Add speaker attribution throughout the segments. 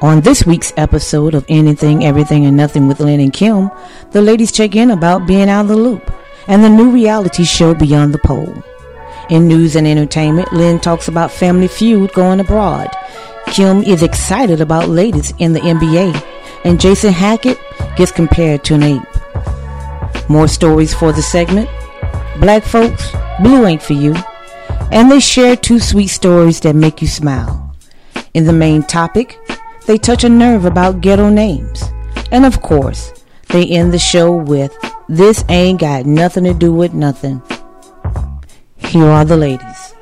Speaker 1: On this week's episode of Anything, Everything, and Nothing with Lynn and Kim, the ladies check in about being out of the loop and the new reality show Beyond the Pole. In news and entertainment, Lynn talks about Family Feud going abroad. Kim is excited about latest in the NBA, and Jason Hackett gets compared to an ape. More stories for the segment. Black folks, blue ain't for you. And they share two sweet stories that make you smile. In the main topic, they touch a nerve about ghetto names. And of course, they end the show with This Ain't Got Nothing to Do with Nothing. Here are the ladies.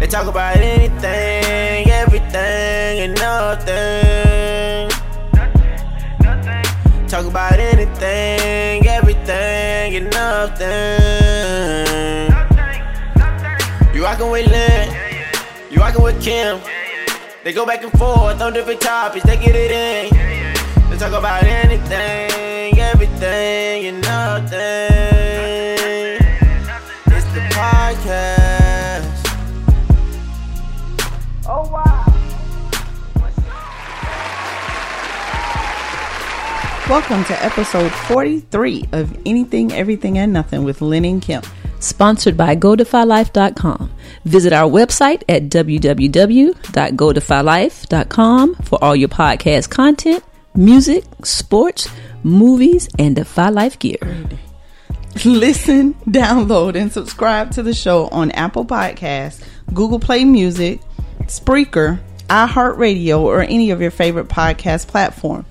Speaker 2: They talk about anything, everything, and nothing. Talk about anything, everything, and nothing. You rockin' with Lynn, you rockin' with Kim. They go back and forth on different topics, they get it in. They talk about anything, everything, and nothing. It's the podcast.
Speaker 3: Welcome to episode 43 of Anything, Everything, and Nothing with Lynn and Kim.
Speaker 4: sponsored by GoDefyLife.com. Visit our website at www.godefylife.com for all your podcast content, music, sports, movies, and Defy Life gear.
Speaker 3: Listen, download, and subscribe to the show on Apple Podcasts, Google Play Music, Spreaker, iHeartRadio, or any of your favorite podcast platforms.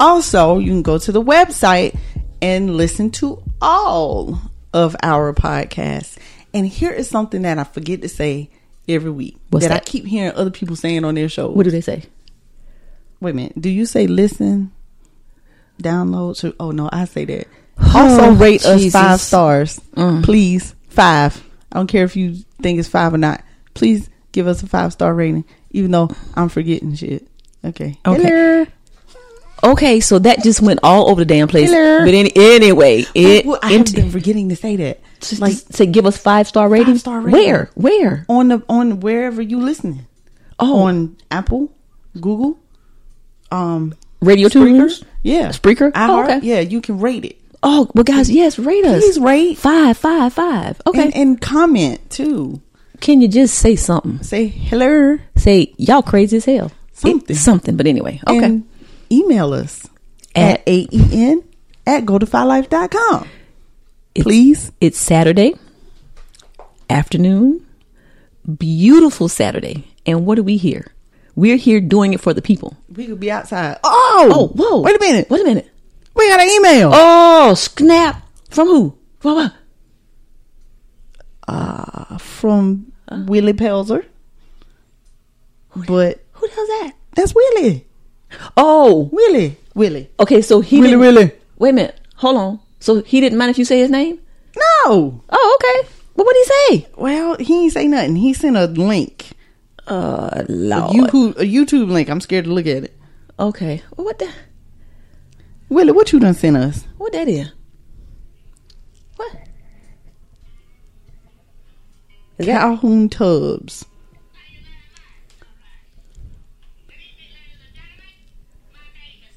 Speaker 3: Also, you can go to the website and listen to all of our podcasts. And here is something that I forget to say every week
Speaker 4: What's
Speaker 3: that, I
Speaker 4: that?
Speaker 3: keep hearing other people saying on their shows.
Speaker 4: What do they say?
Speaker 3: Wait a minute. Do you say listen, download? So, oh no, I say that. Also rate us
Speaker 4: Oh, Jesus. Mm.
Speaker 3: five stars, please. Five. I don't care if you think it's five or not. Please give us a five star rating, even though I'm forgetting shit. Okay.
Speaker 4: Okay.
Speaker 3: Hello.
Speaker 4: Okay, so that just went all over the damn place.
Speaker 3: Hello.
Speaker 4: But any, anyway, it,
Speaker 3: Well, I
Speaker 4: it
Speaker 3: have been forgetting to say that.
Speaker 4: like
Speaker 3: Like
Speaker 4: to give us five star rating.
Speaker 3: Five-star rating.
Speaker 4: Where? Where?
Speaker 3: on the on wherever you listening.
Speaker 4: Oh.
Speaker 3: On Apple, Google, um,
Speaker 4: Radio
Speaker 3: Spreaker.
Speaker 4: tuners.
Speaker 3: Yeah,
Speaker 4: Mm-hmm. Spreaker?
Speaker 3: I
Speaker 4: Oh, okay.
Speaker 3: Yeah, you can rate it.
Speaker 4: Oh well, guys, yes, rate us.
Speaker 3: Please rate.
Speaker 4: five, five, five. Okay.
Speaker 3: And, and comment too.
Speaker 4: Can you just say something?
Speaker 3: Say hello.
Speaker 4: Say y'all crazy as hell.
Speaker 3: Something.
Speaker 4: something. But anyway, okay.
Speaker 3: and email us
Speaker 4: At-
Speaker 3: at aen at godifylife.com.
Speaker 4: It's-
Speaker 3: Please.
Speaker 4: It's Saturday afternoon. Beautiful Saturday. And what are we here? We're here doing it for the people.
Speaker 3: We could be outside. Oh,
Speaker 4: Oh, whoa.
Speaker 3: Wait a minute.
Speaker 4: Wait a minute.
Speaker 3: We got an email.
Speaker 4: Oh, snap. From who? From what?
Speaker 3: From
Speaker 4: Uh.
Speaker 3: Willie Pelzer. But
Speaker 4: Who does that?
Speaker 3: that's Willie.
Speaker 4: Oh,
Speaker 3: Willie. Willie.
Speaker 4: okay. So he
Speaker 3: Willie,
Speaker 4: didn't.
Speaker 3: Willie.
Speaker 4: Wait a minute. Hold on. So he didn't mind if you say his name?
Speaker 3: No.
Speaker 4: Oh, okay. Well, what'd he say?
Speaker 3: Well, he ain't say nothing. He sent a link.
Speaker 4: Uh,
Speaker 3: A
Speaker 4: Lord.
Speaker 3: YouTube, a YouTube link. I'm scared to look at it.
Speaker 4: okay. Well, what the?
Speaker 3: Willie, what you done sent us?
Speaker 4: What that is? What? Is that
Speaker 3: Calhoun Tubbs.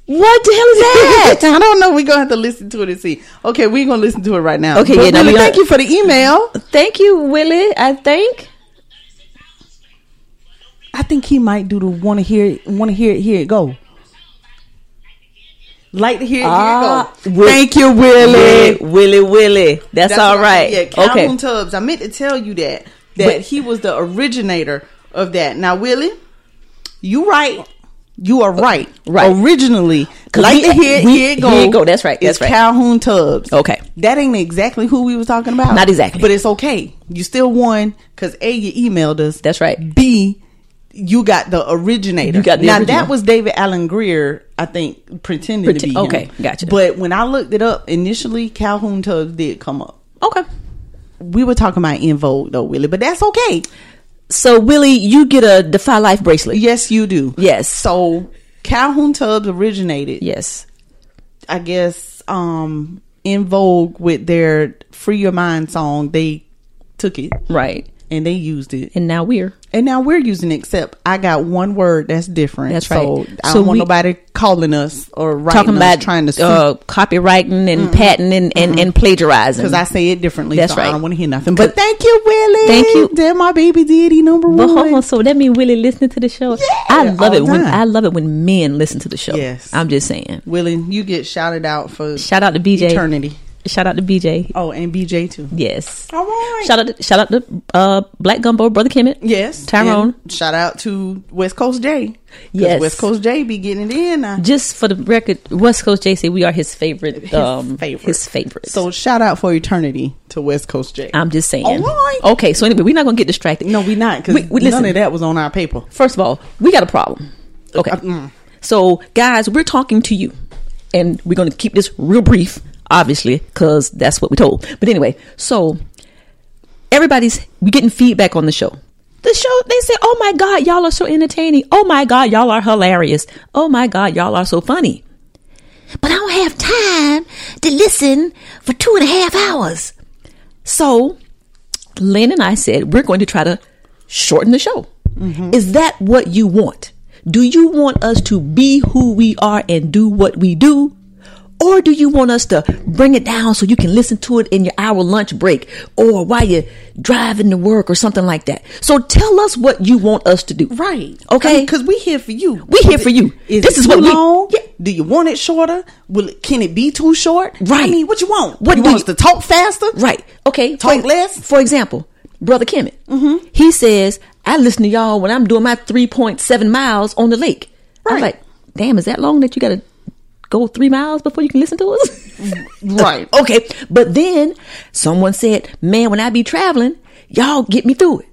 Speaker 4: What the hell is that?
Speaker 3: I don't know. We're gonna have to listen to it and see. Okay, we're gonna listen to it right now.
Speaker 4: Okay,
Speaker 3: But
Speaker 4: yeah, no,
Speaker 3: Willie,
Speaker 4: we don't-
Speaker 3: thank you for the email.
Speaker 4: Thank you, Willie. I think.
Speaker 3: I think he might do the want to hear it, want to hear it, hear it go. Like to hear it.
Speaker 4: Ah,
Speaker 3: Here you go.
Speaker 4: Wi-
Speaker 3: Thank you, Willie.
Speaker 4: Willie, Willie, Willie. That's, all
Speaker 3: what I
Speaker 4: right.
Speaker 3: said. Yeah, Calhoun
Speaker 4: okay.
Speaker 3: Tubbs. I meant to tell you that that
Speaker 4: But-
Speaker 3: he was the originator of that. Now, Willie, you right. You are right.
Speaker 4: right.
Speaker 3: Originally,
Speaker 4: 'Cause
Speaker 3: like
Speaker 4: we-
Speaker 3: the here,
Speaker 4: we-
Speaker 3: here it go.
Speaker 4: Here It Go, that's right, that's
Speaker 3: it's
Speaker 4: right.
Speaker 3: Calhoun Tubbs.
Speaker 4: Okay.
Speaker 3: That ain't exactly who we was talking about.
Speaker 4: Not exactly.
Speaker 3: But it's okay. You still won because A, you emailed us.
Speaker 4: That's right.
Speaker 3: B, you got the originator.
Speaker 4: You got the
Speaker 3: now
Speaker 4: original.
Speaker 3: that was David Allen Greer, I think, pretending to
Speaker 4: Pretend-
Speaker 3: be him.
Speaker 4: okay, gotcha.
Speaker 3: But when I looked it up initially, Calhoun Tubbs did come up.
Speaker 4: Okay.
Speaker 3: We were talking about in vogue though, Willie, but that's okay.
Speaker 4: So Willie, you get a Defy Life bracelet.
Speaker 3: Yes, you do.
Speaker 4: Yes.
Speaker 3: So Calhoun Tubbs originated,
Speaker 4: Yes.
Speaker 3: I guess, um, in vogue with their "Free Your Mind" song. They took it
Speaker 4: Right.
Speaker 3: and they used it,
Speaker 4: And now we're
Speaker 3: and now we're using it. Except I got one word that's different.
Speaker 4: That's
Speaker 3: So
Speaker 4: right.
Speaker 3: I
Speaker 4: So
Speaker 3: don't want
Speaker 4: we-
Speaker 3: nobody calling us or writing
Speaker 4: talking
Speaker 3: us
Speaker 4: about
Speaker 3: trying to
Speaker 4: uh, copywriting and patenting and, and, and plagiarizing.
Speaker 3: because I say it differently.
Speaker 4: That's
Speaker 3: so I
Speaker 4: right.
Speaker 3: don't want to hear nothing. But
Speaker 4: 'Cause-
Speaker 3: thank you, Willie.
Speaker 4: Thank you.
Speaker 3: That my baby Diddy number
Speaker 4: But
Speaker 3: one.
Speaker 4: hold on, so that means Willie listening to the show. I love
Speaker 3: all
Speaker 4: it when
Speaker 3: time.
Speaker 4: I love it when men listen to the show.
Speaker 3: Yes.
Speaker 4: I'm just saying.
Speaker 3: Willie, you get shouted out for
Speaker 4: Shout out to BJ.
Speaker 3: eternity.
Speaker 4: Shout out to BJ.
Speaker 3: Oh, and BJ too.
Speaker 4: Yes.
Speaker 3: All right.
Speaker 4: Shout out to shout out to uh, Black Gumbo, Brother Kemet.
Speaker 3: Yes,
Speaker 4: Tyrone.
Speaker 3: And shout out to West Coast J. 'Cause
Speaker 4: Yes.
Speaker 3: West Coast J be getting it in. uh, Now.
Speaker 4: Just for the record, West Coast JC, we are his favorite. um,
Speaker 3: favorite.
Speaker 4: His favorite.
Speaker 3: So shout out for eternity to West Coast J.
Speaker 4: I'm just saying.
Speaker 3: All right.
Speaker 4: Okay, so anyway, we're not gonna get distracted.
Speaker 3: no, we not because
Speaker 4: We- we-
Speaker 3: none
Speaker 4: listen.
Speaker 3: of that Uh, was on our paper.
Speaker 4: First of all, we got a problem. Okay.
Speaker 3: mm.
Speaker 4: So, guys, we're talking to you, and we're going to keep this real brief, obviously, because that's what we told. But anyway, so everybody's we're getting feedback on the show. The show, they say, "Oh my God, y'all are so entertaining! Oh my God, y'all are hilarious! Oh my God, y'all are so funny!" But I don't have time to listen for two and a half hours. So, Lynn and I said we're going to try to shorten the show. Is that what you want? Do you want us to be who we are and do what we do? Or do you want us to bring it down so you can listen to it in your hour lunch break or while you're driving to work or something like that? So tell us what you want us to do. Okay.
Speaker 3: Because we here for you.
Speaker 4: We here for you.
Speaker 3: Is
Speaker 4: This
Speaker 3: it
Speaker 4: is
Speaker 3: too
Speaker 4: what we-
Speaker 3: long?
Speaker 4: Yeah.
Speaker 3: Do you want it shorter? Will it, can it be too short? I
Speaker 4: Right.
Speaker 3: mean, what you want?
Speaker 4: What
Speaker 3: you
Speaker 4: do
Speaker 3: want
Speaker 4: you-
Speaker 3: us to talk faster?
Speaker 4: Right. Okay.
Speaker 3: Talk
Speaker 4: for,
Speaker 3: less?
Speaker 4: For example, Brother Kemet. Mm-hmm. He says, I listen to y'all when I'm doing my 3.7 miles on the lake. I'm
Speaker 3: Right.
Speaker 4: like, damn, is that long that you got to go three miles before you can listen to us?
Speaker 3: Right.
Speaker 4: okay. But then someone said, man, when I be traveling, y'all get me through it.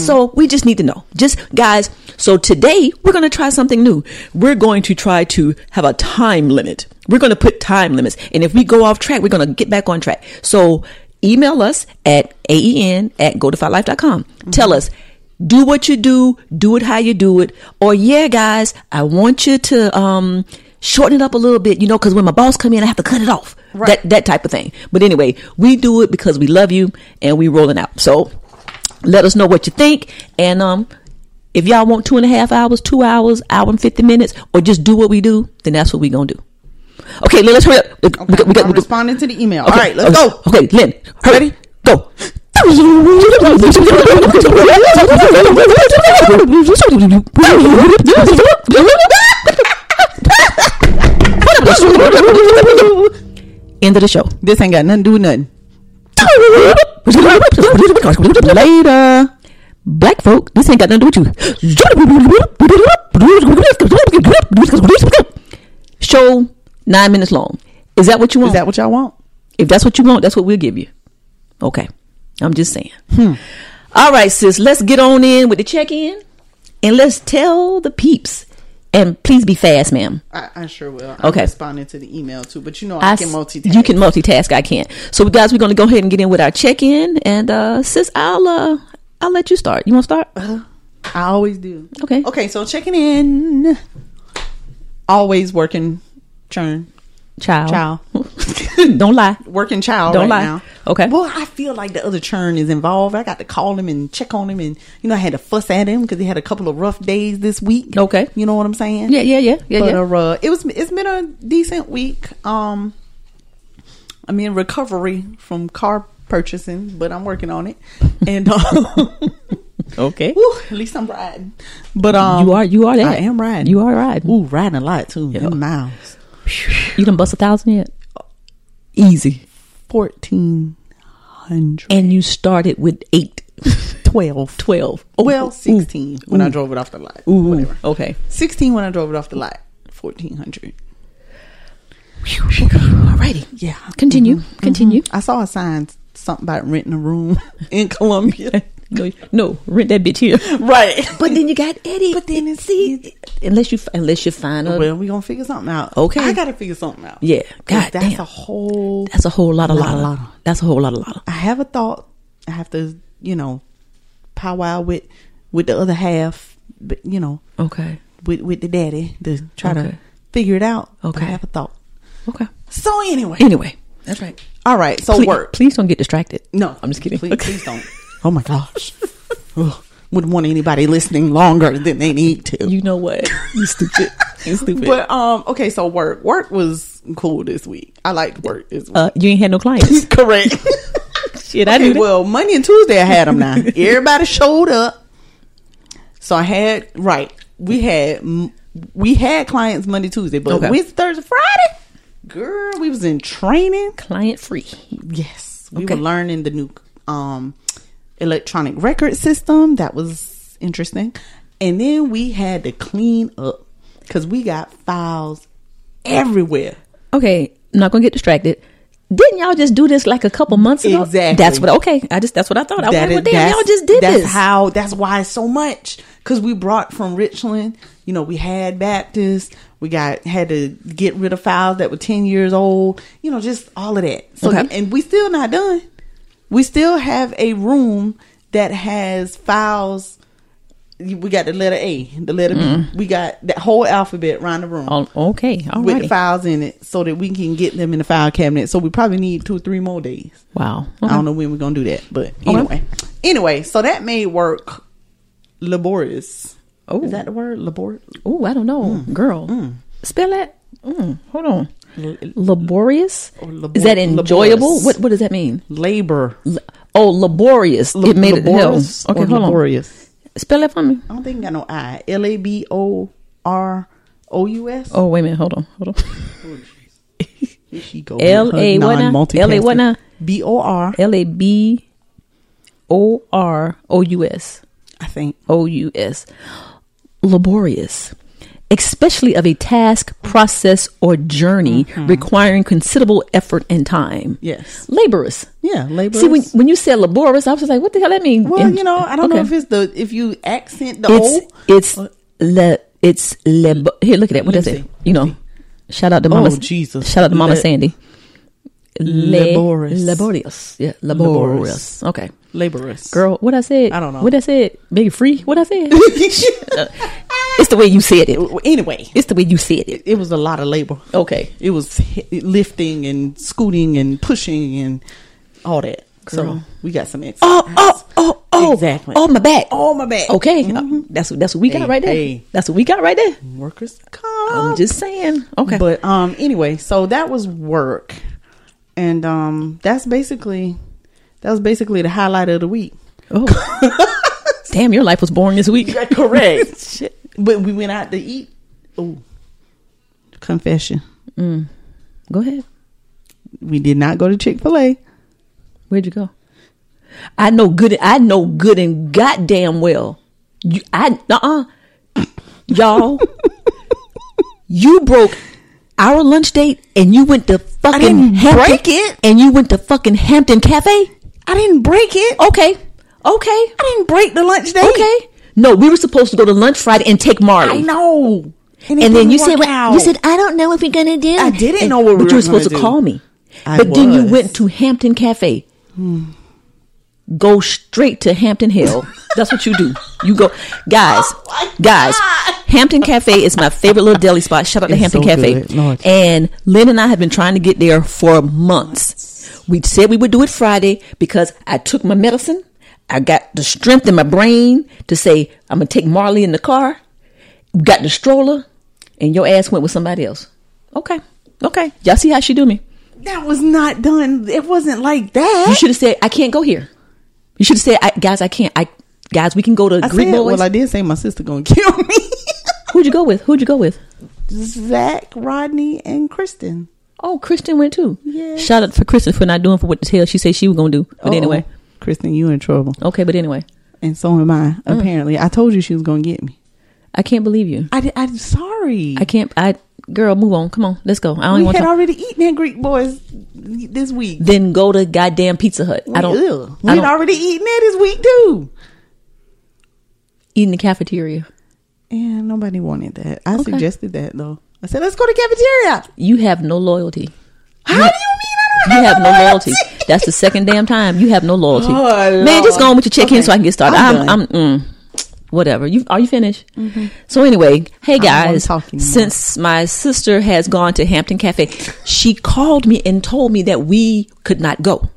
Speaker 4: So we just need to know. Just guys, so today we're going to try something new. We're going to try to have a time limit. We're going to put time limits. And if we go off track, we're going to get back on track. So email us at aen at godefylife.com. Tell us, do what you do, do it how you do it. Or yeah, guys, I want you to, um, shorten it up a little bit, you know, cause when my boss come in, I have to cut it off. That, that type of thing. But anyway, we do it because we love you and we rolling out. So let us know what you think and um if y'all want two and a half hours two hours hour and 50 minutes or just do what we do then that's what we gonna do okay Lynn, let's hurry up We got- we got- we got-
Speaker 3: I'm responding to the email.
Speaker 4: Okay,
Speaker 3: All right, let's
Speaker 4: okay,
Speaker 3: go.
Speaker 4: okay lynn hurry
Speaker 3: Ready?
Speaker 4: go End of the show.
Speaker 3: This ain't got nothing to do with nothing.
Speaker 4: Later. Black folk, this ain't got nothing to do with you. Show nine minutes long. Is that what you want?
Speaker 3: Is that what y'all want?
Speaker 4: if that's what you want, that's what we'll give you. Okay. I'm just saying.
Speaker 3: Hmm.
Speaker 4: All right, sis, let's get on in with the check in and let's tell the peeps. And please be fast, ma'am.
Speaker 3: I, I sure will. I'm
Speaker 4: Okay.
Speaker 3: responding to the email too, but you know I,
Speaker 4: I
Speaker 3: can
Speaker 4: s-
Speaker 3: multitask.
Speaker 4: You can multitask. I can't. So, guys, we're going to go ahead and get in with our check in. And uh, sis, I'll uh, I'll let you start. You want to start?
Speaker 3: I always do.
Speaker 4: Okay.
Speaker 3: Uh, Okay, so checking in. Always working, churn,
Speaker 4: Child.
Speaker 3: Child.
Speaker 4: Don't lie.
Speaker 3: working child.
Speaker 4: Don't
Speaker 3: right
Speaker 4: lie.
Speaker 3: Now.
Speaker 4: Okay.
Speaker 3: Well, I feel like the other churn is involved. I got to call him and check on him, and you know I had to fuss at him because he had a couple of rough days this week.
Speaker 4: Okay.
Speaker 3: You know what I'm saying?
Speaker 4: Yeah, yeah, yeah, yeah,
Speaker 3: but
Speaker 4: yeah.
Speaker 3: Uh, it was. It's been a decent week. Um, I mean recovery from car purchasing, but I'm working on it, and. Uh,
Speaker 4: Okay.
Speaker 3: Woo, at least I'm riding. But um,
Speaker 4: You are- you are that.
Speaker 3: I am riding.
Speaker 4: You are riding.
Speaker 3: Ooh, riding a lot too. Them miles.
Speaker 4: You done bust a thousand yet? Easy.
Speaker 3: Fourteen hundred.
Speaker 4: And you started with eight.
Speaker 3: Twelve.
Speaker 4: Twelve.
Speaker 3: Well, sixteen when I drove it off the lot.
Speaker 4: Ooh.
Speaker 3: Whatever.
Speaker 4: Okay.
Speaker 3: Sixteen when I drove it off the lot. Fourteen hundred.
Speaker 4: Alrighty.
Speaker 3: Yeah.
Speaker 4: Continue. Continue.
Speaker 3: Mm-hmm. I saw a sign something about renting a room in Columbia.
Speaker 4: No, no, rent that bitch here.
Speaker 3: right.
Speaker 4: But then you got Eddie. But
Speaker 3: then it's-
Speaker 4: see, unless you unless you find a
Speaker 3: Well, we gonna figure something out.
Speaker 4: Okay.
Speaker 3: I gotta figure something out.
Speaker 4: yeah,
Speaker 3: 'Cause
Speaker 4: God
Speaker 3: that's
Speaker 4: damn.
Speaker 3: a whole.
Speaker 4: that's a whole lot of
Speaker 3: Lot,
Speaker 4: lot,
Speaker 3: lot.
Speaker 4: of That's a whole lot of lot.
Speaker 3: I have a thought. I have to, you know, powwow with with the other half, but you know,
Speaker 4: of- Okay,
Speaker 3: with with the daddy to try to
Speaker 4: Okay.
Speaker 3: figure it out. But
Speaker 4: Okay.
Speaker 3: I have a thought.
Speaker 4: okay.
Speaker 3: So anyway,
Speaker 4: Anyway, that's right.
Speaker 3: all right. So
Speaker 4: Please,
Speaker 3: work.
Speaker 4: please don't get distracted.
Speaker 3: No,
Speaker 4: I'm just kidding.
Speaker 3: Please, please don't. Oh my gosh. Ugh. Wouldn't want anybody listening longer than they need to.
Speaker 4: You know what? You stupid. You stupid.
Speaker 3: But um, okay, so work work was cool this week. I liked work this week.
Speaker 4: uh, you ain't had no clients.
Speaker 3: Correct.
Speaker 4: Uh, Shit, I knew that.
Speaker 3: well, Monday and Tuesday I had them now. Everybody showed up, so I had right. We had m- we had clients Monday, Tuesday, but
Speaker 4: Okay.
Speaker 3: Wednesday, Thursday, Friday, girl, we was in training.
Speaker 4: Client free.
Speaker 3: Yes, we
Speaker 4: Okay.
Speaker 3: were learning the new um electronic record system. That was interesting, and then we had to clean up because we got files everywhere.
Speaker 4: Okay, I'm not gonna get distracted. Didn't y'all just do this like a couple months ago?
Speaker 3: Exactly.
Speaker 4: That's what. Okay, I just that's what I thought. I was
Speaker 3: That
Speaker 4: like, well,
Speaker 3: is-
Speaker 4: damn,
Speaker 3: that's-
Speaker 4: y'all just did
Speaker 3: that's
Speaker 4: this.
Speaker 3: how. That's why it's so much because we brought from Richland. You know, we had Baptist. We got had to get rid of files that were ten years old. You know, just all of that. So
Speaker 4: Okay.
Speaker 3: and we still not done. We still have a room that has files. We got the letter A, the letter B. We got that whole alphabet around the room
Speaker 4: Oh, okay, Mm. all
Speaker 3: with the
Speaker 4: right.
Speaker 3: files in it, so that we can get them in the file cabinet. So we probably need two or three more days.
Speaker 4: Wow.
Speaker 3: I
Speaker 4: Okay.
Speaker 3: don't know when we're gonna do that, but anyway, anyway, so that made work laborious.
Speaker 4: Oh.
Speaker 3: is that the word labor?
Speaker 4: Oh, I don't know,
Speaker 3: mm,
Speaker 4: girl. Spell it. Mm, hold on. Laborious.
Speaker 3: Oh, labor-
Speaker 4: Is that enjoyable?
Speaker 3: laborious.
Speaker 4: What What does that mean?
Speaker 3: Labor.
Speaker 4: L- oh, laborious. it made
Speaker 3: laborious
Speaker 4: it hell.
Speaker 3: or
Speaker 4: Okay, hold
Speaker 3: laborious.
Speaker 4: on. Spell it for me.
Speaker 3: I don't think it got no I. L a b o r o u s.
Speaker 4: Oh, wait a minute. Hold on. Hold on.
Speaker 3: Here she go.
Speaker 4: L A what now? L A what now?
Speaker 3: B o r.
Speaker 4: L A B O R O U S.
Speaker 3: I think.
Speaker 4: O U S. Laborious. Especially of a task, process, or journey requiring considerable effort and time.
Speaker 3: Mm-hmm. Yes.
Speaker 4: Laborious.
Speaker 3: Yeah, labor.
Speaker 4: See, when, when you said laborious, I was just like, what the hell that mean?
Speaker 3: well,
Speaker 4: And-
Speaker 3: you know, I don't know
Speaker 4: okay.
Speaker 3: if it's the if you accent the
Speaker 4: it's
Speaker 3: o.
Speaker 4: it's le it's lab here look at that what
Speaker 3: Let me
Speaker 4: is it
Speaker 3: see.
Speaker 4: you know shout out to mama
Speaker 3: Oh, Jesus.
Speaker 4: shout out to mama
Speaker 3: Le-
Speaker 4: sandy Le-
Speaker 3: Laborious.
Speaker 4: laborious yeah
Speaker 3: Laborious.
Speaker 4: laborious okay
Speaker 3: laborious
Speaker 4: girl what i said
Speaker 3: I don't know. Uh,
Speaker 4: what i said big free what i said it's the way you said it
Speaker 3: anyway,
Speaker 4: it's the way you said it
Speaker 3: it was a lot of labor.
Speaker 4: okay
Speaker 3: it was hi- lifting and scooting and pushing and all that. So
Speaker 4: Girl.
Speaker 3: we got some exercise.
Speaker 4: oh oh oh oh
Speaker 3: Exactly.
Speaker 4: oh my back
Speaker 3: Oh, my back.
Speaker 4: okay Uh, that's what that's what we got
Speaker 3: Hey,
Speaker 4: right there
Speaker 3: hey. Oh.
Speaker 4: that's what we got right there
Speaker 3: Mm-hmm. workers
Speaker 4: i'm
Speaker 3: come.
Speaker 4: just saying okay
Speaker 3: But um, anyway, so that was work, and um, that's basically that was basically the highlight of the week.
Speaker 4: Oh. Damn, your life was boring this week.
Speaker 3: correct.
Speaker 4: Shit.
Speaker 3: But we went out to eat. Oh, confession:
Speaker 4: Go ahead.
Speaker 3: we did not go to Chick Fil A.
Speaker 4: Where'd you go? I know good. I know good and goddamn well. You, I uh uh y'all. you broke our lunch date, and you went to fucking
Speaker 3: didn't
Speaker 4: Hampton,
Speaker 3: break it.
Speaker 4: and you went to fucking Hampton Cafe.
Speaker 3: I didn't break it.
Speaker 4: Okay, okay,
Speaker 3: I didn't break the lunch date.
Speaker 4: okay. No, we were supposed to go to lunch Friday and take Marley.
Speaker 3: I know. it
Speaker 4: and then
Speaker 3: didn't
Speaker 4: you said
Speaker 3: work
Speaker 4: well,
Speaker 3: out.
Speaker 4: you said I don't know if you're gonna do.
Speaker 3: I
Speaker 4: it."
Speaker 3: didn't
Speaker 4: And-
Speaker 3: know what we
Speaker 4: but
Speaker 3: were
Speaker 4: you were supposed
Speaker 3: gonna do.
Speaker 4: to call me.
Speaker 3: I
Speaker 4: but then you
Speaker 3: was.
Speaker 4: went to Hampton Cafe. Go straight to Hampton Hill. That's what you do. You go, guys,
Speaker 3: Oh my
Speaker 4: guys.
Speaker 3: God.
Speaker 4: Hampton Cafe is my favorite little deli spot. Shout out to
Speaker 3: It's
Speaker 4: Hampton
Speaker 3: so
Speaker 4: Cafe.
Speaker 3: good, Lord.
Speaker 4: And Lynn and I have been trying to get there for months. We said we would do it Friday because I took my medicine. I got the strength in my brain to say I'm gonna take Marley in the car got the stroller, and your ass went with somebody else. Okay, okay. Y'all see how she do me?
Speaker 3: That was not done. It wasn't like that.
Speaker 4: You should have said I can't go here. You should have said, I, guys, I can't. I guys, we can go to
Speaker 3: I
Speaker 4: Greek
Speaker 3: said,
Speaker 4: Boys.
Speaker 3: well, I did say my sister gonna kill me.
Speaker 4: Who'd you go with? Who'd you go with?
Speaker 3: Zach, Rodney, and Kristen.
Speaker 4: Oh, Kristen went too.
Speaker 3: Yeah.
Speaker 4: Shout out for Kristen for not doing for what the hell she said she was gonna do. But
Speaker 3: Uh-oh.
Speaker 4: anyway,
Speaker 3: Kristen, you in trouble,
Speaker 4: okay. But anyway,
Speaker 3: and so am I. Apparently, I told you she was gonna get me.
Speaker 4: I can't believe you.
Speaker 3: I, am sorry.
Speaker 4: I can't. I girl, move on. Come on, let's go. I don't even
Speaker 3: we
Speaker 4: want
Speaker 3: had
Speaker 4: to. Talk.
Speaker 3: already eaten at Greek Boys this week.
Speaker 4: Then go to goddamn Pizza Hut. I don't.
Speaker 3: Ugh. We
Speaker 4: I
Speaker 3: had
Speaker 4: don't
Speaker 3: already eaten it this week too,
Speaker 4: eat in the cafeteria.
Speaker 3: and nobody wanted that. I
Speaker 4: Okay.
Speaker 3: suggested that though. I said, "Let's go to cafeteria."
Speaker 4: You have no loyalty.
Speaker 3: How do you mean? I
Speaker 4: You
Speaker 3: don't
Speaker 4: have no loyalty. That's the second damn time you have no loyalty.
Speaker 3: Oh,
Speaker 4: Man, just
Speaker 3: Lord.
Speaker 4: go on with your check in
Speaker 3: Okay.
Speaker 4: so I can get started.
Speaker 3: I'm
Speaker 4: I'm, I'm, mm, whatever. You are you finished? So anyway, hey
Speaker 3: wanna
Speaker 4: guys.
Speaker 3: talk anymore.
Speaker 4: Since my sister has gone to Hampton Cafe, she called me and told me that we could not go.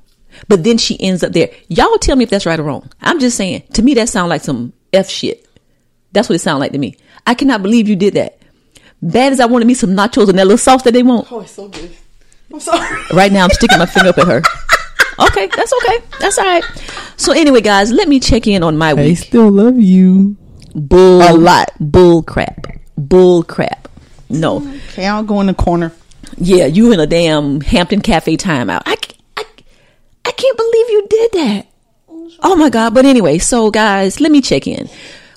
Speaker 4: But then she ends up there. Y'all tell me if that's right or wrong. I'm just saying. To me, that sounds like some f shit. That's what it sounded like to me. I cannot believe you did that. Bad as I wanted me some nachos and that little sauce that they want.
Speaker 3: Oh, it's so good. I'm sorry.
Speaker 4: Right now, I'm sticking my finger up at her. Okay, that's okay. That's all right. So, anyway, guys, let me check in on my
Speaker 3: They
Speaker 4: week.
Speaker 3: still love you.
Speaker 4: Bull
Speaker 3: A lot.
Speaker 4: Bull crap. Bull crap. No.
Speaker 3: Okay, I'll go in the corner.
Speaker 4: Yeah, you in a damn Hampton Cafe timeout. I, c- I, I can't believe you did that. Oh my God. But anyway, so guys, let me check in.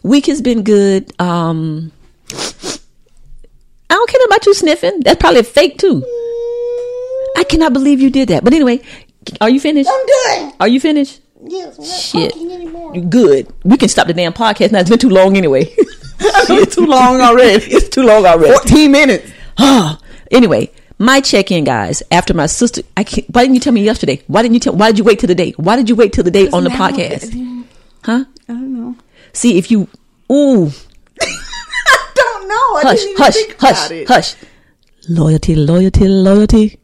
Speaker 4: Week has been good. Um, I don't care about you sniffing. That's probably fake too. I cannot believe you did that. But anyway, are you finished?
Speaker 3: I'm done.
Speaker 4: Are you finished?
Speaker 3: Yes, we're
Speaker 4: Shit. Good. We can stop the damn podcast now. It's been too long anyway.
Speaker 3: It's too long already.
Speaker 4: it's too long already.
Speaker 3: 14 minutes.
Speaker 4: Oh, anyway, my check-in, guys. After my sister, I can't, why didn't you tell me yesterday? Why didn't you tell? Why did you wait till the day? Why did you wait till the day on the podcast? Huh?
Speaker 3: I don't know.
Speaker 4: See if you. Ooh,
Speaker 3: I don't know. Oh, I
Speaker 4: hush,
Speaker 3: didn't even
Speaker 4: hush,
Speaker 3: think about
Speaker 4: hush,
Speaker 3: it.
Speaker 4: hush. Loyalty, loyalty, loyalty.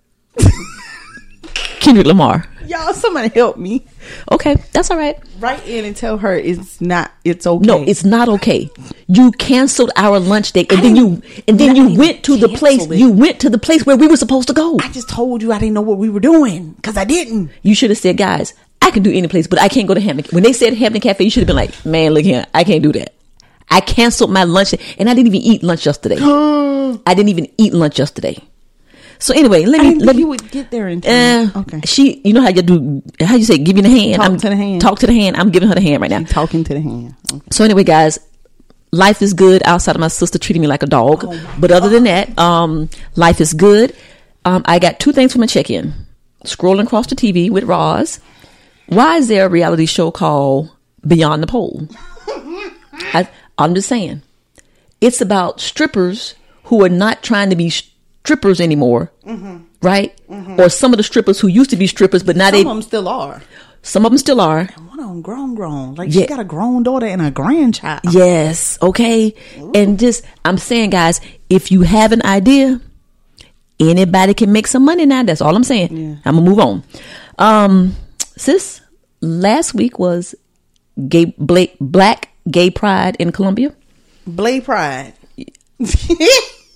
Speaker 4: Kendrick Lamar.
Speaker 3: Y'all, somebody help me.
Speaker 4: Okay, that's all right.
Speaker 3: Write in and tell her it's not, it's okay.
Speaker 4: No, it's not okay. You canceled our lunch date, and then you and then
Speaker 3: I
Speaker 4: you
Speaker 3: didn't
Speaker 4: went to the place.
Speaker 3: cancel it.
Speaker 4: You went to the place where we were supposed to go.
Speaker 3: I just told you I didn't know what we were doing because I didn't.
Speaker 4: you should have said, guys, I can do any place, but I can't go to Hampton. When they said Hampton Cafe, you should have been like, man, look here, I can't do that. I canceled my lunch, and I didn't even eat lunch yesterday. I didn't even eat lunch yesterday. So anyway, let
Speaker 3: I
Speaker 4: me
Speaker 3: didn't
Speaker 4: let
Speaker 3: think
Speaker 4: me.
Speaker 3: you would get there in
Speaker 4: Uh,
Speaker 3: time. okay.
Speaker 4: She, you know how you do? How you say? Give me the hand.
Speaker 3: Talk to the hand.
Speaker 4: Talk to the hand. I'm giving her the hand right now.
Speaker 3: talking to the hand.
Speaker 4: So anyway, guys, life is good outside of my sister treating me like a dog.
Speaker 3: Oh
Speaker 4: but other than that, um, life is good. Um, I got two things for my check-in: scrolling across the TV with Roz. Why is there a reality show called Beyond the Pole? I, I'm just saying, it's about strippers who are not trying to be strippers anymore, right? Or some of the strippers who used to be strippers, but now
Speaker 3: Mm-hmm. Some
Speaker 4: they
Speaker 3: of them still are.
Speaker 4: some of them still are.
Speaker 3: One of them grown, grown. Like
Speaker 4: Yeah.
Speaker 3: she got a grown daughter and a grandchild.
Speaker 4: Yes. Okay. And just, I'm saying, guys, if you have an idea, anybody can make some money now. That's all I'm saying. I'm gonna move on. Um, sis, last week was gay Blake Black Gay Pride in Columbia.
Speaker 3: Blade Pride.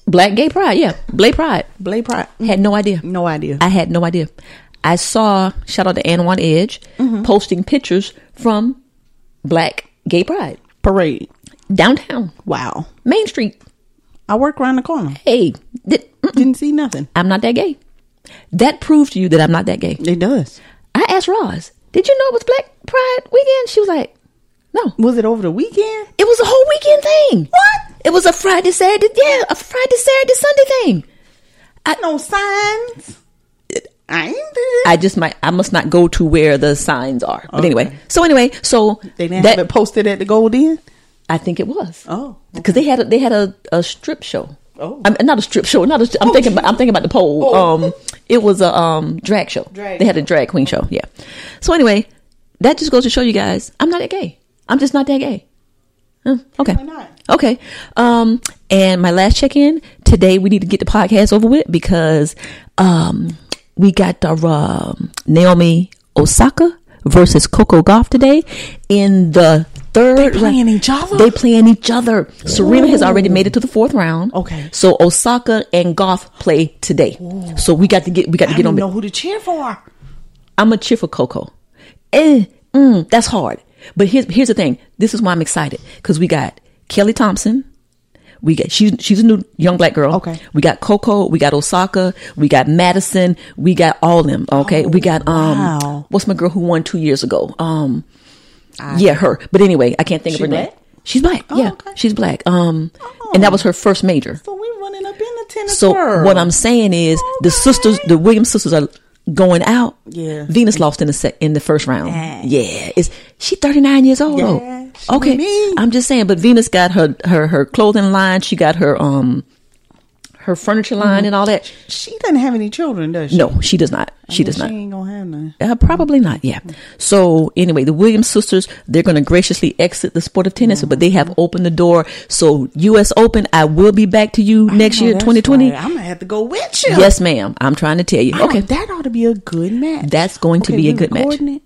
Speaker 4: Black Gay Pride. Yeah, Blake Pride.
Speaker 3: Blade Pride.
Speaker 4: Had no idea.
Speaker 3: No idea.
Speaker 4: I had no idea. I saw shout out to Anwan Edge posting pictures from Black Gay Pride
Speaker 3: Parade.
Speaker 4: downtown
Speaker 3: Wow.
Speaker 4: Main Street.
Speaker 3: I work around the corner.
Speaker 4: Hey, did,
Speaker 3: Didn't see nothing.
Speaker 4: I'm not that gay. That proved to you that I'm not that gay.
Speaker 3: It does.
Speaker 4: I asked Roz, did you know it was Black Pride weekend? She was like, no.
Speaker 3: Was it over the weekend?
Speaker 4: It was a whole weekend thing.
Speaker 3: What?
Speaker 4: It was a Friday, Saturday, yeah, a Friday, Saturday, Sunday thing.
Speaker 3: No signs. I ain't did.
Speaker 4: I just might, I must not go to where the signs are. But anyway, so anyway, so
Speaker 3: they didn't
Speaker 4: that,
Speaker 3: have it posted at the Gold Inn.
Speaker 4: I think it was.
Speaker 3: Oh,
Speaker 4: because they had a, they had a, a strip show.
Speaker 3: Oh.
Speaker 4: I'm, not a strip show. Not a, stri- I'm thinking about I'm thinking about the pole. Um, it was a um drag show.
Speaker 3: Drag
Speaker 4: they had a drag queen show. Yeah. So anyway, that just goes to show you guys, I'm not that gay. I'm just not that gay. Huh, okay.
Speaker 3: not?
Speaker 4: Okay. Um, and my last check in today, we need to get the podcast over with because um, we got our um Naomi Osaka versus Coco Golf today in the third. They
Speaker 3: playing each other?
Speaker 4: They playing each other. Serena has already made it to the fourth round.
Speaker 3: Okay.
Speaker 4: So Osaka and Golf play today. So we got to get we got to
Speaker 3: I
Speaker 4: get
Speaker 3: don't
Speaker 4: on. it.
Speaker 3: know who to cheer for.
Speaker 4: I'm a cheer for Coco. Eh, mm, that's hard. But here's here's the thing. This is why I'm excited because we got Kelly Thompson, We got she's she's a new young black girl.
Speaker 3: Okay.
Speaker 4: We got Coco. We got Osaka. We got Madison. We got all of them. Okay. we got um.
Speaker 3: Oh, wow.
Speaker 4: What's my girl who won two years ago? Um. yeah, her. But anyway, I can't think
Speaker 3: She
Speaker 4: of her name.
Speaker 3: black? Oh,
Speaker 4: She's black. yeah,
Speaker 3: okay. Oh.
Speaker 4: she's black. Um, and that was her first major.
Speaker 3: So we're running up in the tennis
Speaker 4: So
Speaker 3: world.
Speaker 4: what I'm saying is the sisters, the Williams sisters are going out.
Speaker 3: Yeah.
Speaker 4: Venus lost in the set in the first round.
Speaker 3: Yeah.
Speaker 4: Yeah, is she 39 years old? though.
Speaker 3: Yeah, she
Speaker 4: okay,
Speaker 3: me.
Speaker 4: I'm just saying. But Venus got her her her clothing line. She got her um her furniture line and all that.
Speaker 3: Mm-hmm. she doesn't have any children, does she?
Speaker 4: No, she does not. She does
Speaker 3: she Mm-hmm.
Speaker 4: not.
Speaker 3: ain't gonna have none.
Speaker 4: Uh, probably not. Yeah. So anyway, the Williams sisters they're going to graciously exit the sport of tennis, but they
Speaker 3: Mm-hmm.
Speaker 4: have opened the door. So U.S. Open, I will be back to you next
Speaker 3: I know
Speaker 4: year,
Speaker 3: that's
Speaker 4: 2020.
Speaker 3: right. I'm gonna have to go with you.
Speaker 4: Yes, ma'am. I'm trying to tell you.
Speaker 3: Oh,
Speaker 4: Okay.
Speaker 3: that ought to be a good match.
Speaker 4: That's going to
Speaker 3: Okay,
Speaker 4: be a
Speaker 3: we
Speaker 4: good match.
Speaker 3: recording It?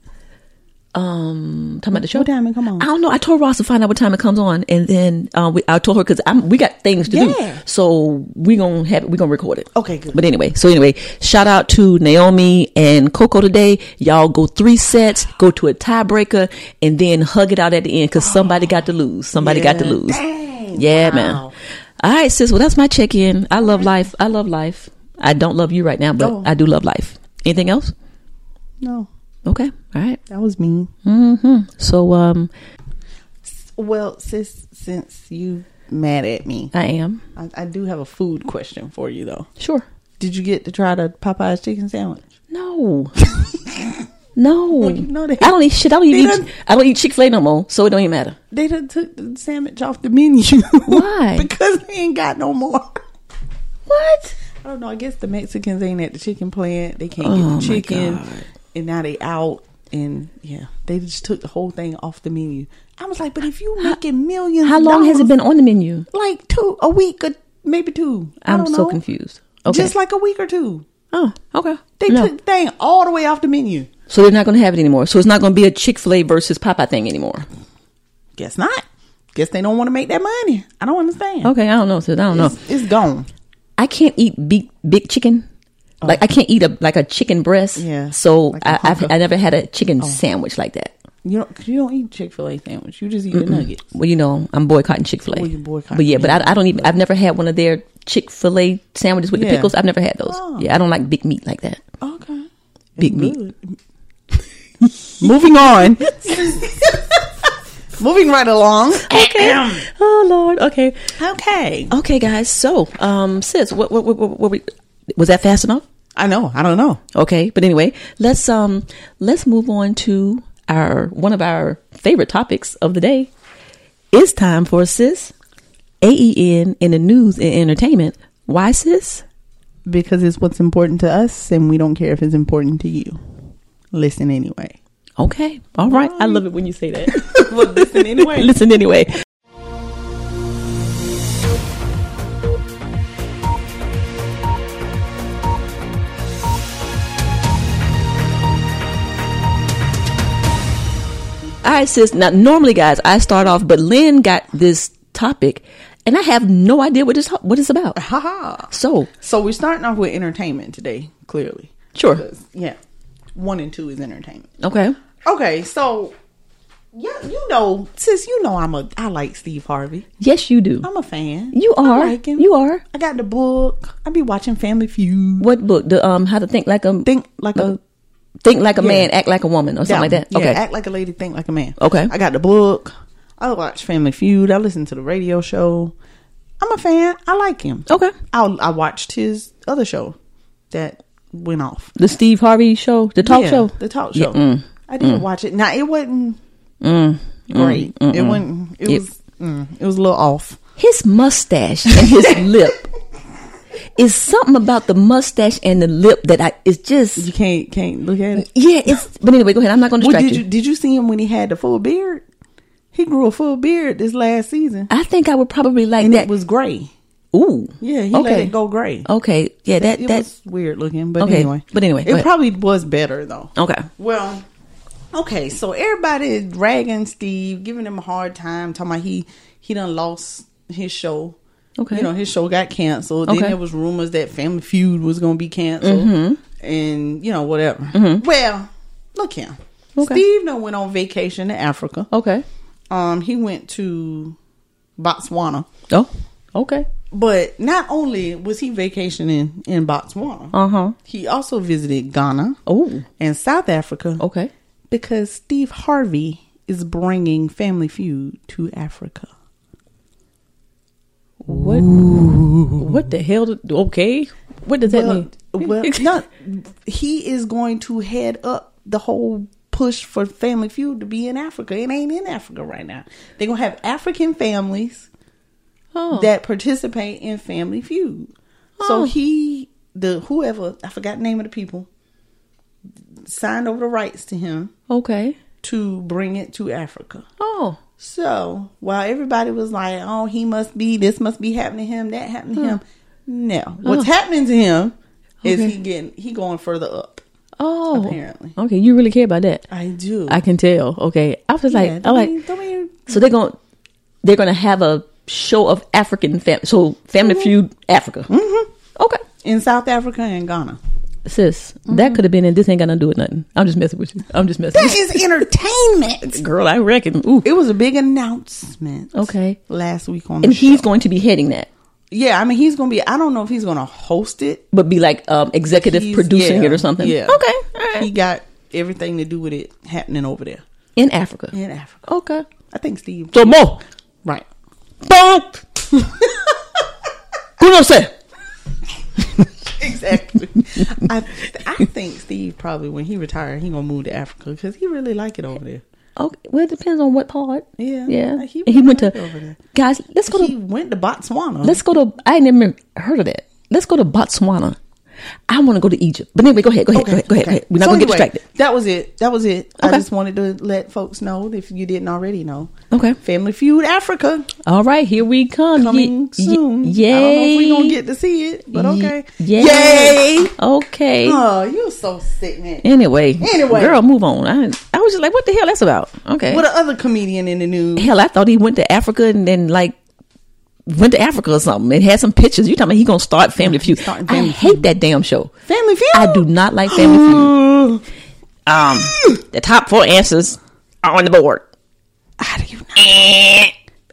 Speaker 4: Um, talking about the show.
Speaker 3: What time it come on?
Speaker 4: I don't know. I told Ross to find out what time it comes on, and then uh, we, I told her because we got things to do.
Speaker 3: Yeah.
Speaker 4: So we gonna have it. We gonna record it.
Speaker 3: Okay, good.
Speaker 4: But anyway, so anyway, shout out to Naomi and Coco today. Y'all go three sets, go to a tiebreaker, and then hug it out at the end because somebody got to lose. Somebody got to
Speaker 3: Yeah.
Speaker 4: lose.
Speaker 3: Dang,
Speaker 4: yeah,
Speaker 3: wow.
Speaker 4: man. All right, sis. Well, that's my check in. I love life. I love life. I don't love you right now, but
Speaker 3: Oh.
Speaker 4: I do love life. Anything else?
Speaker 3: No,
Speaker 4: Okay. All right.
Speaker 3: that was me.
Speaker 4: So um,
Speaker 3: Well, sis, since you mad at me,
Speaker 4: I am
Speaker 3: I, I do have a food question for you though.
Speaker 4: sure.
Speaker 3: Did you get to try the Popeye's chicken sandwich?
Speaker 4: No. No,
Speaker 3: you know they-
Speaker 4: I don't eat shit. I don't
Speaker 3: they
Speaker 4: even
Speaker 3: done-
Speaker 4: eat. I don't eat Chick Fil A no more, so it don't even matter.
Speaker 3: They done took the sandwich off the menu.
Speaker 4: Why?
Speaker 3: because they ain't got no more.
Speaker 4: What?
Speaker 3: I don't know. I guess the Mexicans ain't at the chicken plant. They can't
Speaker 4: Oh, my
Speaker 3: get the chicken,
Speaker 4: God.
Speaker 3: and now they out. And yeah, they just took the whole thing off the menu. I was like, but if you making millions,
Speaker 4: How
Speaker 3: of
Speaker 4: long has it
Speaker 3: dollars-
Speaker 4: been on the menu?
Speaker 3: Like two, a week or maybe two. I
Speaker 4: I'm
Speaker 3: don't
Speaker 4: so
Speaker 3: know.
Speaker 4: confused. Okay.
Speaker 3: Just like a week or two.
Speaker 4: oh, okay.
Speaker 3: They
Speaker 4: No.
Speaker 3: took the thing all the way off the menu.
Speaker 4: so they're not going to have it anymore. So it's not going to be a Chick Fil A versus Popeye thing anymore.
Speaker 3: Guess not. Guess they don't want to make that money. I don't understand.
Speaker 4: Okay, I don't know. Sis. I don't know.
Speaker 3: It's, it's gone.
Speaker 4: I can't eat big big chicken. Like I can't eat a like a chicken breast.
Speaker 3: Oh. Yeah.
Speaker 4: So
Speaker 3: Like a Oh.
Speaker 4: I, I've,
Speaker 3: hunk of-
Speaker 4: I never had a chicken sandwich like that.
Speaker 3: You don't. 'cause You don't eat Chick Fil A sandwich. You just eat the nuggets.
Speaker 4: Well, you know, I'm boycotting Chick Fil A.
Speaker 3: Well, Oh, you boycott-
Speaker 4: But yeah, but I, I don't even. I've never had one of their Chick Fil A sandwiches with
Speaker 3: Yeah.
Speaker 4: the pickles. I've never had those.
Speaker 3: Oh.
Speaker 4: Yeah, I don't like big meat like that.
Speaker 3: Okay.
Speaker 4: Big meat.
Speaker 3: Moving on. Moving right along.
Speaker 4: Okay. oh Lord. Okay.
Speaker 3: Okay.
Speaker 4: Okay, guys. So, um, sis, what what what, what, what we, was that fast enough?
Speaker 3: I know. I don't know.
Speaker 4: Okay, but anyway, let's um let's move on to our one of our favorite topics of the day. It's time for sis AEN in the news and entertainment. Why sis?
Speaker 3: Because it's what's important to us, and we don't care if it's important to you. Listen anyway.
Speaker 4: Okay. All right. I love it when you say that.
Speaker 3: well, listen anyway.
Speaker 4: Listen anyway. All right, sis. Now, normally, guys, I start off, but Lynn got this topic, and I have no idea what it's what it's about.
Speaker 3: Haha.
Speaker 4: So,
Speaker 3: So we're starting off with entertainment today, clearly.
Speaker 4: sure,
Speaker 3: 'Cause, Yeah. One and two is entertainment.
Speaker 4: okay,
Speaker 3: Okay, so yeah, you know, sis, you know I'm a I like Steve Harvey.
Speaker 4: yes, you do.
Speaker 3: I'm a fan.
Speaker 4: You
Speaker 3: I
Speaker 4: are.
Speaker 3: like him.
Speaker 4: You are.
Speaker 3: I got the book. I be watching Family Feud.
Speaker 4: What book? The um, how to think like a
Speaker 3: Think like a-
Speaker 4: think like a
Speaker 3: Yeah.
Speaker 4: man, act like a woman, or something like that.
Speaker 3: Yeah,
Speaker 4: Okay,
Speaker 3: act like a lady, think like a man.
Speaker 4: Okay.
Speaker 3: I got the book. I watch Family Feud. I listen to the radio show. I'm a fan. I like him.
Speaker 4: Okay.
Speaker 3: I I watched his other show that went off.
Speaker 4: the Steve Harvey show, the talk
Speaker 3: Yeah,
Speaker 4: show,
Speaker 3: The talk
Speaker 4: Yeah,
Speaker 3: show.
Speaker 4: mm. mm,
Speaker 3: I didn't watch it. Now it wasn't great. It wasn't. It
Speaker 4: Yep.
Speaker 3: was. Mm, it was a little off.
Speaker 4: His mustache and his lip is something about the mustache and the lip that I. It's
Speaker 3: You
Speaker 4: just
Speaker 3: can't can't look at it.
Speaker 4: yeah. It's but anyway, go ahead. I'm not going to
Speaker 3: Well,
Speaker 4: distract
Speaker 3: did
Speaker 4: you.
Speaker 3: you did you see him when he had the full beard? He grew a full beard this last season,
Speaker 4: I think I would probably like
Speaker 3: and
Speaker 4: that.
Speaker 3: it was gray.
Speaker 4: Ooh,
Speaker 3: Yeah, he let it go gray.
Speaker 4: Okay, yeah, that
Speaker 3: it
Speaker 4: that.
Speaker 3: was weird looking, but
Speaker 4: Okay,
Speaker 3: anyway,
Speaker 4: but anyway, go
Speaker 3: it
Speaker 4: ahead.
Speaker 3: probably was better though.
Speaker 4: Okay.
Speaker 3: Well, okay, so everybody is ragging Steve, giving him a hard time, talking about he he done lost his show.
Speaker 4: Okay.
Speaker 3: you know his show got canceled.
Speaker 4: Okay. Mm-hmm.
Speaker 3: Then there was rumors that Family Feud was going to be canceled, and you know whatever. Well, look here,
Speaker 4: Okay.
Speaker 3: Steve done went on vacation to Africa.
Speaker 4: Okay.
Speaker 3: Um, he went to Botswana
Speaker 4: Oh. Okay.
Speaker 3: But not only was he vacationing in Botswana,
Speaker 4: Uh-huh.
Speaker 3: he also visited Ghana
Speaker 4: Oh.
Speaker 3: and South Africa.
Speaker 4: Okay.
Speaker 3: because Steve Harvey is bringing Family Feud to Africa.
Speaker 4: What? What the hell? Did, okay. What does that
Speaker 3: Well,
Speaker 4: mean?
Speaker 3: well, no, he is going to head up the whole push for Family Feud to be in Africa. It ain't in Africa right now. They're gonna have African families
Speaker 4: Oh.
Speaker 3: that participate in Family Feud. So
Speaker 4: Oh.
Speaker 3: he, the whoever I forgot the name of the people, signed over the rights to him
Speaker 4: Okay.
Speaker 3: to bring it to Africa.
Speaker 4: Oh.
Speaker 3: So while everybody was like, "Oh, he must be this must be happening to him, that happened to him," no, what's happening to him is
Speaker 4: Okay.
Speaker 3: he getting he going further up.
Speaker 4: Oh.
Speaker 3: Apparently.
Speaker 4: Okay. You really care about that.
Speaker 3: I do.
Speaker 4: I can tell. Okay. I was just
Speaker 3: Yeah,
Speaker 4: like, I
Speaker 3: don't
Speaker 4: like.
Speaker 3: be- don't be-
Speaker 4: So they're going to they're going to have a show of African fam. So Family Feud Africa. Mm-hmm. Okay,
Speaker 3: in South Africa and Ghana.
Speaker 4: sis,
Speaker 3: Mm-hmm.
Speaker 4: that could have been in. This ain't got nothing to do with nothing. I'm just messing with you. I'm just messing.
Speaker 3: That
Speaker 4: with
Speaker 3: is entertainment.
Speaker 4: you. Girl, I reckon. Ooh.
Speaker 3: It was a big announcement.
Speaker 4: Okay.
Speaker 3: last week on
Speaker 4: and
Speaker 3: the
Speaker 4: he's
Speaker 3: show.
Speaker 4: going to be heading that,
Speaker 3: yeah. I mean, he's going to be. I don't know if he's going to host it.
Speaker 4: but be like um, executive
Speaker 3: He's-
Speaker 4: producing
Speaker 3: yeah,
Speaker 4: it or something.
Speaker 3: Yeah.
Speaker 4: Okay. All right.
Speaker 3: He got everything to do with it happening over there
Speaker 4: in Africa.
Speaker 3: in Africa.
Speaker 4: Okay.
Speaker 3: I think Steve.
Speaker 4: So more.
Speaker 3: Right.
Speaker 4: Bonk. Who knows that?
Speaker 3: exactly. I I think Steve probably when he retired he gonna move to Africa because he really like it over there.
Speaker 4: Okay. Well, it depends on what part.
Speaker 3: Yeah.
Speaker 4: Yeah.
Speaker 3: Like, he
Speaker 4: And he went
Speaker 3: really
Speaker 4: to.
Speaker 3: over there.
Speaker 4: Guys, let's go to
Speaker 3: He went to Botswana.
Speaker 4: Let's go to. I ain't never heard of that. Let's go to Botswana. I want to go to Egypt. But anyway, go ahead. Go ahead. go ahead. Go ahead. go ahead. We're not
Speaker 3: So
Speaker 4: going to
Speaker 3: anyway,
Speaker 4: get distracted.
Speaker 3: That was it. That was it. I
Speaker 4: Okay.
Speaker 3: just wanted to let folks know if you didn't already know.
Speaker 4: Okay.
Speaker 3: Family Feud Africa
Speaker 4: All right. Here we come.
Speaker 3: coming
Speaker 4: Ye- ye-
Speaker 3: soon. I
Speaker 4: Yay.
Speaker 3: don't know if we're gonna get to see it, but okay.
Speaker 4: Ye-
Speaker 3: Yay.
Speaker 4: Yay. Okay.
Speaker 3: Oh, you so sick, man.
Speaker 4: Uh, Anyway.
Speaker 3: Anyway.
Speaker 4: Girl, move on. I, I was just like, what the hell that's about? Okay.
Speaker 3: What a other comedian in the news?
Speaker 4: hell, I thought he went to Africa and then like went to Africa or something and had some pictures. You talking about he gonna start Family Feud?
Speaker 3: starting
Speaker 4: I
Speaker 3: Family
Speaker 4: hate that damn show.
Speaker 3: Family Feud.
Speaker 4: I do not like Family Feud. Um, the top four answers are on the board. Eh.
Speaker 3: How do you not?
Speaker 4: I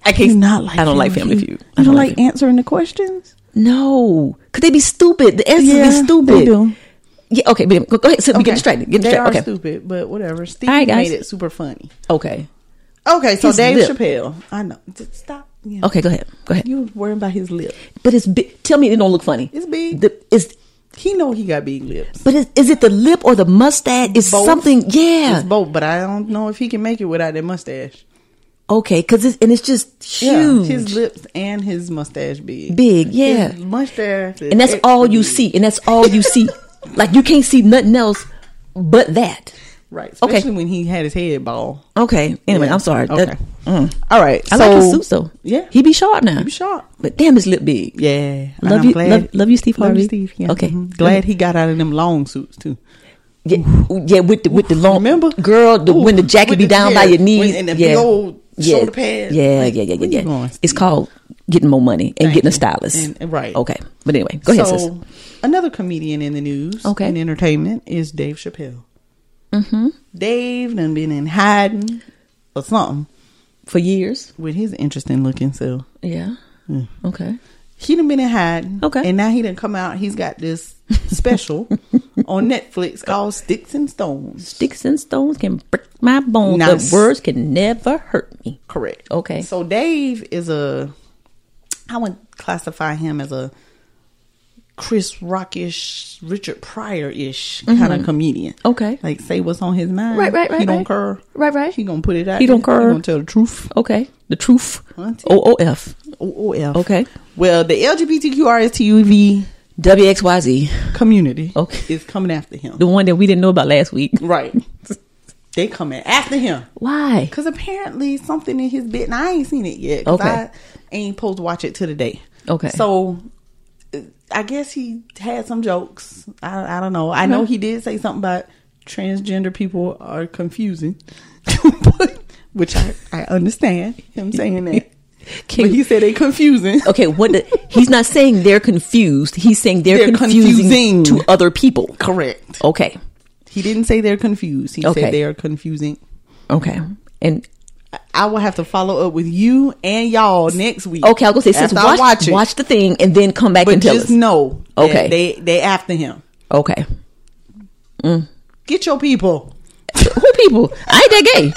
Speaker 3: You
Speaker 4: can't.
Speaker 3: not like
Speaker 4: I don't like Family Feud.
Speaker 3: You don't
Speaker 4: Family
Speaker 3: like
Speaker 4: Feud.
Speaker 3: answering the questions.
Speaker 4: No, could they be stupid? The answers
Speaker 3: Yeah,
Speaker 4: be stupid.
Speaker 3: they do.
Speaker 4: Yeah. Okay. But go, go ahead. So we
Speaker 3: Okay.
Speaker 4: get distracted. Get
Speaker 3: They are
Speaker 4: distracted. Okay.
Speaker 3: stupid, but whatever. Steve
Speaker 4: All right, guys.
Speaker 3: made it super funny.
Speaker 4: Okay.
Speaker 3: Okay, so
Speaker 4: His
Speaker 3: Dave
Speaker 4: lip.
Speaker 3: Chappelle. I know. Just stop. You know,
Speaker 4: Okay. Go ahead. Go ahead.
Speaker 3: You worrying about his lip?
Speaker 4: But it's big. Tell me it don't look funny.
Speaker 3: It's big.
Speaker 4: The, is
Speaker 3: He know he got big lips.
Speaker 4: but is, is it the lip or the mustache? Is
Speaker 3: Both.
Speaker 4: something? Yeah.
Speaker 3: It's both, but I don't know if he can make it without that mustache.
Speaker 4: Okay, because it's and it's just huge,
Speaker 3: his lips and his mustache big.
Speaker 4: big, yeah,
Speaker 3: His mustache, is
Speaker 4: and that's
Speaker 3: extra
Speaker 4: all you
Speaker 3: big.
Speaker 4: see, and that's all you see. like you can't see nothing else but that.
Speaker 3: Right.
Speaker 4: Okay.
Speaker 3: Especially when he had his head bald.
Speaker 4: Okay. Anyway,
Speaker 3: Yeah.
Speaker 4: I'm sorry.
Speaker 3: Okay.
Speaker 4: That- mm.
Speaker 3: All right.
Speaker 4: I like his suits though.
Speaker 3: Yeah.
Speaker 4: he be sharp now.
Speaker 3: He be sharp.
Speaker 4: but damn, his lip big.
Speaker 3: Yeah. And
Speaker 4: Love
Speaker 3: I'm
Speaker 4: you-
Speaker 3: glad-
Speaker 4: love- love you, Steve
Speaker 3: Love
Speaker 4: Harvey.
Speaker 3: Steve. Yeah.
Speaker 4: Okay.
Speaker 3: Mhm. Glad he got out of them long suits too.
Speaker 4: yeah, ooh, yeah, with the with the long
Speaker 3: Remember,
Speaker 4: girl, the, when the jacket
Speaker 3: With
Speaker 4: be down by
Speaker 3: yeah,
Speaker 4: your knees
Speaker 3: when- and the
Speaker 4: yeah.
Speaker 3: big old
Speaker 4: yeah.
Speaker 3: shoulder pads.
Speaker 4: Yeah,
Speaker 3: Like,
Speaker 4: yeah, yeah,
Speaker 3: where
Speaker 4: yeah,
Speaker 3: you going,
Speaker 4: yeah. It's
Speaker 3: Steve?
Speaker 4: called getting more money and
Speaker 3: Thank
Speaker 4: getting a
Speaker 3: you.
Speaker 4: stylist.
Speaker 3: And- right.
Speaker 4: Okay, but anyway, go ahead, sis.
Speaker 3: So, another comedian in the news
Speaker 4: Okay.
Speaker 3: in entertainment is Dave Chappelle. Mm-hmm. Dave done been in hiding or something
Speaker 4: For years,
Speaker 3: with his interesting looking self.
Speaker 4: yeah. Okay.
Speaker 3: He done been in hiding.
Speaker 4: Okay.
Speaker 3: And now he done come out. He's got this special on Netflix called Sticks and Stones.
Speaker 4: Sticks and stones can break my bones,
Speaker 3: Nice.
Speaker 4: but words can never hurt me.
Speaker 3: Correct.
Speaker 4: Okay.
Speaker 3: So Dave is a, I would classify him as a Chris Rockish, Richard Pryor ish kind
Speaker 4: Mm-hmm.
Speaker 3: of comedian.
Speaker 4: Okay.
Speaker 3: Like say what's on his mind.
Speaker 4: Right, right,
Speaker 3: He
Speaker 4: right,
Speaker 3: don't
Speaker 4: right.
Speaker 3: care.
Speaker 4: Right, right.
Speaker 3: He gonna put it out.
Speaker 4: He
Speaker 3: there.
Speaker 4: don't care.
Speaker 3: He gonna tell the truth.
Speaker 4: Okay. The truth.
Speaker 3: Auntie.
Speaker 4: O O F. oh,
Speaker 3: OOF.
Speaker 4: Okay.
Speaker 3: Well, the LGBTQRSTUV
Speaker 4: W X Y Z.
Speaker 3: community
Speaker 4: Okay.
Speaker 3: is coming after him.
Speaker 4: The one that we didn't know about last week.
Speaker 3: Right. they coming after him.
Speaker 4: Why?
Speaker 3: Cause apparently something in his bed, and I ain't seen it yet. 'cause
Speaker 4: Okay.
Speaker 3: I ain't supposed to watch it till today.
Speaker 4: Okay.
Speaker 3: So, uh, I guess he had some jokes. I, I don't know. I know he did say something about transgender people are confusing, which I, I understand him saying that.
Speaker 4: Can-
Speaker 3: but he said they confusing.
Speaker 4: Okay, what the, he's not saying they're confused. He's saying they're,
Speaker 3: They're
Speaker 4: confusing,
Speaker 3: confusing.
Speaker 4: to other people.
Speaker 3: Correct.
Speaker 4: Okay,
Speaker 3: He didn't say they're confused. He
Speaker 4: Okay.
Speaker 3: said they are confusing.
Speaker 4: okay, and
Speaker 3: I will have to follow up with you and y'all next week.
Speaker 4: Okay, I'll go say since
Speaker 3: After I
Speaker 4: watch, watch,
Speaker 3: it.
Speaker 4: the thing and then come back
Speaker 3: but
Speaker 4: and tell
Speaker 3: just
Speaker 4: us.
Speaker 3: know. that
Speaker 4: Okay.
Speaker 3: they they after him.
Speaker 4: Okay.
Speaker 3: Get your people
Speaker 4: Who people? I ain't that gay.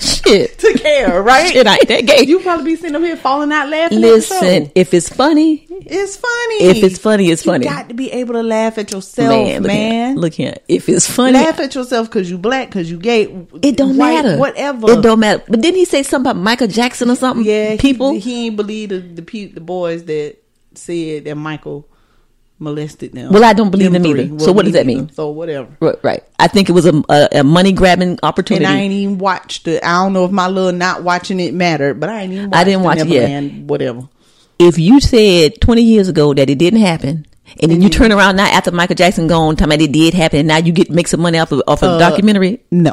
Speaker 4: Shit.
Speaker 3: to care, right?
Speaker 4: Shit, I ain't that gay.
Speaker 3: You probably be sitting up here falling out laughing. at the
Speaker 4: Listen,
Speaker 3: show.
Speaker 4: if it's funny,
Speaker 3: it's funny.
Speaker 4: if it's funny, it's funny.
Speaker 3: You got to be able to laugh at yourself,
Speaker 4: man,
Speaker 3: man.
Speaker 4: look here. Look here. If it's funny,
Speaker 3: laugh at yourself because you black, because you gay.
Speaker 4: it don't
Speaker 3: white,
Speaker 4: matter.
Speaker 3: Whatever.
Speaker 4: It don't matter. But didn't he say something about Michael Jackson or something?
Speaker 3: Yeah, he-
Speaker 4: People.
Speaker 3: He, ain't believe the the, pe- the boys that said that Michael molested them.
Speaker 4: Well, I don't believe
Speaker 3: Them
Speaker 4: them either.
Speaker 3: three.
Speaker 4: So
Speaker 3: Well,
Speaker 4: what does
Speaker 3: me
Speaker 4: that
Speaker 3: neither.
Speaker 4: mean?
Speaker 3: So whatever.
Speaker 4: Right, right. I think it was a, a, a money grabbing opportunity.
Speaker 3: And I ain't even watched it. I don't know if my little not watching it mattered, but I ain't even.
Speaker 4: I didn't
Speaker 3: watched
Speaker 4: watch it, yeah.
Speaker 3: Neverland, whatever.
Speaker 4: if you said 20 years ago that it didn't happen and then you
Speaker 3: Mm-hmm.
Speaker 4: turn around now after Michael Jackson gone, talking about it did happen, and now you get make some money off of off
Speaker 3: Uh,
Speaker 4: a documentary.
Speaker 3: No,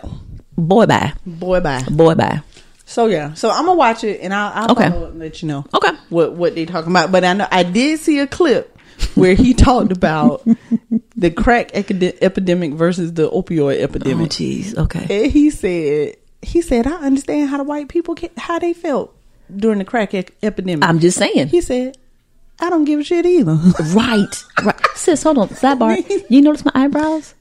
Speaker 4: Boy, bye,
Speaker 3: boy, bye.
Speaker 4: boy, bye.
Speaker 3: So yeah, so I'm gonna watch it and I'll, I'll
Speaker 4: Okay.
Speaker 3: follow up and let you know.
Speaker 4: Okay.
Speaker 3: what what they talking about? But I know I did see a clip where he talked about the crack ecide- epidemic versus the opioid
Speaker 4: Oh,
Speaker 3: epidemic.
Speaker 4: jeez. Okay.
Speaker 3: and he said he said I understand how the white people get, how they felt during the crack ec- epidemic.
Speaker 4: I'm just saying.
Speaker 3: he said I don't give a shit either.
Speaker 4: Right, right. Sis, hold on. Sidebar. You notice my eyebrows?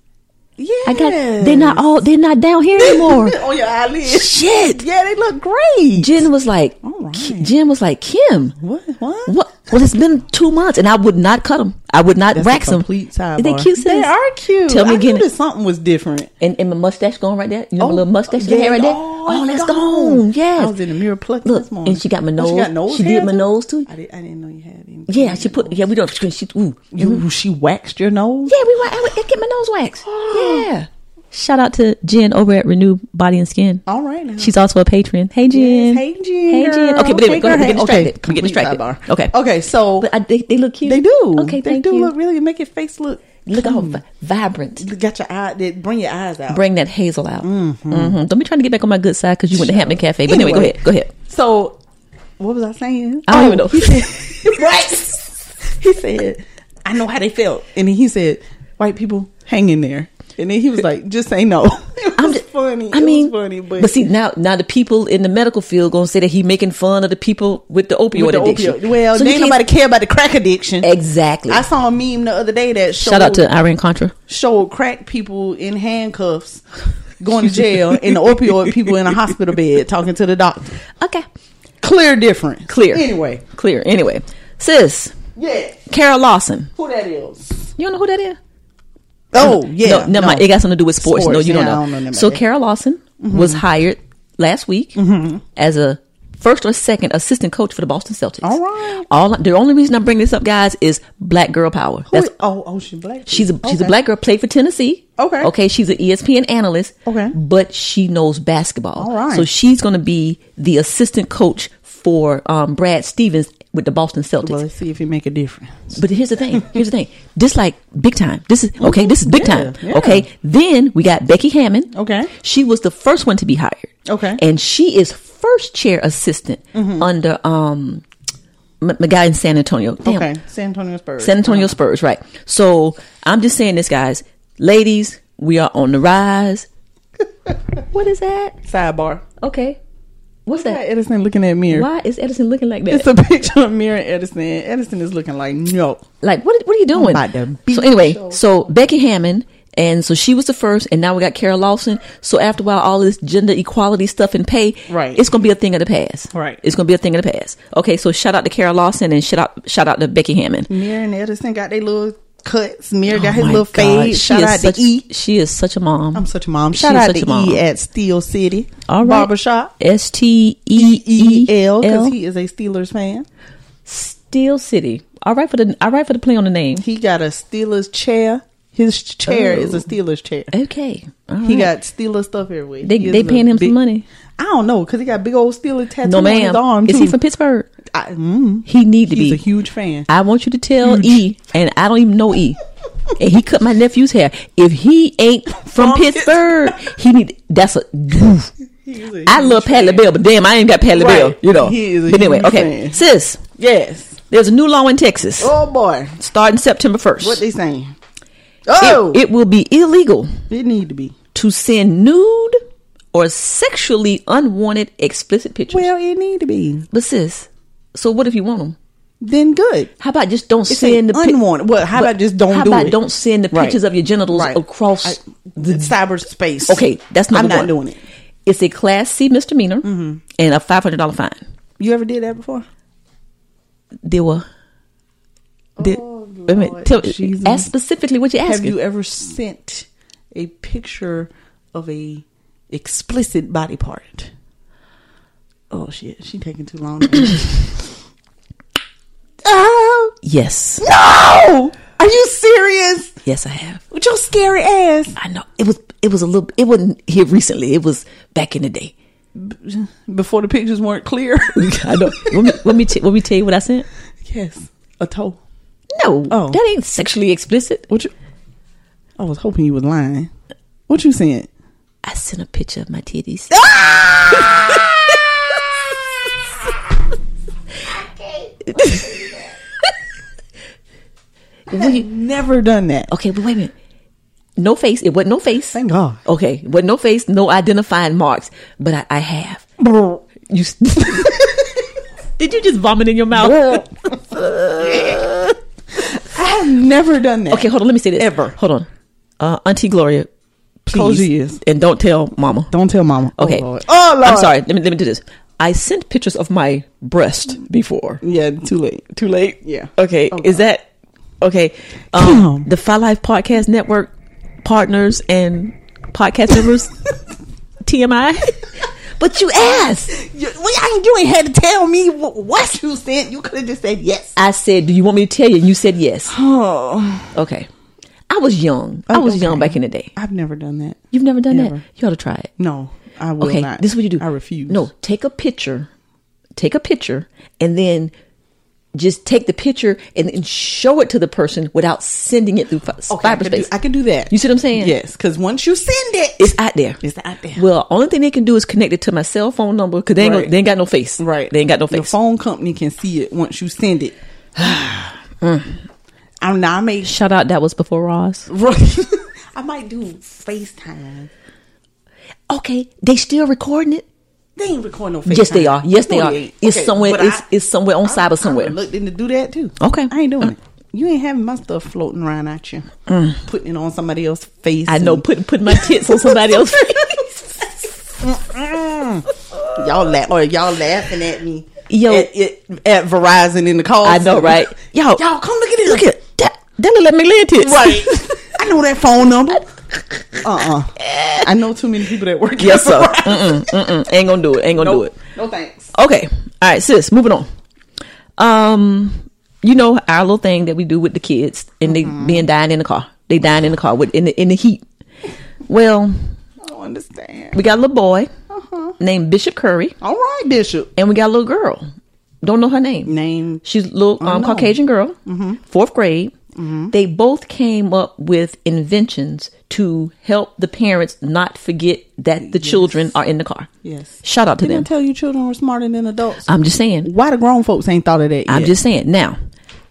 Speaker 3: yeah,
Speaker 4: I got. They're not all. They're not down here anymore.
Speaker 3: on your eyelids.
Speaker 4: Shit.
Speaker 3: Yeah, they look great.
Speaker 4: Jen was like.
Speaker 3: All right.
Speaker 4: Ki- Jen was like Kim.
Speaker 3: What? What?
Speaker 4: What? Well, it's been two months, and I would not cut them. I would not
Speaker 3: That's a
Speaker 4: wax them.
Speaker 3: complete
Speaker 4: Are
Speaker 3: sidebar.
Speaker 4: They cute. Sis?
Speaker 3: They are cute.
Speaker 4: Tell me
Speaker 3: I
Speaker 4: again.
Speaker 3: Knew that something was different.
Speaker 4: and, and my mustache going right there. You know,
Speaker 3: Oh,
Speaker 4: my little mustache
Speaker 3: yeah.
Speaker 4: you had right there.
Speaker 3: Oh,
Speaker 4: Oh,
Speaker 3: it's
Speaker 4: that's
Speaker 3: gone.
Speaker 4: gone. Yes.
Speaker 3: I was in the mirror plucking
Speaker 4: Look,
Speaker 3: this morning.
Speaker 4: and she got my
Speaker 3: Oh,
Speaker 4: nose.
Speaker 3: she got nose
Speaker 4: She did
Speaker 3: hair
Speaker 4: my
Speaker 3: too?
Speaker 4: nose too.
Speaker 3: I, did, I didn't know you had any.
Speaker 4: Yeah, she put. Mm-hmm. Yeah, we don't. She, ooh,
Speaker 3: You she waxed your nose.
Speaker 4: Yeah, we wa- I wa- I get my nose waxed.
Speaker 3: Oh.
Speaker 4: yeah. Shout out to Jen over at Renew Body and Skin.
Speaker 3: All right now.
Speaker 4: She's also a patron. Hey Jen.
Speaker 3: Uh-huh. Yes, hey, Jen.
Speaker 4: Hey Jen.
Speaker 3: girl.
Speaker 4: Okay, but anyway,
Speaker 3: Hey,
Speaker 4: go ahead. We
Speaker 3: girl.
Speaker 4: get distracted.
Speaker 3: Okay,
Speaker 4: We get
Speaker 3: complete
Speaker 4: distracted.
Speaker 3: sidebar.
Speaker 4: Okay.
Speaker 3: Okay. So
Speaker 4: But I, they, they look cute.
Speaker 3: they do.
Speaker 4: Okay,
Speaker 3: they
Speaker 4: thank
Speaker 3: do
Speaker 4: you.
Speaker 3: look really make your face look.
Speaker 4: look all vi- vibrant.
Speaker 3: Got your eye. They bring your eyes out.
Speaker 4: Bring that hazel out. Mm-hmm. Don't be trying to get back on my good side because you went to Hampton Cafe. But anyway,
Speaker 3: Anyway.
Speaker 4: go ahead. Go ahead.
Speaker 3: So, what was I saying?
Speaker 4: I don't even know.
Speaker 3: He said, right? He said, I know how they felt. And then he said, white people hang in there. And then he was like, just say no. It was
Speaker 4: just-
Speaker 3: funny.
Speaker 4: I
Speaker 3: It was
Speaker 4: mean,
Speaker 3: funny, but,
Speaker 4: see now, now the people in the medical field gonna say that he making fun of the people with the opioid
Speaker 3: with the
Speaker 4: addiction.
Speaker 3: opioid. Well,
Speaker 4: So
Speaker 3: they
Speaker 4: you
Speaker 3: ain't
Speaker 4: can't-
Speaker 3: nobody care about the crack addiction.
Speaker 4: exactly.
Speaker 3: I saw a meme the other day that showed,
Speaker 4: Shout out to Iran Contra.
Speaker 3: showed crack people in handcuffs going to jail and the opioid people in a hospital bed talking to the doctor.
Speaker 4: Okay,
Speaker 3: Clear difference.
Speaker 4: clear.
Speaker 3: Anyway.
Speaker 4: clear. Anyway, sis,
Speaker 3: Yeah.
Speaker 4: Carol Lawson.
Speaker 3: Who that is?
Speaker 4: You don't know who that is?
Speaker 3: Oh
Speaker 4: no,
Speaker 3: yeah,
Speaker 4: never mind. It got something to do with sports. no,
Speaker 3: Sports,
Speaker 4: you
Speaker 3: yeah, I
Speaker 4: don't
Speaker 3: don't know
Speaker 4: know.
Speaker 3: nothing
Speaker 4: so
Speaker 3: about Mm-hmm. that.
Speaker 4: Carol Lawson was hired last week
Speaker 3: Mm-hmm.
Speaker 4: as a first or second assistant coach for the Boston Celtics.
Speaker 3: All right.
Speaker 4: All the only reason I'm bringing this up, guys, is black girl power.
Speaker 3: Who
Speaker 4: That's
Speaker 3: is- oh, oh, she's black.
Speaker 4: She's a she's a
Speaker 3: Okay.
Speaker 4: black girl. Played for Tennessee.
Speaker 3: Okay.
Speaker 4: Okay. She's an E ESPN analyst.
Speaker 3: Okay.
Speaker 4: But she knows basketball.
Speaker 3: All right.
Speaker 4: So she's going to be the assistant coach for um, Brad Stevens with the Boston Celtics.
Speaker 3: Well, let's see if it make a difference.
Speaker 4: But here's the thing. Here's the thing. This like big time. This is okay. This is big
Speaker 3: Yeah,
Speaker 4: time.
Speaker 3: yeah.
Speaker 4: Okay. Then we got Becky Hammond.
Speaker 3: Okay.
Speaker 4: She was the first one to be hired.
Speaker 3: Okay. Mm-hmm.
Speaker 4: And she is first chair assistant under um m- my guy in San Antonio. Damn.
Speaker 3: Okay, Uh-huh. San Antonio Spurs.
Speaker 4: San Antonio Spurs, right. So I'm just saying this, guys. Ladies, we are on the rise. what is that?
Speaker 3: Sidebar.
Speaker 4: Okay. What's
Speaker 3: Why
Speaker 4: that?
Speaker 3: Edison looking at Mirror?
Speaker 4: Why is Edison looking like that?
Speaker 3: It's a picture of Mirror and Edison. Edison is looking like no.
Speaker 4: like, what, what are you doing?
Speaker 3: about to beat
Speaker 4: So anyway,
Speaker 3: your-
Speaker 4: so Becky Hammond, and so she was the first, and now we got Carol Lawson. So after a while, all this gender equality stuff and pay,
Speaker 3: Right.
Speaker 4: It's gonna be a thing of the past,
Speaker 3: Right.
Speaker 4: It's gonna be a thing of the past. Okay, so shout out to Carol Lawson and shout out shout out to Becky Hammond.
Speaker 3: Mirror and Edison got their little cuts. Mirror got
Speaker 4: Oh
Speaker 3: his
Speaker 4: my
Speaker 3: little
Speaker 4: God,
Speaker 3: fade.
Speaker 4: she
Speaker 3: Shout
Speaker 4: is
Speaker 3: out
Speaker 4: such,
Speaker 3: to E.
Speaker 4: She is such a mom.
Speaker 3: I'm such a mom.
Speaker 4: She
Speaker 3: Shout
Speaker 4: is
Speaker 3: out
Speaker 4: such
Speaker 3: to
Speaker 4: a mom.
Speaker 3: E at Steel City
Speaker 4: All right.
Speaker 3: Barbershop.
Speaker 4: S T E
Speaker 3: E L because
Speaker 4: L
Speaker 3: he is a Steelers fan.
Speaker 4: Steel City. All right for the all right for the play on the name.
Speaker 3: He got a Steelers chair. His
Speaker 4: Oh.
Speaker 3: chair is a Steelers chair.
Speaker 4: Okay. All right.
Speaker 3: He got Steelers stuff everywhere.
Speaker 4: Mm-hmm. they
Speaker 3: He is
Speaker 4: they
Speaker 3: a
Speaker 4: paying him
Speaker 3: big-
Speaker 4: some money.
Speaker 3: I don't know because he got big old Steelers tattoo
Speaker 4: No
Speaker 3: on his arm.
Speaker 4: ma'am. Is
Speaker 3: too.
Speaker 4: he from Pittsburgh?
Speaker 3: I, mm,
Speaker 4: He need to
Speaker 3: he's
Speaker 4: be
Speaker 3: a huge fan.
Speaker 4: I want you to tell E and I don't even know E. And he cut my nephew's hair. If he ain't
Speaker 3: From
Speaker 4: from Pittsburgh, he need that's a.
Speaker 3: He's a
Speaker 4: I
Speaker 3: huge
Speaker 4: love Pat
Speaker 3: fan.
Speaker 4: LaBelle, but damn, I ain't got Pat LaBelle.
Speaker 3: Right.
Speaker 4: You know.
Speaker 3: He is a
Speaker 4: but anyway,
Speaker 3: huge
Speaker 4: okay,
Speaker 3: fan.
Speaker 4: sis.
Speaker 3: Yes.
Speaker 4: There's a new law in Texas
Speaker 3: Oh boy,
Speaker 4: starting September first.
Speaker 3: what they saying?
Speaker 4: it,
Speaker 3: Oh, it,
Speaker 4: it will be illegal
Speaker 3: need to be.
Speaker 4: to send nude or sexually unwanted explicit pictures.
Speaker 3: Well, it need to be.
Speaker 4: but sis, so what if you want them?
Speaker 3: Then good.
Speaker 4: How about just don't
Speaker 3: It's
Speaker 4: send the
Speaker 3: an unwanted- well, how about just don't
Speaker 4: How
Speaker 3: do
Speaker 4: about
Speaker 3: it?
Speaker 4: don't send the
Speaker 3: Right.
Speaker 4: pictures of your genitals
Speaker 3: Right.
Speaker 4: across
Speaker 3: I- the cyberspace.
Speaker 4: Okay, that's number
Speaker 3: I'm not
Speaker 4: one.
Speaker 3: doing it. Mm-hmm.
Speaker 4: It's a class C misdemeanor and a five hundred dollar fine.
Speaker 3: You ever did that before?
Speaker 4: There were. Did, wait a minute. Tell,
Speaker 3: Jesus.
Speaker 4: ask specifically what you're
Speaker 3: Have
Speaker 4: asking.
Speaker 3: you ever sent a picture of a explicit body part? Oh shit, she taking too long. oh
Speaker 4: yes,
Speaker 3: no! Are you serious?
Speaker 4: yes, I have.
Speaker 3: With your scary ass.
Speaker 4: I know it was. It was a little. It wasn't here recently. It was back in the day.
Speaker 3: Before the pictures weren't clear.
Speaker 4: I know. let me let me, t- let me tell you what I sent.
Speaker 3: yes, a toe.
Speaker 4: No,
Speaker 3: Oh.
Speaker 4: that ain't sexually explicit.
Speaker 3: What you? I was hoping you was lying. What you sent?
Speaker 4: I sent a picture of my titties.
Speaker 3: Ah! Never done that.
Speaker 4: Okay, but wait a minute. No face. It wasn't no face.
Speaker 3: Thank God.
Speaker 4: Okay, it wasn't no face, no identifying marks, but I, I have. You s- did you just vomit in your mouth?
Speaker 3: I have never done that.
Speaker 4: okay, hold on. Let me say this.
Speaker 3: Ever.
Speaker 4: Hold on, uh, Auntie Gloria, please,
Speaker 3: Close your ears.
Speaker 4: and don't tell Mama.
Speaker 3: Don't tell mama.
Speaker 4: Okay.
Speaker 3: Oh Lord. Oh, Lord.
Speaker 4: I'm sorry. Let me let me do this. I sent pictures of my breast before.
Speaker 3: Yeah, too late.
Speaker 4: Too late.
Speaker 3: Yeah.
Speaker 4: Okay.
Speaker 3: Oh,
Speaker 4: Is
Speaker 3: God.
Speaker 4: that okay?
Speaker 3: Damn.
Speaker 4: Um, the Five Life Podcast Network partners and podcast members, TMI. But you asked.
Speaker 3: You, well, I ain't- you ain't had to tell me wh- what you sent. You could have just said yes.
Speaker 4: I said, "Do you want me to tell you?" And you said yes.
Speaker 3: Oh,
Speaker 4: Okay. I was young. I was young back in the day.
Speaker 3: I've never done that.
Speaker 4: You've never done that.
Speaker 3: Never.
Speaker 4: You ought to try it.
Speaker 3: No, I will
Speaker 4: okay,
Speaker 3: not.
Speaker 4: this is what you do.
Speaker 3: I refuse.
Speaker 4: No, take a picture, take a picture, and then just take the picture and then show it to the person without sending it through fi-
Speaker 3: Okay, I could, do,
Speaker 4: cyberspace.
Speaker 3: I could do that.
Speaker 4: You see what I'm saying?
Speaker 3: Yes, because once you send it,
Speaker 4: It's out there.
Speaker 3: It's out there.
Speaker 4: Well, only thing they can do is connect it to my cell phone number because they, ain't
Speaker 3: Right.
Speaker 4: gonna- they ain't got no face.
Speaker 3: right.
Speaker 4: They ain't got no
Speaker 3: The
Speaker 4: face.
Speaker 3: phone company can see it once you send it.
Speaker 4: Mm.
Speaker 3: I'm not. I may.
Speaker 4: Shout out, that was before Ross.
Speaker 3: I might do FaceTime.
Speaker 4: Okay, they still recording it?
Speaker 3: They ain't recording no FaceTime.
Speaker 4: Yes, they are. Yes, they
Speaker 3: No,
Speaker 4: are.
Speaker 3: ain't.
Speaker 4: It's somewhere-
Speaker 3: but
Speaker 4: it's- it's somewhere on
Speaker 3: I-
Speaker 4: cyber
Speaker 3: I
Speaker 4: somewhere.
Speaker 3: Looked into do that too.
Speaker 4: Okay.
Speaker 3: I ain't doing
Speaker 4: Uh. Mm.
Speaker 3: it. You ain't having my stuff floating around at you, putting it on somebody else's face.
Speaker 4: I know,
Speaker 3: and-
Speaker 4: putting putting my tits on somebody else's face.
Speaker 3: y'all laugh or y'all laughing at me.
Speaker 4: Yo.
Speaker 3: at, at, at Verizon in the call.
Speaker 4: I know, right? Y'all,
Speaker 3: y'all come look at this.
Speaker 4: Look at that. That look like McLean tits.
Speaker 3: right. I know that phone number. Uh uh I know too many people that work. at
Speaker 4: Yes, sir.
Speaker 3: Verizon.
Speaker 4: Mm-mm, mm-mm. Ain't gonna do it. Ain't gonna do it.
Speaker 3: No thanks.
Speaker 4: Okay. All right, sis. Moving on. Um, you know our little thing that we do with the kids, and they being dying in the car. They dying in the car with in the in the heat. Well,
Speaker 3: I don't understand.
Speaker 4: we got a little boy
Speaker 3: Uh-huh.
Speaker 4: named Bishop Curry,
Speaker 3: All right, Bishop.
Speaker 4: and we got a little girl. Don't know her name.
Speaker 3: Name.
Speaker 4: She's a little um,
Speaker 3: Oh, no. Mm-hmm.
Speaker 4: Caucasian girl, fourth grade. They both came up with inventions to help the parents not forget that the children are in the car.
Speaker 3: Yes.
Speaker 4: Shout out to
Speaker 3: Didn't I
Speaker 4: them.
Speaker 3: tell you children were smarter than adults?
Speaker 4: I'm just saying.
Speaker 3: Why the grown folks ain't thought of that yet?
Speaker 4: I'm just saying. Now,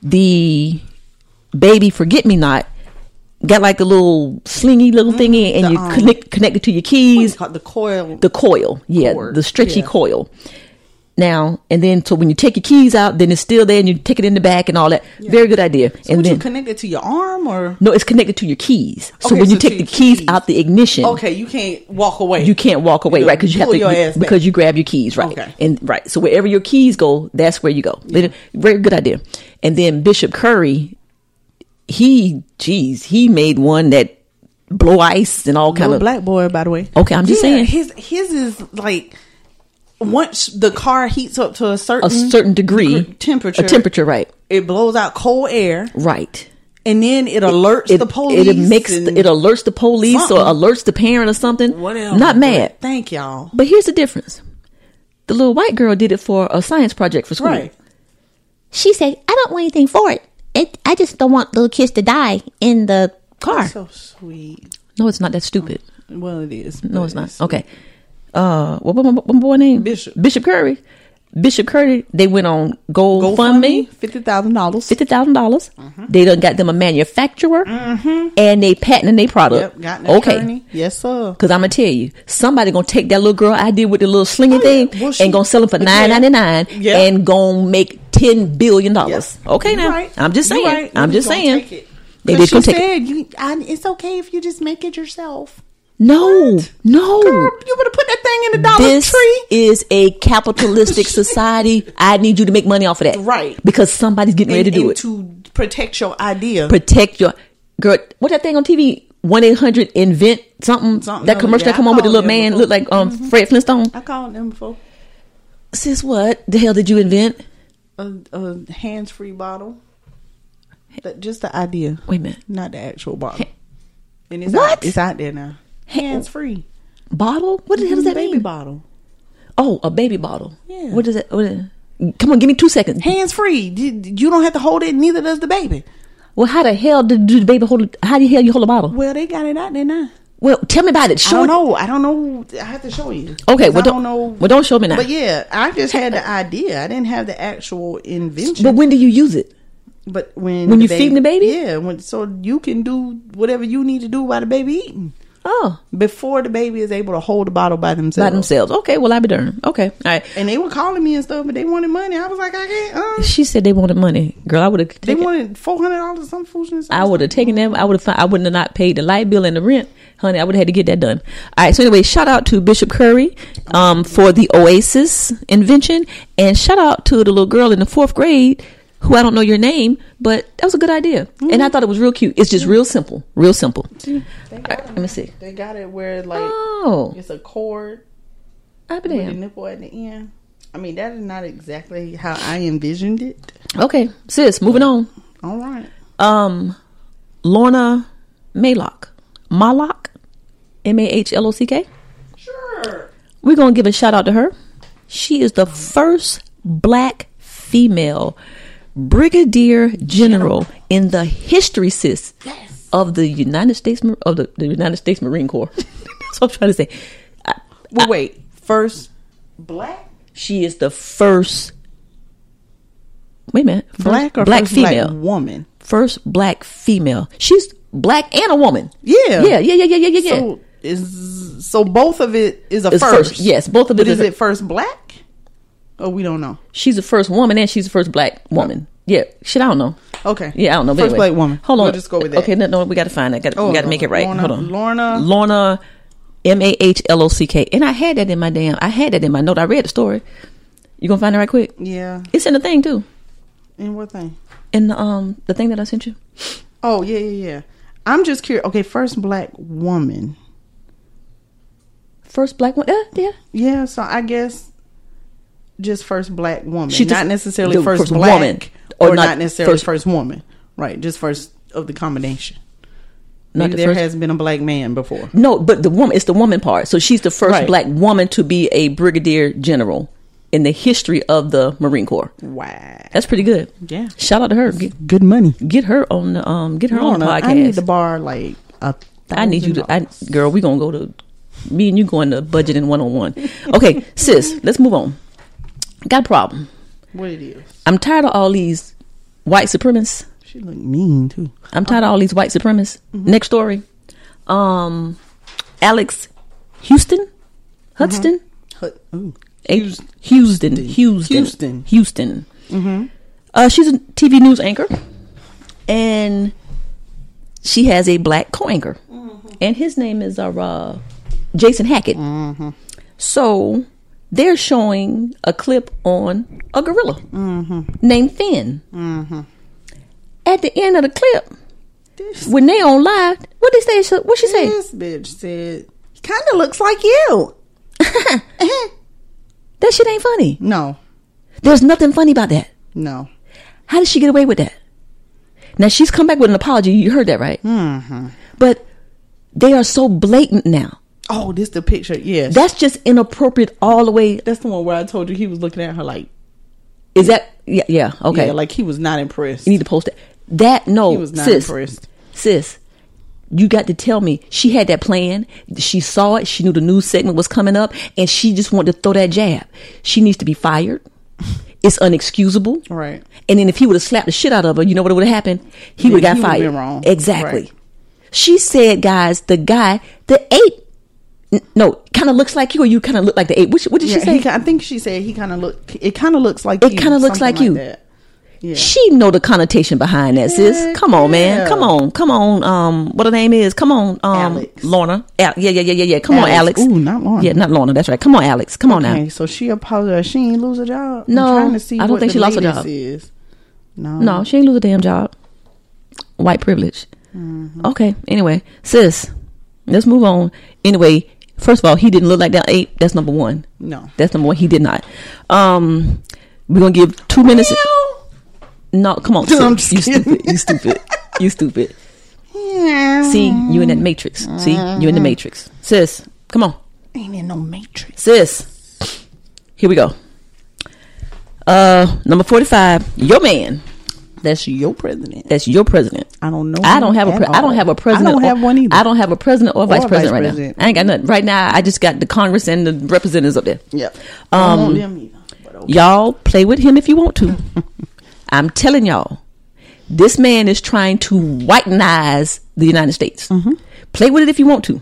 Speaker 4: the baby forget me not got like a little slingy little thingy, and
Speaker 3: the,
Speaker 4: you
Speaker 3: um,
Speaker 4: connect connect it to your
Speaker 3: What is
Speaker 4: keys.
Speaker 3: it called? the coil.
Speaker 4: the coil. Yeah,
Speaker 3: Cord.
Speaker 4: the stretchy
Speaker 3: Yeah.
Speaker 4: coil. Now and then, so when you take your keys out, then it's still there, and you take it in the back and all that. Very good idea.
Speaker 3: So
Speaker 4: and
Speaker 3: would
Speaker 4: then
Speaker 3: you connect it to your arm or?
Speaker 4: No, it's connected to your keys. So
Speaker 3: Okay,
Speaker 4: when you
Speaker 3: so to
Speaker 4: take the
Speaker 3: your
Speaker 4: keys,
Speaker 3: keys.
Speaker 4: out the ignition,
Speaker 3: Okay, you can't walk away.
Speaker 4: you can't walk away,
Speaker 3: You
Speaker 4: right? Because you have
Speaker 3: pull
Speaker 4: to
Speaker 3: your
Speaker 4: you-
Speaker 3: ass back.
Speaker 4: because you grab your keys, right?
Speaker 3: Okay.
Speaker 4: And right, so wherever your keys go, that's where you go. Very good idea. And then Bishop Curry, he, geez, he made one that blow ice and all kind
Speaker 3: Little
Speaker 4: of
Speaker 3: black boy, by the way.
Speaker 4: Okay, I'm just
Speaker 3: Yeah,
Speaker 4: saying.
Speaker 3: his his is like once the car heats up to a certain
Speaker 4: a certain degree
Speaker 3: degre- Mm-hmm. temperature,
Speaker 4: a temperature, right?
Speaker 3: it blows out cold air,
Speaker 4: Right.
Speaker 3: and then it alerts the police.
Speaker 4: It makes
Speaker 3: and-
Speaker 4: the, it alerts the police or
Speaker 3: Something.
Speaker 4: alerts the parent or something.
Speaker 3: whatever.
Speaker 4: Not mad.
Speaker 3: Thank y'all.
Speaker 4: But here's the difference. The little white girl did it for a science project for school.
Speaker 3: Right.
Speaker 5: she said, I don't want anything for it. it I just don't want little kids to die in the car.
Speaker 3: So sweet.
Speaker 4: No, it's not that stupid.
Speaker 3: Well, it is.
Speaker 4: No,
Speaker 3: but
Speaker 4: it's not. Okay. Uh, what was my, what my boy name?
Speaker 3: Bishop.
Speaker 4: Bishop Curry. Bishop Curtis, they went on GoFundMe.
Speaker 3: fifty thousand dollars.
Speaker 4: fifty thousand dollars.
Speaker 3: Mm-hmm.
Speaker 4: They done got them a manufacturer, and they patenting their product.
Speaker 3: Yep, got an
Speaker 4: okay,
Speaker 3: attorney. Yes, sir.
Speaker 4: because I'm gonna tell you, somebody gonna take that little girl I did with the little
Speaker 3: Oh, yeah.
Speaker 4: slingy thing
Speaker 3: Well, she-
Speaker 4: and gonna sell it for
Speaker 3: yeah.
Speaker 4: nine ninety nine
Speaker 3: Yeah.
Speaker 4: and gonna make ten billion dollars. Okay,
Speaker 3: You
Speaker 4: now
Speaker 3: right.
Speaker 4: I'm just
Speaker 3: You
Speaker 4: saying.
Speaker 3: right.
Speaker 4: I'm
Speaker 3: They
Speaker 4: just
Speaker 3: gonna
Speaker 4: saying.
Speaker 3: take it.
Speaker 4: They
Speaker 3: 'Cause
Speaker 4: just gonna
Speaker 3: she
Speaker 4: take it.
Speaker 3: said, You, I, it's okay if you just make it yourself.
Speaker 4: No, no.
Speaker 3: Girl, you would have put that thing in the Dollar
Speaker 4: this
Speaker 3: Tree.
Speaker 4: is a capitalistic society. I need you to make money off of that,
Speaker 3: Right.
Speaker 4: Because somebody's getting ready to do
Speaker 3: and
Speaker 4: it.
Speaker 3: to protect your idea.
Speaker 4: protect your girl. What that thing on TV? One eight hundred invent something.
Speaker 3: Something,
Speaker 4: that
Speaker 3: no,
Speaker 4: commercial
Speaker 3: yeah,
Speaker 4: that come on with the
Speaker 3: I
Speaker 4: little
Speaker 3: called it
Speaker 4: man
Speaker 3: before.
Speaker 4: look like um Fred Flintstone.
Speaker 3: I called them before
Speaker 4: Sis, what the hell did you invent?
Speaker 3: a, a hands-free bottle. That, just the idea,
Speaker 4: Wait a minute,
Speaker 3: not the actual bottle. And it's
Speaker 4: What?
Speaker 3: Out, it's out there now. Hands-free.
Speaker 4: bottle? What the hell does that
Speaker 3: Mm, baby
Speaker 4: mean?
Speaker 3: bottle.
Speaker 4: Oh, a baby bottle.
Speaker 3: Yeah.
Speaker 4: What does that? What is, come on, give me two seconds.
Speaker 3: Hands-free. You, you don't have to hold it. Neither does the baby.
Speaker 4: Well, how the hell did, did the baby hold? it- How the hell you hold a bottle?
Speaker 3: Well, they got it out there now.
Speaker 4: Well, tell me about it. Show
Speaker 3: I
Speaker 4: it.
Speaker 3: don't know. I don't know. I have to show you.
Speaker 4: Okay,
Speaker 3: 'Cause
Speaker 4: well,
Speaker 3: I
Speaker 4: don't- well, don't show me now.
Speaker 3: But yeah, I just had the idea. I didn't have the actual invention.
Speaker 4: But when do you use it?
Speaker 3: But when
Speaker 4: When you feeding the baby?
Speaker 3: yeah. When so you can do whatever you need to do while the baby eating
Speaker 4: Oh,
Speaker 3: before the baby is able to hold the bottle by themselves.
Speaker 4: by themselves. Okay, well I be darned. Okay, all right.
Speaker 3: And they were calling me and stuff, but they wanted money. I was like, I can't. Uh,
Speaker 4: She said they wanted money, girl. I would have.
Speaker 3: they wanted four hundred dollars some foolishness.
Speaker 4: I would have taken them. I would have. I wouldn't have not paid the light bill and the rent, honey. I would have had to get that done. All right. So anyway, shout out to Bishop Curry um, for the Oasis invention, and shout out to the little girl in the fourth grade who I don't know your name, but that was a good idea, and I thought it was real cute. It's just real simple, real simple. All right, let me see.
Speaker 3: They got it where like
Speaker 4: Oh,
Speaker 3: it's a cord
Speaker 4: I be
Speaker 3: with a
Speaker 4: damned.
Speaker 3: nipple at the end. I mean, that is not exactly how I envisioned it.
Speaker 4: Okay, sis. Moving on.
Speaker 3: All right.
Speaker 4: Um, Lorna Maylock, Malock, M A H L O C K.
Speaker 3: Sure.
Speaker 4: we're gonna give a shout out to her. She is the first black female brigadier general in the history, sis, of the United States Mar- of the, the United States Marine Corps. That's what I'm trying to say. I-
Speaker 3: Well, wait. First, black.
Speaker 4: she is the first. Wait a minute, first
Speaker 3: Black or
Speaker 4: black
Speaker 3: first
Speaker 4: female,
Speaker 3: black woman?
Speaker 4: first black female. She's black and a woman.
Speaker 3: Yeah.
Speaker 4: yeah, yeah, yeah, yeah, yeah, yeah.
Speaker 3: So is so both of it is a
Speaker 4: It's
Speaker 3: first.
Speaker 4: first, yes, both of it
Speaker 3: But
Speaker 4: is
Speaker 3: is
Speaker 4: a-
Speaker 3: it first black? Oh, we don't know.
Speaker 4: she's the first woman and she's the first black woman. Yeah, shit, I don't know.
Speaker 3: Okay.
Speaker 4: Yeah, I don't know. but
Speaker 3: First
Speaker 4: anyway.
Speaker 3: black woman.
Speaker 4: Hold on.
Speaker 3: We'll just go with that.
Speaker 4: Okay, no, no we got to find that. Got,
Speaker 3: Oh,
Speaker 4: we got to
Speaker 3: Lorna.
Speaker 4: make it right.
Speaker 3: Lorna-
Speaker 4: Hold on.
Speaker 3: Lorna-
Speaker 4: Lorna, M A H L O C K. And I had that in my damn. I had that in my note. I read the story. You gonna find it right quick?
Speaker 3: Yeah.
Speaker 4: It's in the thing too.
Speaker 3: And what thing?
Speaker 4: In the um the thing that I sent you.
Speaker 3: Oh yeah yeah yeah. I'm just curious. Okay, first black woman.
Speaker 4: First black one. Uh, yeah.
Speaker 3: Yeah. So I guess just first black woman.
Speaker 4: She
Speaker 3: She
Speaker 4: just-
Speaker 3: not necessarily
Speaker 4: the
Speaker 3: first,
Speaker 4: first
Speaker 3: black
Speaker 4: woman.
Speaker 3: or,
Speaker 4: Or
Speaker 3: not,
Speaker 4: not
Speaker 3: necessarily
Speaker 4: first-
Speaker 3: first, woman. Right. Just first of the combination.
Speaker 4: Not
Speaker 3: Maybe
Speaker 4: the
Speaker 3: there
Speaker 4: first-
Speaker 3: has been a black man before.
Speaker 4: No, but the woman. It's the woman part. So she's the first
Speaker 3: Right.
Speaker 4: black woman to be a brigadier general in the history of the Marine Corps.
Speaker 3: Wow.
Speaker 4: That's pretty good.
Speaker 3: Yeah.
Speaker 4: Shout out to her. Get,
Speaker 3: Good money.
Speaker 4: get her on the um. Get her on the
Speaker 3: Lorna,
Speaker 4: podcast.
Speaker 3: I need to borrow like a.
Speaker 4: I need you to, I,
Speaker 3: $1,000.
Speaker 4: girl. We gonna go to me and you going to budget and one on one. Okay, sis, let's move on. Got a problem.
Speaker 3: What it is?
Speaker 4: I'm tired of all these white supremacists.
Speaker 3: She look mean too.
Speaker 4: I'm tired of all these white supremacists.
Speaker 3: Mm-hmm.
Speaker 4: Next story, um, Alex Houston, Hudson,
Speaker 3: Hut- Mm-hmm. ooh.
Speaker 4: H- Houston, Houston,
Speaker 3: Houston. Mm-hmm.
Speaker 4: Houston. Uh, she's a TV news anchor, and she has a black co-anchor,
Speaker 3: Mm-hmm.
Speaker 4: and his name is uh, uh, Jason Hackett.
Speaker 3: Mm-hmm.
Speaker 4: So they're showing a clip on a gorilla
Speaker 3: Mm-hmm.
Speaker 4: named Finn. At the end of the clip,
Speaker 3: This,
Speaker 4: when they on live, what they say? she- What she say?
Speaker 3: this bitch said, "Kind of looks like you."
Speaker 4: That shit ain't funny.
Speaker 3: No,
Speaker 4: There's nothing funny about that.
Speaker 3: no.
Speaker 4: How did she get away with that? Now she's come back with an apology. You heard that, right? Mm-hmm. But they are so blatant now.
Speaker 3: Oh, this the picture. Yeah,
Speaker 4: That's just inappropriate all the way.
Speaker 3: that's the one where I told you he was looking at her like,
Speaker 4: Is that? Yeah. Yeah. Okay.
Speaker 3: yeah, like he was not impressed.
Speaker 4: you need to post that. That no,
Speaker 3: he was not
Speaker 4: sis,
Speaker 3: impressed.
Speaker 4: sis. You got to tell me she had that plan. She saw it. She knew the news segment was coming up, and she just wanted to throw that jab. She needs to be fired. It's unexcusable.
Speaker 3: Right.
Speaker 4: And then if he would have slapped the shit out of her, you know what would have happened? He
Speaker 3: Then
Speaker 4: would have
Speaker 3: he
Speaker 4: got
Speaker 3: would've
Speaker 4: fired.
Speaker 3: been wrong.
Speaker 4: Exactly.
Speaker 3: Right.
Speaker 4: She said, guys, the guy, the ape, n- no, kind of looks like you, or you kind of look like the ape. Which, what did
Speaker 3: Yeah,
Speaker 4: she say?
Speaker 3: he, ki- I think she said he kind of look. It kind of looks like
Speaker 4: It
Speaker 3: you,
Speaker 4: kinda looks
Speaker 3: something
Speaker 4: like you.
Speaker 3: that. Yeah.
Speaker 4: she know the connotation behind that, sis.
Speaker 3: Heck
Speaker 4: Come on, man.
Speaker 3: yeah.
Speaker 4: Come on. Come on. Um, what her name is? Come on. Um,
Speaker 3: Alex.
Speaker 4: Lorna. Al- yeah, yeah, yeah, yeah, yeah. Come on,
Speaker 3: Alex.
Speaker 4: Alex.
Speaker 3: Ooh, not Lorna.
Speaker 4: Yeah, not Lorna. That's right. Come on, Alex. Come on
Speaker 3: Okay,
Speaker 4: now.
Speaker 3: so she apologized. She ain't lose a job.
Speaker 4: No,
Speaker 3: I'm trying to see
Speaker 4: I don't
Speaker 3: what
Speaker 4: think
Speaker 3: the
Speaker 4: she lost her
Speaker 3: latest
Speaker 4: job.
Speaker 3: Is. No,
Speaker 4: No, she ain't lose a damn job. White privilege.
Speaker 3: Mm-hmm.
Speaker 4: Okay. Anyway, sis, let's move on. Anyway, first of all, he didn't look like that ape. That's number one.
Speaker 3: no.
Speaker 4: That's number one. He did not. Um, we're gonna give two minutes. No, come on,
Speaker 3: I'm
Speaker 4: sis.
Speaker 3: just
Speaker 4: you
Speaker 3: kidding.
Speaker 4: stupid. You stupid. You stupid. See, you in that matrix. See, you in the matrix. Sis, come on.
Speaker 3: Ain't in no matrix.
Speaker 4: Sis, here we go. Uh, number 45, your man.
Speaker 3: That's your president.
Speaker 4: That's your president.
Speaker 3: I don't know.
Speaker 4: I
Speaker 3: him
Speaker 4: don't have a
Speaker 3: Mm-hmm. at
Speaker 4: pre- I don't
Speaker 3: all.
Speaker 4: have a president.
Speaker 3: I don't
Speaker 4: or-
Speaker 3: have one either.
Speaker 4: I don't have a president or, vice
Speaker 3: vice
Speaker 4: president right
Speaker 3: president.
Speaker 4: now. I ain't got nothing right now. I just got the Congress and the representatives up there.
Speaker 3: Yep. I don't
Speaker 4: Um,
Speaker 3: want them either. But okay.
Speaker 4: Y'all play with him if you want to. I'm telling y'all, this man is trying to whitenize the United States.
Speaker 3: Mm-hmm.
Speaker 4: Play with it if you want to.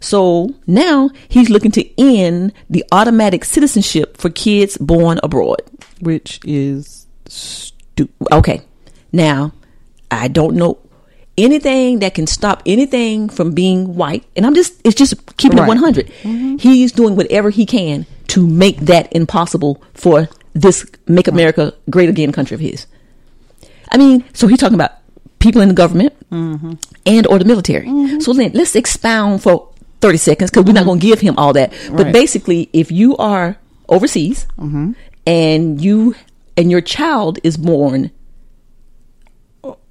Speaker 4: So now he's looking to end the automatic citizenship for kids born abroad.
Speaker 3: Which is
Speaker 4: Do, okay. Now, I don't know anything that can stop anything from being white. And I'm just, it's just keeping
Speaker 3: Right.
Speaker 4: it 100. He's doing whatever he can to make that impossible for this Make America Great Again country of his. I mean, so he's talking about people in the government
Speaker 3: Mm-hmm.
Speaker 4: and or the military. So then let's expound for 30 seconds because we're not going to give him all that. But
Speaker 3: Mm-hmm. Right. Mm-hmm.
Speaker 4: basically, if you are overseas and you and your child is born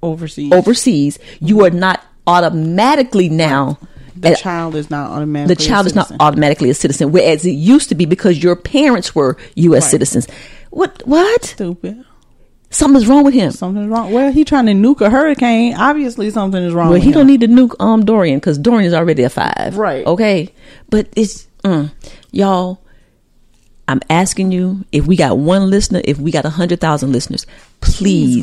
Speaker 3: overseas.
Speaker 4: Oh, overseas, you are not automatically now
Speaker 3: the
Speaker 4: at-
Speaker 3: child is not automatically.
Speaker 4: the child
Speaker 3: a
Speaker 4: is not
Speaker 3: citizen.
Speaker 4: automatically a citizen, whereas it used to be because your parents were U.S.
Speaker 3: Right.
Speaker 4: citizens. What? What?
Speaker 3: stupid.
Speaker 4: Something's wrong with him.
Speaker 3: Something's wrong. Well, he trying to nuke a hurricane. Obviously, something is wrong.
Speaker 4: Well,
Speaker 3: with
Speaker 4: he
Speaker 3: him.
Speaker 4: don't need to nuke um Dorian because Dorian is already a five,
Speaker 3: Oh, Right.
Speaker 4: Okay, but it's mm, y'all. I'm asking you if we got one listener, if we got a hundred thousand listeners, please,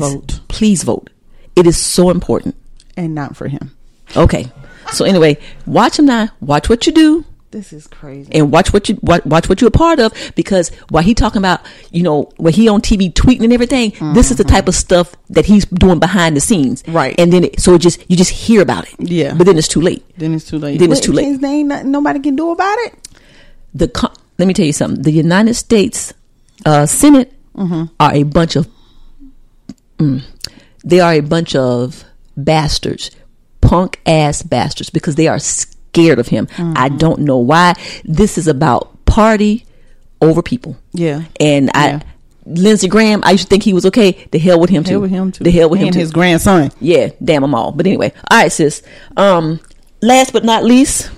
Speaker 3: Please vote.
Speaker 4: Please vote. It is so important.
Speaker 3: and not for him.
Speaker 4: Okay. So anyway, watch him now. Watch what you do.
Speaker 3: This is crazy.
Speaker 4: and watch what you watch, watch what you're a part of because while he talking about you know when he on TV tweeting and everything, this is the type of stuff that he's doing behind the scenes,
Speaker 3: Right.
Speaker 4: And then it, so it just you just hear about it,
Speaker 3: Yeah.
Speaker 4: But then it's too late.
Speaker 3: Then it's too late.
Speaker 4: Then it's
Speaker 3: Wait,
Speaker 4: too late.
Speaker 3: kids, They ain't nothing, nobody can do about it.
Speaker 4: The con- let me tell you something: the United States uh, Senate
Speaker 3: Mm-hmm.
Speaker 4: are a bunch of mm, they are a bunch of bastards, punk ass bastards because they are scared of him.
Speaker 3: Mm-hmm.
Speaker 4: I don't know why. This is about party over people.
Speaker 3: Yeah.
Speaker 4: And
Speaker 3: Yeah.
Speaker 4: I, Lindsey Graham, I used to think he was okay. The hell with him too.
Speaker 3: Hell with him too.
Speaker 4: The hell with him
Speaker 3: and
Speaker 4: too.
Speaker 3: his grandson.
Speaker 4: yeah, damn them all. But anyway, all right, sis. Um, last but not least,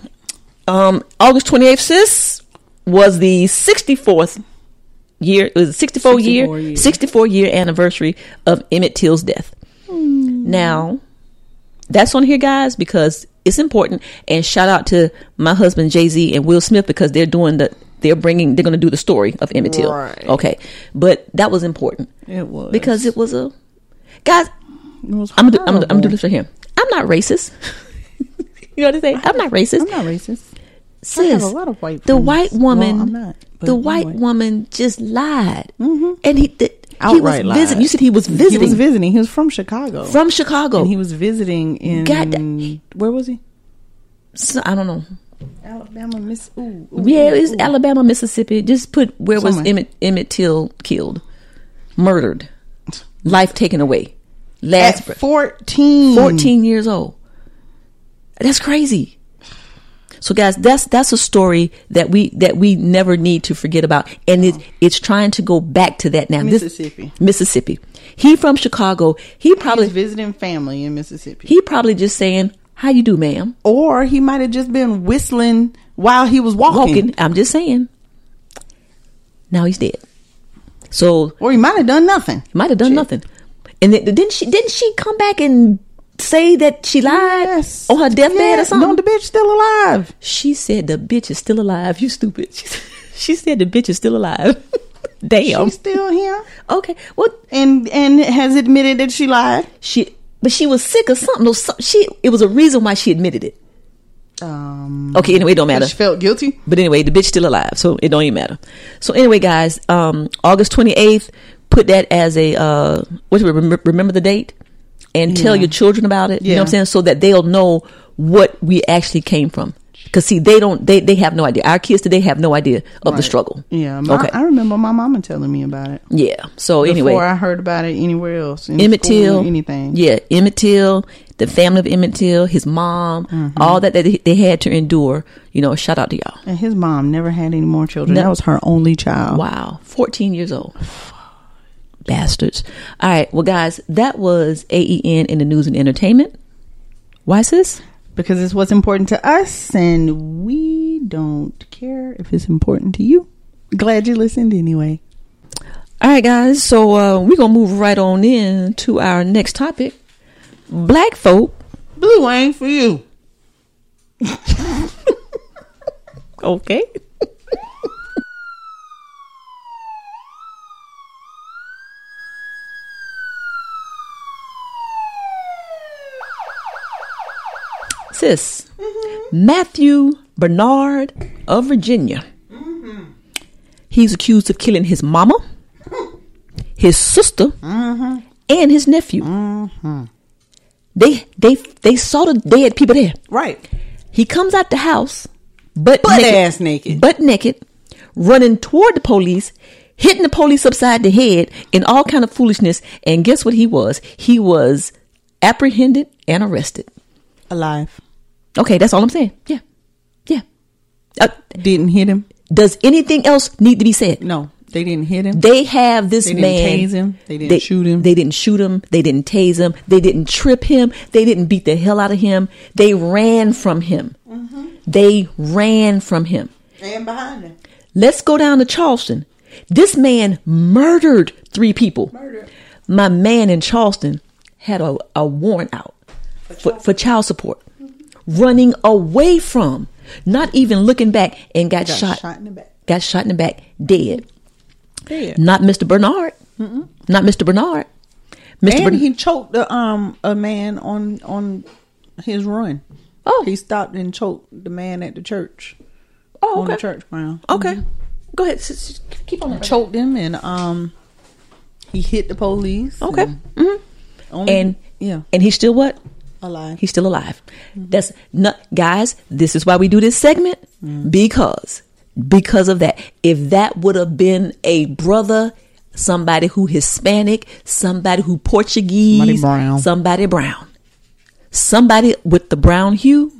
Speaker 4: um, August twenty eighth, sis, was the sixty fourth year. It was the sixty four
Speaker 3: 64
Speaker 4: year
Speaker 3: year.
Speaker 4: sixty four year anniversary of Emmett Till's death. Now, that's on here, guys, because it's important. And shout out to my husband Jay Z and Will Smith because they're doing the they're bringing they're going to do the story of Emmett Till.
Speaker 3: Right.
Speaker 4: Okay, but that was important
Speaker 3: It was
Speaker 4: because it was a guys.
Speaker 3: It was
Speaker 4: I'm gonna, do, I'm, gonna, I'm
Speaker 3: horrible.
Speaker 4: gonna do this right here. I'm not racist. you know what I'm saying? I'm not racist.
Speaker 3: I'm not racist.
Speaker 4: Sis,
Speaker 3: a lot of white
Speaker 4: the
Speaker 3: friends.
Speaker 4: white woman,
Speaker 3: Well, I'm not, but
Speaker 4: the white
Speaker 3: anyway. Mm-hmm.
Speaker 4: woman just lied, and he th- he was
Speaker 3: Outright lied.
Speaker 4: visiting. You said he was visiting
Speaker 3: He was visiting. He was from Chicago.
Speaker 4: from Chicago.
Speaker 3: and he was visiting in
Speaker 4: God da-
Speaker 3: where was he?
Speaker 4: So, I don't know.
Speaker 3: Alabama, Miss. Ooh,
Speaker 4: Yeah, it was Alabama, Mississippi. Just put where was
Speaker 3: Somewhere.
Speaker 4: Emmett, Emmett Till killed, murdered, life taken away, last
Speaker 3: At
Speaker 4: breath.
Speaker 3: fourteen.
Speaker 4: 14 years old. That's crazy. So guys, that's that's a story that we that we never need to forget about and it it's trying to go back to that now. This-
Speaker 3: Mississippi.
Speaker 4: Mississippi. He from Chicago. He
Speaker 3: Probably
Speaker 4: probably
Speaker 3: visiting family in Mississippi,
Speaker 4: he probably just saying, "How you do, ma'am?"
Speaker 3: or he might have just been whistling while he was walking,
Speaker 4: Walking. I'm just saying. Now he's dead. So,
Speaker 3: or he might have done nothing.
Speaker 4: he might have done nothing. And then, didn't she didn't she come back and say that she lied
Speaker 3: Yes.
Speaker 4: on her deathbed or
Speaker 3: Yes.
Speaker 4: something?
Speaker 3: No, the bitch still alive.
Speaker 4: She said the bitch is still alive. You stupid. She said, she said the bitch is still alive. Damn.
Speaker 3: She's still here
Speaker 4: okay. Well,
Speaker 3: and and has admitted that she lied.
Speaker 4: she but she was sick or something. or some- She it was a reason why she admitted it.
Speaker 3: Um,
Speaker 4: Okay. Anyway, it don't matter.
Speaker 3: she felt guilty.
Speaker 4: But anyway, the bitch still alive, so it don't even matter. So anyway, guys, um, August twenty eighth, put that as a uh, what do we remember, remember the date, and tell your children about it. You know what
Speaker 3: Yeah.
Speaker 4: I'm saying, so that they'll know what we actually came from. Because see, they don't, they they have no idea. Our kids today have no idea of the
Speaker 3: Right.
Speaker 4: struggle.
Speaker 3: Yeah, my,
Speaker 4: okay.
Speaker 3: I remember my mama telling me about it
Speaker 4: yeah. So
Speaker 3: before
Speaker 4: anyway,
Speaker 3: I heard about it anywhere else. In
Speaker 4: Emmett
Speaker 3: school,
Speaker 4: Till,
Speaker 3: anything.
Speaker 4: Yeah, Emmett Till, the family of Emmett Till, his mom,
Speaker 3: Mm-hmm.
Speaker 4: all that that they- they had to endure. You know, shout out to y'all.
Speaker 3: And his mom never had any more children.
Speaker 4: No.
Speaker 3: That was her only child.
Speaker 4: Wow, 14 years old. Bastards. All right, well, guys, that was AEN in the news and entertainment. Why, sis?
Speaker 3: Because it's what's important to us, and we don't care if it's important to you. Glad you listened anyway.
Speaker 4: All right, guys, so uh, we're going to move right on in to our next topic. Black folk.
Speaker 3: Blue ain't for you.
Speaker 4: Okay. Sis, Matthew Bernard of Virginia. He's accused of killing his mama, his sister, and his nephew. They they they saw the dead people there.
Speaker 3: Right.
Speaker 4: He comes out the house, butt,
Speaker 3: Butt
Speaker 4: naked,
Speaker 3: ass naked.
Speaker 4: butt naked, running toward the police, hitting the police upside the head in all kind of foolishness. And guess what he was? He was apprehended and arrested.
Speaker 3: Alive.
Speaker 4: Okay, that's all I'm saying. Yeah, yeah. Uh,
Speaker 3: Didn't hit him.
Speaker 4: does anything else need to be said?
Speaker 3: No, they didn't hit him.
Speaker 4: They have this
Speaker 3: They didn't
Speaker 4: man.
Speaker 3: tase him. They didn't shoot him.
Speaker 4: They didn't shoot him. They didn't tase him. They didn't trip him. They didn't beat the hell out of him. They ran from him.
Speaker 3: Mm-hmm.
Speaker 4: They ran from him.
Speaker 3: And behind him.
Speaker 4: Let's go down to Charleston. This man murdered three people. My man in Charleston had a, a warrant out for, for child support, Mm-hmm. running away from, not even looking back, and got,
Speaker 3: Got
Speaker 4: shot.
Speaker 3: shot in the back.
Speaker 4: Got shot in the back, dead.
Speaker 3: Yeah.
Speaker 4: Not Mr. Bernard. Not Mr. Bernard. Mr.
Speaker 3: And
Speaker 4: Bernard.
Speaker 3: he choked the, um a man on on his run.
Speaker 4: oh,
Speaker 3: He stopped and choked the man at the church
Speaker 4: oh,
Speaker 3: on the church ground. Mm-hmm.
Speaker 4: Okay, go ahead. sis, sis, Mm-hmm. Keep on. that.
Speaker 3: Choked him and um he hit the police.
Speaker 4: Okay.
Speaker 3: and
Speaker 4: Mhm.
Speaker 3: only-
Speaker 4: And
Speaker 3: yeah,
Speaker 4: and he's still what?
Speaker 3: alive.
Speaker 4: He's still alive. That's not, guys. This is why we do this segment because because of that. If that would have been a brother, somebody who Hispanic, somebody who
Speaker 3: Somebody
Speaker 4: Portuguese,
Speaker 3: brown.
Speaker 4: somebody brown, somebody with the brown hue,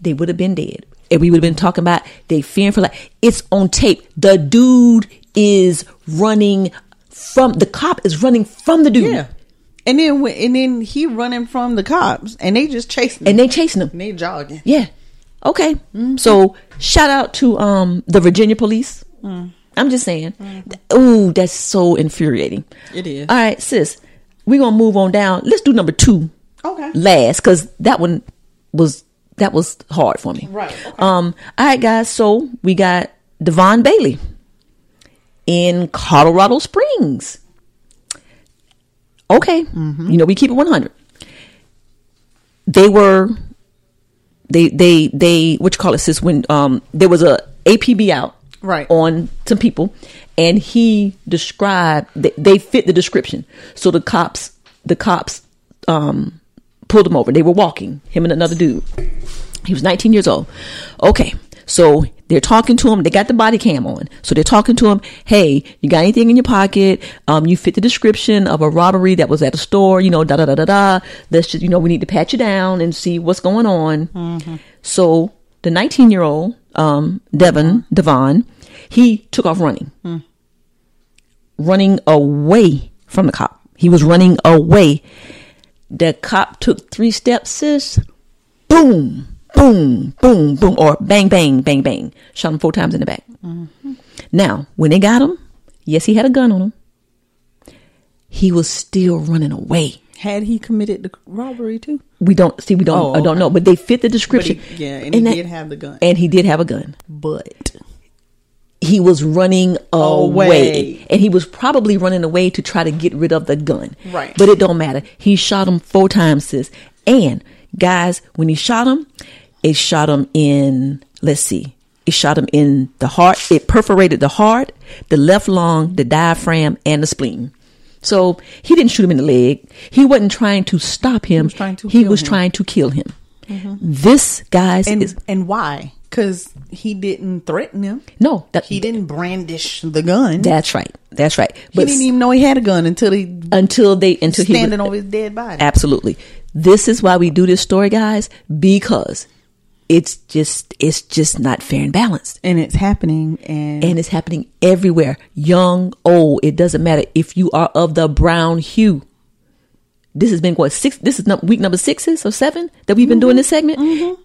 Speaker 4: they would have been dead. And we would have been talking about they fearing for life. It's on tape. The dude is running from the cop is running from the dude,
Speaker 3: yeah. And then when, and then he running from the cops and they just chasing
Speaker 4: and
Speaker 3: him.
Speaker 4: they chasing him.
Speaker 3: and they jogging.
Speaker 4: Yeah. Okay.
Speaker 3: Mm-hmm.
Speaker 4: So shout out to um the Virginia police.
Speaker 3: Mm.
Speaker 4: I'm just saying. Ooh, that's so infuriating.
Speaker 3: Mm-hmm. It is.
Speaker 4: All right, sis. We're gonna move on down. Let's do number two
Speaker 3: Okay.
Speaker 4: last because that one was that was hard for me.
Speaker 3: Right, okay.
Speaker 4: Um. All right, guys. So we got Devon Bailey in Colorado Springs. Okay.
Speaker 3: Mm-hmm.
Speaker 4: You know we keep it one hundred. They were. They they they what you call it sis when um there was a APB out
Speaker 3: Right.
Speaker 4: on some people and he described they, they fit the description so the cops the cops um pulled him over they were walking him and another dude he was 19 years old okay so they're talking to him they got the body cam on so they're talking to him hey you got anything in your pocket um you fit the description of a robbery that was at a store you know da da da da da let's just you know we need to pat you down and see what's going on so the 19 year old um, Devon Devon, he took off running, running away from the cop. He was running away. The cop took three steps, sis. Boom, boom, boom, boom, or bang, bang, bang, bang. Shot him four times in the back. Now, when they got him, yes, he had a gun on him. He was still running away.
Speaker 3: Had he committed the robbery too?
Speaker 4: We don't see. We don't.
Speaker 3: Oh,
Speaker 4: I don't
Speaker 3: okay.
Speaker 4: know. But they fit the description.
Speaker 3: yeah, and he did have the gun.
Speaker 4: And he did have a gun.
Speaker 3: But
Speaker 4: he was running away.
Speaker 3: Away.
Speaker 4: and he was probably running away to try to get rid of the gun.
Speaker 3: Right.
Speaker 4: but it don't matter. He shot him four times, sis. And guys, when he shot him, it shot him in. Let's see. It shot him in the heart. It perforated the heart, the left lung, the diaphragm, and the spleen. So he didn't shoot him in the leg. He wasn't trying to stop him.
Speaker 3: was
Speaker 4: He
Speaker 3: trying to
Speaker 4: he
Speaker 3: kill
Speaker 4: was
Speaker 3: him. Mm-hmm.
Speaker 4: trying to kill him. This guys
Speaker 3: And
Speaker 4: is
Speaker 3: and why? Because he didn't threaten him.
Speaker 4: no. That,
Speaker 3: He didn't brandish the gun.
Speaker 4: That's right. That's right.
Speaker 3: he
Speaker 4: But
Speaker 3: didn't even know he had a gun until he
Speaker 4: until they until he
Speaker 3: standing over his dead body.
Speaker 4: absolutely. This is why we do this story, guys, because it's just it's just not fair and balanced,
Speaker 3: and it's happening. And,
Speaker 4: and it's happening everywhere, young, old. It doesn't matter if you are of the brown hue. This has been going six. This is num- week number sixes or seven that we've been
Speaker 3: Mm-hmm.
Speaker 4: doing this segment,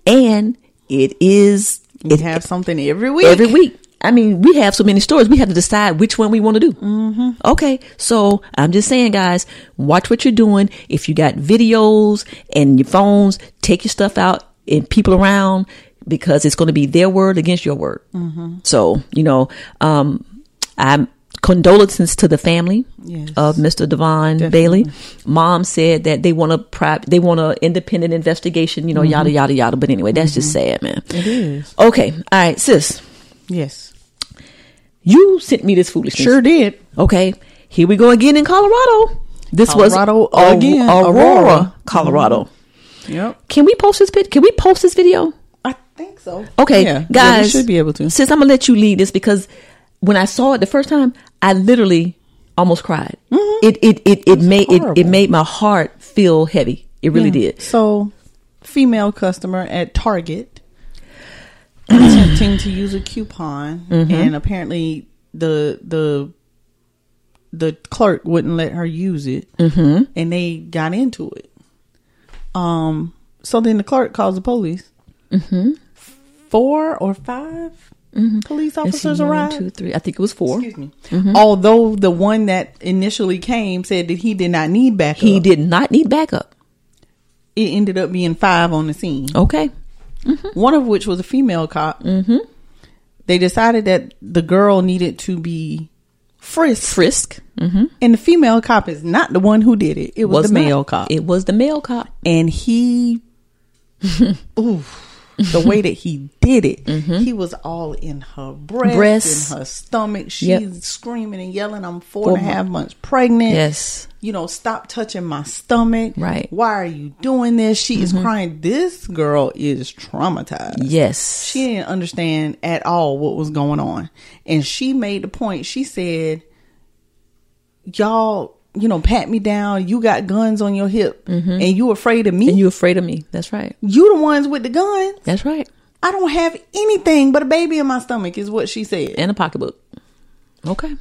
Speaker 4: and it is
Speaker 3: you
Speaker 4: it,
Speaker 3: have something every week.
Speaker 4: every week. I mean, we have so many stories. We have to decide which one we want to do. Mm-hmm. Okay, so I'm just saying, guys, watch what you're doing. If you got videos and your phones, take your stuff out and people around because it's going to be their word against your word.
Speaker 3: Mm-hmm.
Speaker 4: So you know, um, I'm condolences to the family
Speaker 3: Yes.
Speaker 4: of Mr. Devon Bailey. Mom said that they want a private, they want a independent investigation. You know, yada yada yada. But anyway, that's just sad, man. It
Speaker 3: Mm-hmm. is.
Speaker 4: Okay, all right, sis.
Speaker 3: Yes,
Speaker 4: You sent me this foolishness.
Speaker 3: sure did.
Speaker 4: Okay. Here we go again in Colorado. This
Speaker 3: Colorado
Speaker 4: was Au-
Speaker 3: again.
Speaker 4: Aurora,
Speaker 3: Aurora. Mm-hmm.
Speaker 4: Colorado.
Speaker 3: Yep,
Speaker 4: Can we post this pic? Can we post this video?
Speaker 3: I think so.
Speaker 4: Okay,
Speaker 3: Yeah, yeah, we
Speaker 4: guys,
Speaker 3: should be able to.
Speaker 4: Since I'm gonna let you lead this because when I saw it the first time, I literally almost cried. It it it it made it, it
Speaker 3: Mm-hmm. horrible.
Speaker 4: made my heart feel heavy. It really did.
Speaker 3: So, female customer at Target attempting to use a coupon,
Speaker 4: Mm-hmm.
Speaker 3: and apparently the the the clerk wouldn't let her use it, mm-hmm. and they got into it. Um. So then the clerk calls the police. Mm-hmm. Four or 5 police
Speaker 4: Mm-hmm. Let's see,
Speaker 3: officers
Speaker 4: one,
Speaker 3: arrived.
Speaker 4: two, three. I think it was four. Mm-hmm.
Speaker 3: Excuse me. Although the one that initially came said that he did not need backup,
Speaker 4: He did not need backup.
Speaker 3: It ended up being five on the scene.
Speaker 4: Okay.
Speaker 3: one of which was a female cop. Mm-hmm. They decided that the girl needed to be frisked,
Speaker 4: Frisk
Speaker 3: and the female cop is not the one who did it. It was, the
Speaker 4: not-
Speaker 3: male cop,
Speaker 4: It was the male cop.
Speaker 3: and he, oof, the way that he did it, he was all in her breast,
Speaker 4: Breasts.
Speaker 3: in her stomach. She's
Speaker 4: Yep.
Speaker 3: screaming and yelling, "I'm four and a half
Speaker 4: Four
Speaker 3: months pregnant."
Speaker 4: Yes.
Speaker 3: you know, stop touching my stomach.
Speaker 4: Right.
Speaker 3: Why are you doing this? She is crying. This girl is traumatized.
Speaker 4: Yes.
Speaker 3: she didn't understand at all what was going on. And she made the point. She said, Y'all, you know, pat me down. You got guns on your hip and you afraid of me.
Speaker 4: Mm-hmm. and
Speaker 3: you,
Speaker 4: you afraid of me. That's right.
Speaker 3: the ones with the guns.
Speaker 4: That's right.
Speaker 3: I don't have anything but a baby in my stomach, is what she said.
Speaker 4: And a pocketbook. Okay.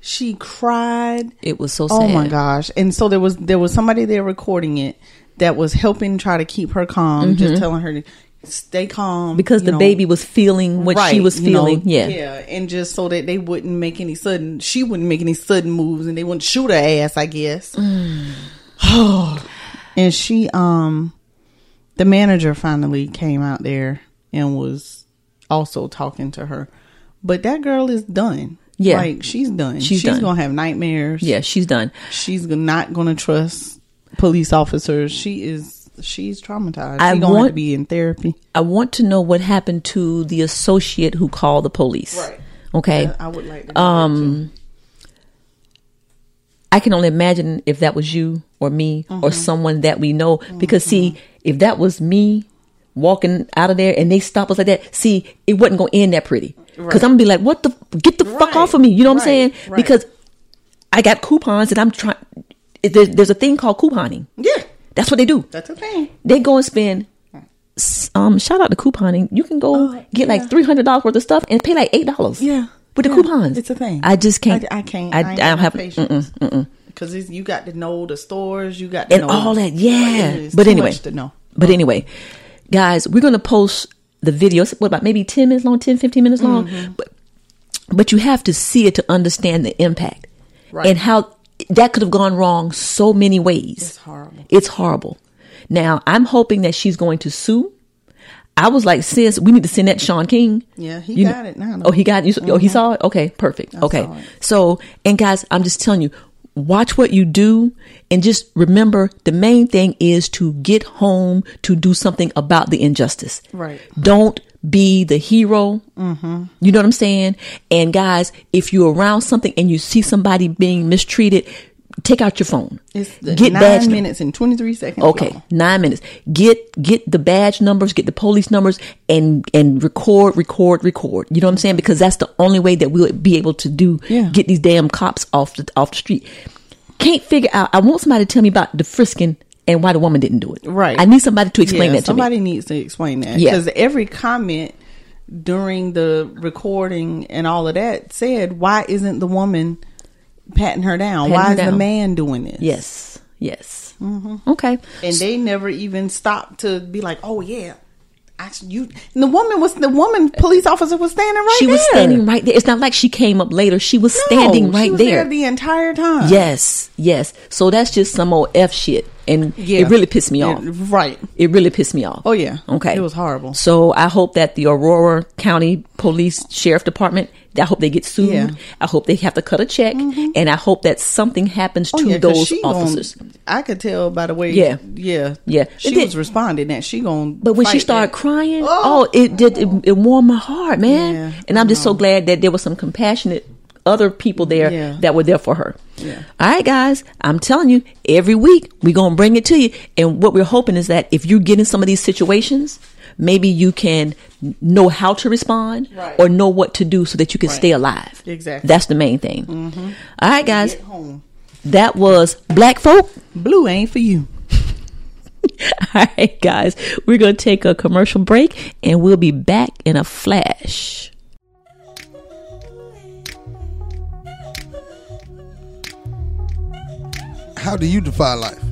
Speaker 3: She cried.
Speaker 4: It was so sad.
Speaker 3: Oh my gosh. And so there was there was somebody there recording it that was helping try to keep her calm, just telling her to stay calm.
Speaker 4: Mm-hmm. Because
Speaker 3: you
Speaker 4: the
Speaker 3: know.
Speaker 4: baby was feeling what she
Speaker 3: Right,
Speaker 4: was
Speaker 3: you know,
Speaker 4: feeling. yeah.
Speaker 3: yeah, and just so that they wouldn't make any sudden, she wouldn't make any sudden moves, and they wouldn't shoot her ass, I guess.
Speaker 4: Mm.
Speaker 3: and she, um, the manager finally came out there and was also talking to her, but that girl is done.
Speaker 4: Yeah.
Speaker 3: like she's done.
Speaker 4: She's
Speaker 3: She's,
Speaker 4: done.
Speaker 3: gonna have nightmares.
Speaker 4: Yeah, she's done.
Speaker 3: she's not gonna trust police officers. She is. She's traumatized.
Speaker 4: I
Speaker 3: She's gonna have to
Speaker 4: want-
Speaker 3: be in therapy.
Speaker 4: I want to know what happened to the associate who called the police.
Speaker 3: Right.
Speaker 4: Okay.
Speaker 3: I would like. To
Speaker 4: um I can only imagine if that was you or me
Speaker 3: Mm-hmm.
Speaker 4: or someone that we know because see if that was me walking out of there and they stop us like that see it wasn't going to end that pretty because I'm gonna be like what the get the fuck
Speaker 3: Right.
Speaker 4: off of me you know what I'm
Speaker 3: Right.
Speaker 4: saying
Speaker 3: Right.
Speaker 4: because I got coupons and I'm trying there's, there's a thing called couponing
Speaker 3: yeah,
Speaker 4: that's what they do
Speaker 3: that's a thing.
Speaker 4: they go and spend s- um shout out to couponing you can go
Speaker 3: Oh,
Speaker 4: get like
Speaker 3: yeah.
Speaker 4: $300 worth of stuff and pay like $8
Speaker 3: Yeah.
Speaker 4: with the
Speaker 3: yeah.
Speaker 4: coupons
Speaker 3: It's a thing.
Speaker 4: i just can't
Speaker 3: I, I can't.
Speaker 4: i,
Speaker 3: I,
Speaker 4: I
Speaker 3: ain't
Speaker 4: don't have mm-mm.
Speaker 3: patience. Because you got to know the stores. You got to
Speaker 4: and
Speaker 3: know
Speaker 4: all
Speaker 3: It
Speaker 4: that yeah
Speaker 3: is
Speaker 4: but
Speaker 3: too
Speaker 4: anyway
Speaker 3: much to know.
Speaker 4: but anyway guys we're gonna post the videos what about maybe 10 minutes long 10 15 minutes long
Speaker 3: Mm-hmm.
Speaker 4: but but you have to see it to understand the impact
Speaker 3: Right.
Speaker 4: and how that could have gone wrong so many ways
Speaker 3: It's horrible.
Speaker 4: It's horrible. Now, I'm hoping that she's going to sue. I was like, sis, we need to send that Sean King.
Speaker 3: Yeah, he
Speaker 4: You
Speaker 3: got
Speaker 4: kn-
Speaker 3: it now, though. Mm-hmm.
Speaker 4: Oh, he got it. You, s- Oh, he saw it. Okay, perfect. okay,
Speaker 3: saw it.
Speaker 4: so and guys, I'm just telling you, watch what you do, and just remember the main thing is to get home to do something about the injustice.
Speaker 3: Right.
Speaker 4: Don't be the hero. Mm-hmm. You know what I'm saying? And guys, if you're around something and you see somebody being mistreated, take out your phone.
Speaker 3: It's the
Speaker 4: Get badge
Speaker 3: nine
Speaker 4: num-
Speaker 3: minutes and twenty three seconds.
Speaker 4: Okay,
Speaker 3: long.
Speaker 4: nine minutes. Get get the badge numbers, get the police numbers, and and record, record, record. You know what I'm saying? Because that's the only way that we'll be able to do
Speaker 3: Yeah.
Speaker 4: get these damn cops off the off the street. Can't figure out. I want somebody to tell me about the frisking and why the woman didn't do it.
Speaker 3: Right.
Speaker 4: I need somebody to explain
Speaker 3: Yeah,
Speaker 4: that to
Speaker 3: somebody
Speaker 4: me.
Speaker 3: needs to explain that
Speaker 4: Yeah.
Speaker 3: because every comment during the recording and all of that said, "Why isn't the woman patting her down?
Speaker 4: Patting
Speaker 3: Why
Speaker 4: her
Speaker 3: is the
Speaker 4: down.
Speaker 3: man doing this?"
Speaker 4: Yes. Yes. Okay.
Speaker 3: Mm-hmm. and they never even stopped to be like, "Oh yeah." I, sh- you and the woman was the woman police officer was standing right
Speaker 4: she
Speaker 3: there.
Speaker 4: was standing right there. It's not like she came up later. She was
Speaker 3: No,
Speaker 4: standing right
Speaker 3: she was
Speaker 4: there.
Speaker 3: the entire time.
Speaker 4: Yes, yes. So that's just some old f shit, and
Speaker 3: Yeah.
Speaker 4: it really pissed me
Speaker 3: It-
Speaker 4: off.
Speaker 3: right.
Speaker 4: It really pissed me off.
Speaker 3: Oh, yeah.
Speaker 4: Okay.
Speaker 3: It was horrible.
Speaker 4: So I hope that the Aurora County Police Sheriff Department, I hope they get sued.
Speaker 3: Yeah. Mm-hmm.
Speaker 4: I hope they have to cut a check, and I hope that something happens to
Speaker 3: Oh, yeah, 'cause
Speaker 4: those
Speaker 3: she gon-
Speaker 4: officers.
Speaker 3: I could tell by the way.
Speaker 4: Yeah.
Speaker 3: yeah,
Speaker 4: Yeah.
Speaker 3: She
Speaker 4: It did-
Speaker 3: was responding that she gonna.
Speaker 4: But when she
Speaker 3: fight
Speaker 4: started
Speaker 3: that.
Speaker 4: crying,
Speaker 3: Oh.
Speaker 4: oh, it did it, it warmed my heart, man.
Speaker 3: Yeah,
Speaker 4: and I'm
Speaker 3: I
Speaker 4: just so
Speaker 3: know.
Speaker 4: glad that there was some compassionate other people there
Speaker 3: Yeah.
Speaker 4: that were there for her.
Speaker 3: Yeah.
Speaker 4: All right, guys, I'm telling you, every week we're gonna bring it to you. And what we're hoping is that if you get in some of these situations, maybe you can know how to respond
Speaker 3: Right.
Speaker 4: or know what to do so that you can stay alive.
Speaker 3: Exactly.
Speaker 4: That's the main thing.
Speaker 3: Mm-hmm.
Speaker 4: All right, guys,
Speaker 3: Get home.
Speaker 4: that was Black Folk.
Speaker 3: Blue ain't for you.
Speaker 4: All right, guys, we're going to take a commercial break and we'll be back in a flash.
Speaker 6: How do you define life?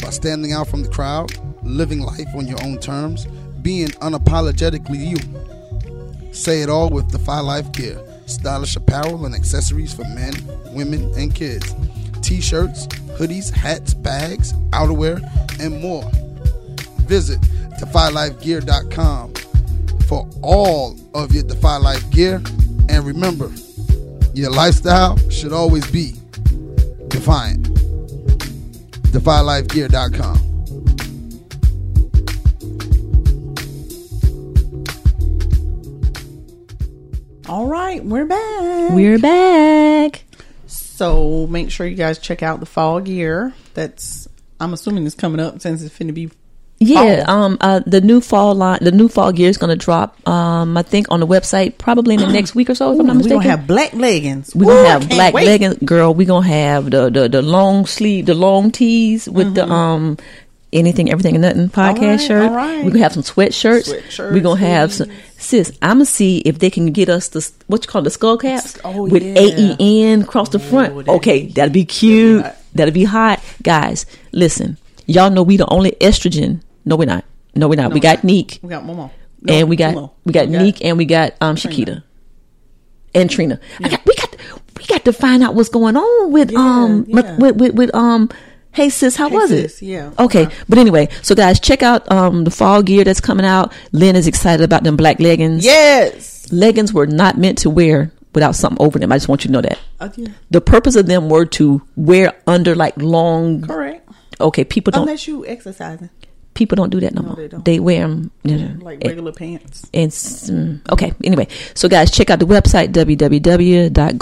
Speaker 6: By standing out from the crowd, living life on your own terms, being unapologetically you. Say it all with Defy Life Gear stylish apparel and accessories for men, women, and kids. T shirts, hoodies, hats, bags, outerwear, and more. Visit DefyLifeGear.com for all of your Defy Life gear. And remember, your lifestyle should always be defiant. DefyLifeGear.com.
Speaker 3: All right, we're back.
Speaker 4: We're back.
Speaker 3: So make sure you guys check out the fall gear. That's I'm assuming it's coming up since it's finna be.
Speaker 4: Yeah,
Speaker 3: fall.
Speaker 4: um, uh, the new fall line, the new fall gear is going to drop. Um, I think on the website probably in the next week or so. If I'm not
Speaker 3: we
Speaker 4: mistaken,
Speaker 3: gonna have black leggings.
Speaker 4: We're gonna
Speaker 3: Ooh, I
Speaker 4: have
Speaker 3: can't
Speaker 4: black
Speaker 3: wait.
Speaker 4: leggings, girl. We're gonna have the, the the long sleeve, the long tees with the um anything, everything, and nothing podcast
Speaker 3: Mm-hmm. right,
Speaker 4: shirt.
Speaker 3: all right.
Speaker 4: We're gonna have some sweatshirts.
Speaker 3: Sweatshirts,
Speaker 4: We're gonna have some, sis. I'm gonna see if they can get us the s- what you call the skull caps
Speaker 3: Oh,
Speaker 4: with
Speaker 3: yeah.
Speaker 4: AEN across the front.
Speaker 3: that'd
Speaker 4: okay,
Speaker 3: be-
Speaker 4: that'd be cute. That'd be hot, guys. Listen, y'all know we the only estrogen. No, we're not. No, we're not. we got Neek
Speaker 3: We got Momo. No,
Speaker 4: and we got
Speaker 3: Momo.
Speaker 4: we got Neek and we got um Shakita and Trina. I got, we got we got to find out what's going on with
Speaker 3: Yeah,
Speaker 4: um
Speaker 3: yeah.
Speaker 4: With, with with um. Hey sis, how
Speaker 3: Hey,
Speaker 4: was
Speaker 3: sis,
Speaker 4: it?
Speaker 3: yeah. Uh-huh.
Speaker 4: Okay,
Speaker 3: Okay.
Speaker 4: but anyway, so guys, check out um the fall gear that's coming out. Lynn is excited about them black leggings.
Speaker 3: Yes.
Speaker 4: Leggings were not meant to wear without something over them. I just want you to know that.
Speaker 3: Uh, yeah.
Speaker 4: The purpose of them were to wear under like long.
Speaker 3: Correct.
Speaker 4: Okay, people don't
Speaker 3: Unless you exercising
Speaker 4: people don't do that no, more.
Speaker 3: they
Speaker 4: They,
Speaker 3: don't.
Speaker 4: wear them
Speaker 3: like
Speaker 4: Eh.
Speaker 3: regular pants.
Speaker 4: it's mm, okay anyway so guys check out the website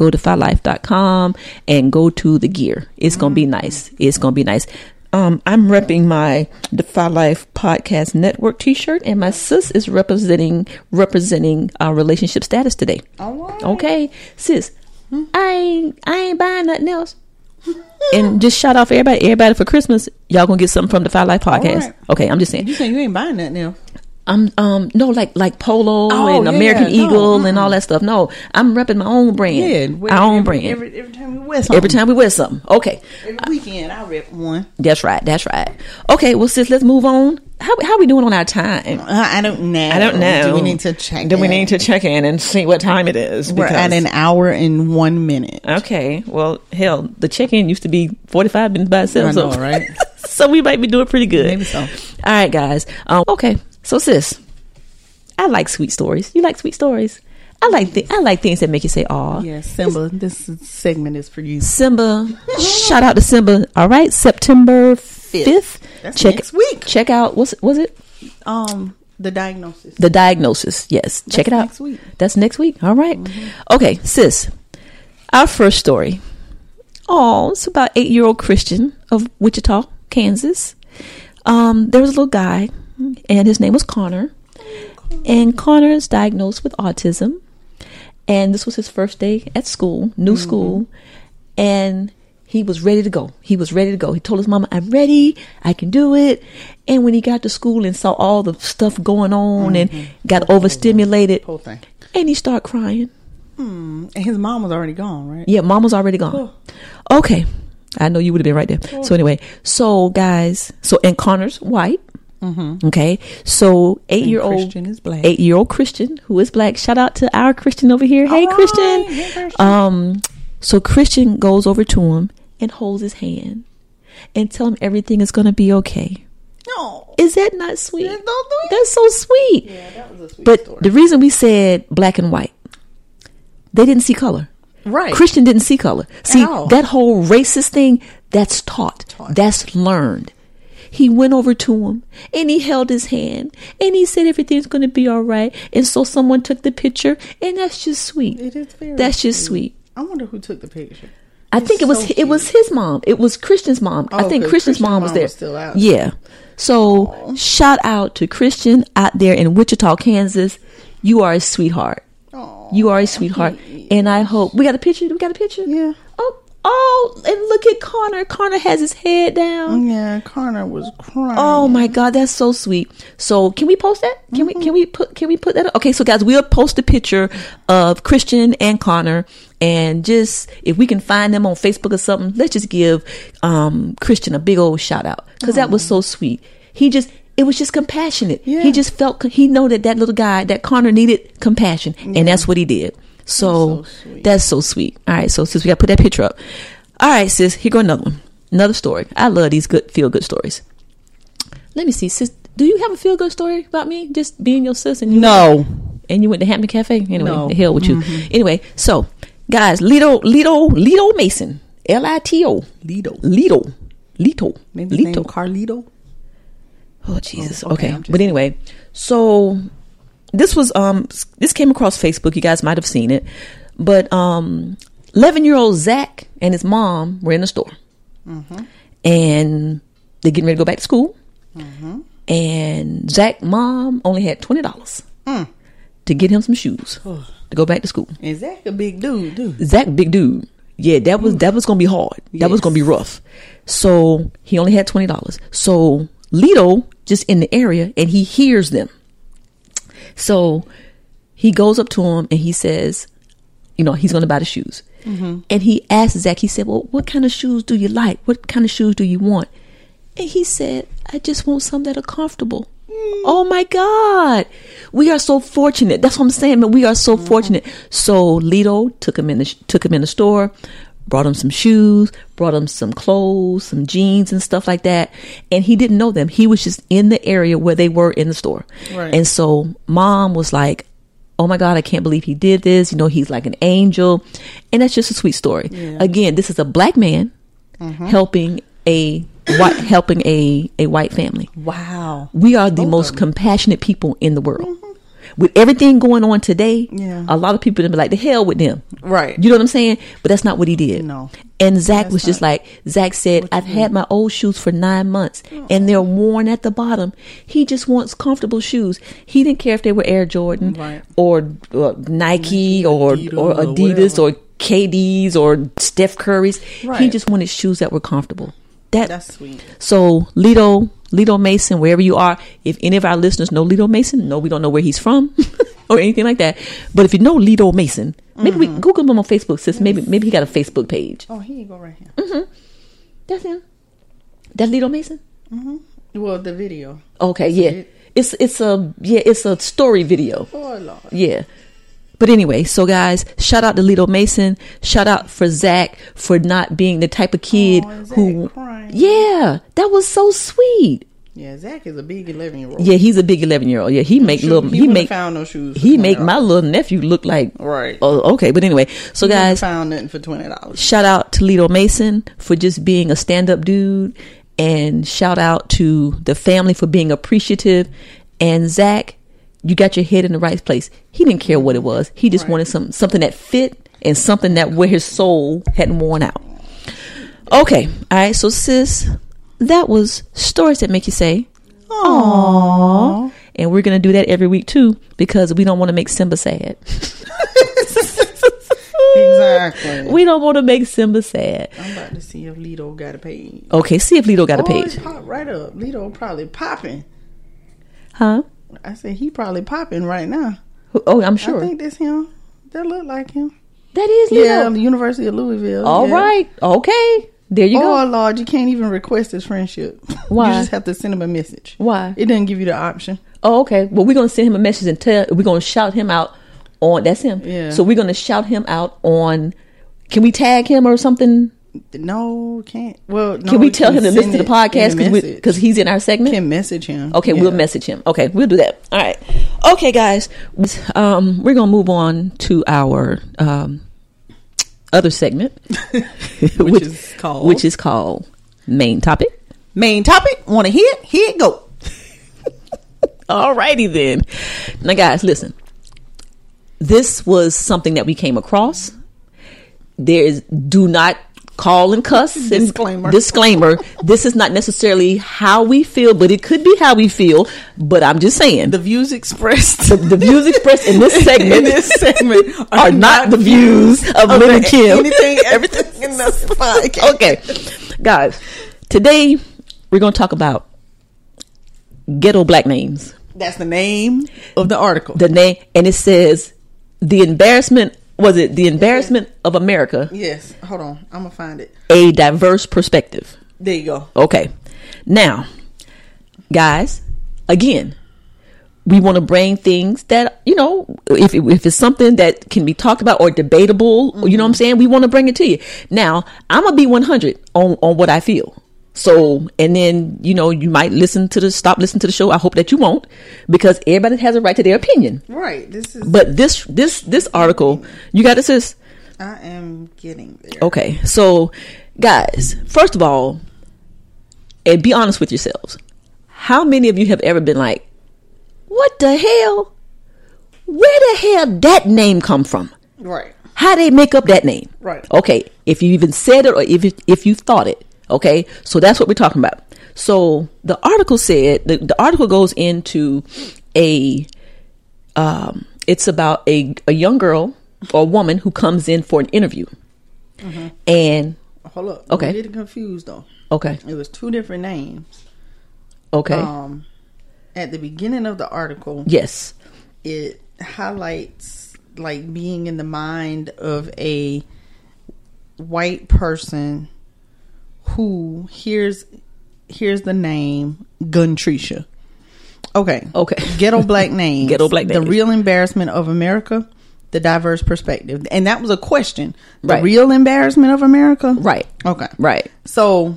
Speaker 4: www.godefylife.com and go to the gear it's gonna be nice it's gonna be nice um, I'm repping my Defy Life Podcast Network T-shirt, and my sis is representing representing our relationship status today. Okay, sis, I ain't I ain't buying nothing else. and just shout out for everybody, everybody for Christmas. Y'all gonna get something from Defy Life Podcast.
Speaker 3: right.
Speaker 4: Okay, I'm just saying.
Speaker 3: You saying you ain't buying that now?
Speaker 4: I'm um no like like polo
Speaker 3: Oh,
Speaker 4: and
Speaker 3: yeah,
Speaker 4: American
Speaker 3: no,
Speaker 4: Eagle and all that stuff. No, I'm repping my own brand.
Speaker 3: wear
Speaker 4: our own
Speaker 3: every-
Speaker 4: brand. Every,
Speaker 3: Every, every time we wear something.
Speaker 4: time we wear something. Okay.
Speaker 3: Every weekend I rip one.
Speaker 4: That's right. That's right. Okay, well sis, let's move on. How how we doing on our time?
Speaker 3: Uh, I don't know.
Speaker 4: I don't know.
Speaker 3: Do we need to check?
Speaker 4: Do we
Speaker 3: it?
Speaker 4: need to check in and see what time it is?
Speaker 3: We're at an hour and one minute.
Speaker 4: Uh, Okay. Well, hell, the check in used to be forty five minutes by itself.
Speaker 3: I know,
Speaker 4: so-
Speaker 3: right?
Speaker 4: so we might be doing pretty good.
Speaker 3: Maybe so.
Speaker 4: All right, guys. Um, okay. So sis, I like sweet stories. You like sweet stories. I like th- I like things that make you say, "Aw."
Speaker 3: Yes, Simba, this is- segment is for you.
Speaker 4: Simba. Shout out to Simba. All right, September fifth.
Speaker 3: That's next week.
Speaker 4: Check out what's was it
Speaker 3: Um, the diagnosis.
Speaker 4: the diagnosis? Yes, check it out.
Speaker 3: next week. Mm-hmm.
Speaker 4: That's next week. All right. Okay, sis. Our first story. Oh, it's about eight year old Christian of Wichita, Kansas. Um, there was a little guy, and his name was Connor.
Speaker 3: Oh,
Speaker 4: And Connor is diagnosed with autism. And this was his first day at school, new
Speaker 3: Mm-hmm.
Speaker 4: school. And he was ready to go. He was ready to go. He told his mama, I'm ready. I can do it. And when he got to school and saw all the stuff going on and got overstimulated,
Speaker 3: Whole thing.
Speaker 4: and he started crying.
Speaker 3: And his mom was already gone, right?
Speaker 4: Yeah, mama's already gone. Okay. I know you would have been right there. So anyway, so guys, so and Connor's white. Okay, so eight year old
Speaker 3: Christian is black.
Speaker 4: Eight year old Christian who is black. Shout out to our Christian over here.
Speaker 3: All
Speaker 4: Hey,
Speaker 3: right.
Speaker 4: Christian.
Speaker 3: Hey, Christian.
Speaker 4: Um, so Christian goes over to him and holds his hand and tell him everything is going to be okay.
Speaker 3: No.
Speaker 4: Is that not sweet?
Speaker 3: That's so sweet.
Speaker 4: That's so sweet.
Speaker 3: Yeah, that was a sweet
Speaker 4: But
Speaker 3: story.
Speaker 4: the reason we said black and white, they didn't see color.
Speaker 3: right.
Speaker 4: Christian didn't see color. See,
Speaker 3: all.
Speaker 4: that whole racist thing, that's taught, that's learned. He went over to him and he held his hand and he said everything's going to be all right. And so someone took the picture and that's just sweet.
Speaker 3: It is very
Speaker 4: That's just sweet.
Speaker 3: I wonder who took the picture.
Speaker 4: I
Speaker 3: It's
Speaker 4: think it was
Speaker 3: so
Speaker 4: it was his mom. It was Christian's mom. I
Speaker 3: Oh,
Speaker 4: think
Speaker 3: 'cause
Speaker 4: Christian's
Speaker 3: Christian's
Speaker 4: mom was
Speaker 3: mom
Speaker 4: there.
Speaker 3: was still out.
Speaker 4: Yeah. So shout out to Christian out there in Wichita, Kansas. You are a sweetheart. You are a sweetheart, and I hope we got a picture. We got a picture.
Speaker 3: Yeah.
Speaker 4: Oh, oh, and look at Connor. Connor has his head down.
Speaker 3: Yeah, Connor was crying.
Speaker 4: Oh my God, that's so sweet. So can we post that? Can we can we put can we put that? Up? Okay, so guys, we'll post a picture of Christian and Connor, and just if we can find them on Facebook or something, let's just give um, Christian a big old shout out because that was so sweet. He just it was just compassionate.
Speaker 3: Yeah.
Speaker 4: He just felt he know that that little guy that Connor needed compassion, and that's what he did. So that's so, sweet. All right, so sis, we got to put that picture up. All right, sis, here go another one, another story. I love these good feel good stories. Let me see, sis. Do you have a feel good story about me just being your sis and you
Speaker 3: no.
Speaker 4: and you went to Hampton Cafe anyway?
Speaker 3: No. Mm-hmm.
Speaker 4: The hell with you. Anyway, so guys, Lito Lito Lito Mason, L I T O
Speaker 3: Lito.
Speaker 4: Lito Lito
Speaker 3: Maybe his name Carlito.
Speaker 4: Oh Jesus.
Speaker 3: okay,
Speaker 4: okay.
Speaker 3: I'm just-
Speaker 4: But anyway, so this was um s- this came across Facebook. You guys might have seen it, but um, eleven year old Zach and his mom were in the store, and they're getting ready to go back to school. And Zach's mom only had twenty dollars to get him some shoes to go back to school.
Speaker 3: Is that a big dude, dude?
Speaker 4: Zach, big dude. Yeah, that was that was gonna be hard. That was
Speaker 3: Yes.
Speaker 4: gonna be rough. So he only had twenty dollars. So Lito just in the area and he hears them. So he goes up to him and he says, you know, he's gonna buy the shoes. And he asked Zach, he said, Well, what kind of shoes do you like? What kind of shoes do you want? And he said, I just want some that are comfortable. Oh my God. We are so fortunate. That's what I'm saying, man. We are so fortunate. So Lito took him in the took him in the store, brought him some shoes, brought him some clothes, some jeans and stuff like that. And he didn't know them. He was just in the area where they were in the store.
Speaker 3: Right.
Speaker 4: And so mom was like, Oh my God, I can't believe he did this. You know, he's like an angel. And that's just a sweet story. Again, this is a black man helping a white helping a, a white family.
Speaker 3: Wow.
Speaker 4: We are the most compassionate people in the world. With everything going on today,
Speaker 3: Yeah.
Speaker 4: a lot of people would be like, the hell with them.
Speaker 3: Right.
Speaker 4: You know what I'm saying? But that's not what he did.
Speaker 3: No.
Speaker 4: And Zach was just like, Zach said, I've had my old shoes for nine months and they're worn at the bottom. He just wants comfortable shoes. He didn't care if they were Air Jordan
Speaker 3: Right.
Speaker 4: or uh, Nike, or,
Speaker 3: Adidas,
Speaker 4: or
Speaker 3: or
Speaker 4: Adidas or KD's or Steph Curry's. He
Speaker 3: Right.
Speaker 4: just wanted shoes that were comfortable. That,
Speaker 3: That's sweet.
Speaker 4: so Lido, Lido Mason, wherever you are, if any of our listeners know Lido Mason, no, we don't know where he's from or anything like that. But if you know Lido Mason, maybe
Speaker 3: Mm-hmm.
Speaker 4: we Google him on Facebook, sis. Maybe maybe he got a Facebook page.
Speaker 3: Oh, here you go right here.
Speaker 4: That's him. That's Lido Mason.
Speaker 3: Well, the video.
Speaker 4: Okay, yeah. It's it's a yeah, it's a story video.
Speaker 3: Oh, Lord.
Speaker 4: Yeah. But anyway, so guys, shout out to Lito Mason. Shout out for Zach for not being the type of kid
Speaker 3: Aw, Oh, Zach
Speaker 4: who.
Speaker 3: crying.
Speaker 4: Yeah, that was so sweet.
Speaker 3: Yeah, Zach is a big eleven year old.
Speaker 4: Yeah, he's a big eleven year old. Yeah, he make
Speaker 3: shoes.
Speaker 4: little
Speaker 3: He
Speaker 4: he,
Speaker 3: wouldn't
Speaker 4: make
Speaker 3: found no shoes for
Speaker 4: He make
Speaker 3: $20.
Speaker 4: my little nephew look like
Speaker 3: Right.
Speaker 4: Oh, okay, but anyway, so guys,
Speaker 3: found nothing for twenty dollars.
Speaker 4: shout out Toledo Mason for just being a stand up dude, and shout out to the family for being appreciative. And Zach, you got your head in the right place. He didn't care what it was. He just wanted some something that fit and something that where his soul hadn't worn out. Okay, all right. So sis, that was stories that make you say. Aww. And we're gonna do that every week too because we don't want to make Simba sad.
Speaker 3: Exactly.
Speaker 4: We don't want to make Simba sad.
Speaker 3: I'm about to see if Lido got a page.
Speaker 4: Okay, see if Lito got a
Speaker 3: Oh,
Speaker 4: page.
Speaker 3: it popped right up. Lido probably popping.
Speaker 4: Huh?
Speaker 3: I said he probably popping right now.
Speaker 4: Who- Oh, I'm
Speaker 3: I
Speaker 4: sure.
Speaker 3: think that's him. That look like him.
Speaker 4: That is
Speaker 3: Yeah,
Speaker 4: Lito.
Speaker 3: the University of Louisville.
Speaker 4: All
Speaker 3: yeah.
Speaker 4: right. Okay. There you
Speaker 3: Oh
Speaker 4: go.
Speaker 3: Lord, you can't even request his friendship.
Speaker 4: Why?
Speaker 3: You just have to send him a message.
Speaker 4: Why?
Speaker 3: It doesn't give you the option.
Speaker 4: Oh, okay. Well, we're gonna send him a message and tell. We're gonna shout him out on. That's him.
Speaker 3: Yeah.
Speaker 4: So we're gonna shout him out on. Can we tag him or something?
Speaker 3: No, can't. Well, no,
Speaker 4: Can we tell him to
Speaker 3: send
Speaker 4: listen to the
Speaker 3: it in
Speaker 4: podcast
Speaker 3: a message.
Speaker 4: because he's in our segment?
Speaker 3: can message him.
Speaker 4: Okay,
Speaker 3: Yeah.
Speaker 4: we'll message him. Okay, we'll do that. All right. Okay, guys, um, we're gonna move on to our um, other segment, which,
Speaker 3: is called?
Speaker 4: which is called main topic.
Speaker 3: Main topic. Want to hit? Here it go.
Speaker 4: Alrighty then. Now, guys, listen. This was something that we came across. There is do not call and cuss. and-
Speaker 3: Disclaimer.
Speaker 4: disclaimer. this is not necessarily how we feel, but it could be how we feel. But I'm just saying
Speaker 3: The views expressed.
Speaker 4: the, the views expressed in this segment,
Speaker 3: In this segment
Speaker 4: are, not, the views of Lynn and Kim.
Speaker 3: Anything, everything in this podcast.
Speaker 4: okay, guys, today we're going to talk about ghetto black names.
Speaker 3: That's the name of the article.
Speaker 4: The name, and it says the embarrassment. Was it the embarrassment of America?
Speaker 3: yes. Hold on. I'm going to find it.
Speaker 4: A diverse perspective.
Speaker 3: There you go.
Speaker 4: Okay. Now, guys, again, we want to bring things that, you know, if, if it's something that can be talked about or debatable, you know what I'm saying? We want to bring it to you. Now, I'm going to be 100 on, on what I feel. So, and then, you know, you might listen to the, stop listening to the show. I hope that you won't because everybody has a right to their opinion.
Speaker 3: Right. This is.
Speaker 4: But this, this, this article, you got this is,
Speaker 3: I am getting there.
Speaker 4: Okay, so guys, first of all, and be honest with yourselves. How many of you have ever been like, "What the hell? Where the hell that name come from?
Speaker 3: Right.
Speaker 4: How they make up that name?"
Speaker 3: Right.
Speaker 4: Okay, if you even said it or if you, if you thought it. Okay, so that's what we're talking about. So the article said the, the article goes into a um, it's about a a young girl or woman who comes in for an interview, Mm-hmm. and
Speaker 3: Hold up.
Speaker 4: Okay.
Speaker 3: I'm getting confused though.
Speaker 4: Okay.
Speaker 3: It was two different names.
Speaker 4: Okay.
Speaker 3: Um, at the beginning of the article,
Speaker 4: yes.
Speaker 3: it highlights like being in the mind of a white person who hears hears the name Guntrisha. Okay.
Speaker 4: Okay.
Speaker 3: Ghetto black names.
Speaker 4: Ghetto black
Speaker 3: The
Speaker 4: names.
Speaker 3: real embarrassment of America. The diverse perspective, and that was a question. The
Speaker 4: Right.
Speaker 3: real embarrassment of America.
Speaker 4: Right.
Speaker 3: Okay.
Speaker 4: Right.
Speaker 3: So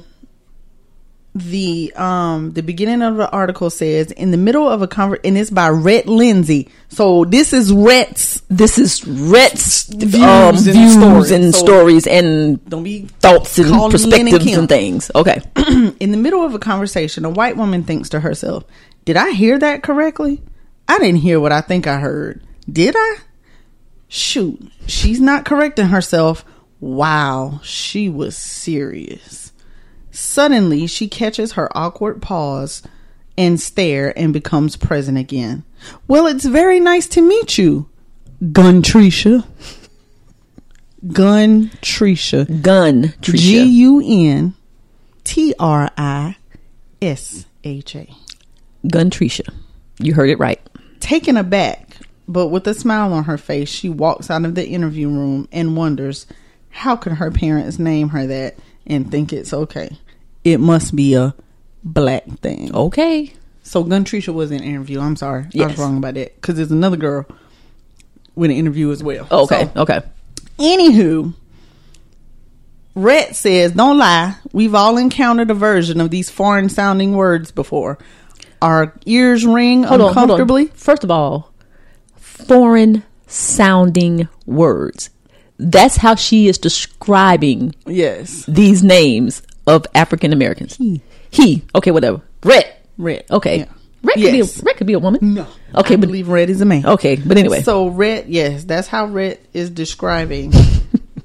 Speaker 3: the um the beginning of the article says in the middle of a conver and it's by Rhett Lindsay. So this is Rhett's
Speaker 4: This is Rhett's
Speaker 3: Views
Speaker 4: views,
Speaker 3: and
Speaker 4: and, views
Speaker 3: stories.
Speaker 4: stories. and
Speaker 3: So-
Speaker 4: stories and
Speaker 3: don't be
Speaker 4: thoughts and
Speaker 3: calling Lynn and
Speaker 4: perspectives
Speaker 3: Kim.
Speaker 4: and, things. Okay.
Speaker 3: in the middle of a conversation, a white woman thinks to herself, Did I hear that correctly? I didn't hear what I think I heard. Did I? Shoot, she's not correcting herself. Wow, she was serious. Suddenly, she catches her awkward pause and stare and becomes present again. Well, it's very nice to meet you, Guntrisha. Guntrisha.
Speaker 4: Gun.
Speaker 3: G
Speaker 4: Trisha.
Speaker 3: U N T R I S H A.
Speaker 4: Gun. Trisha. You heard it right.
Speaker 3: Taken aback, but with a smile on her face, she walks out of the interview room and wonders how could her parents name her that and think it's okay. It must be a black thing.
Speaker 4: Okay.
Speaker 3: So Guntrisha was in an interview. I'm sorry, I was
Speaker 4: Yes.
Speaker 3: wrong about that because there's another girl
Speaker 4: Oh,
Speaker 3: with an interview as well.
Speaker 4: Okay.
Speaker 3: So,
Speaker 4: okay.
Speaker 3: anywho, Red says, "Don't lie. We've all encountered a version of these foreign-sounding words before. Our ears ring
Speaker 4: Hold on, hold on.
Speaker 3: uncomfortably.
Speaker 4: First of all, foreign sounding words. That's how she is describing
Speaker 3: Yes,
Speaker 4: these names of African Americans. He. Okay, whatever. Red.
Speaker 3: red.
Speaker 4: Okay.
Speaker 3: Yeah.
Speaker 4: Red, could
Speaker 3: Yes.
Speaker 4: be a, red could be a woman.
Speaker 3: No.
Speaker 4: Okay,
Speaker 3: I
Speaker 4: but
Speaker 3: believe red is a man.
Speaker 4: okay, but anyway.
Speaker 3: So red, yes, that's how red is describing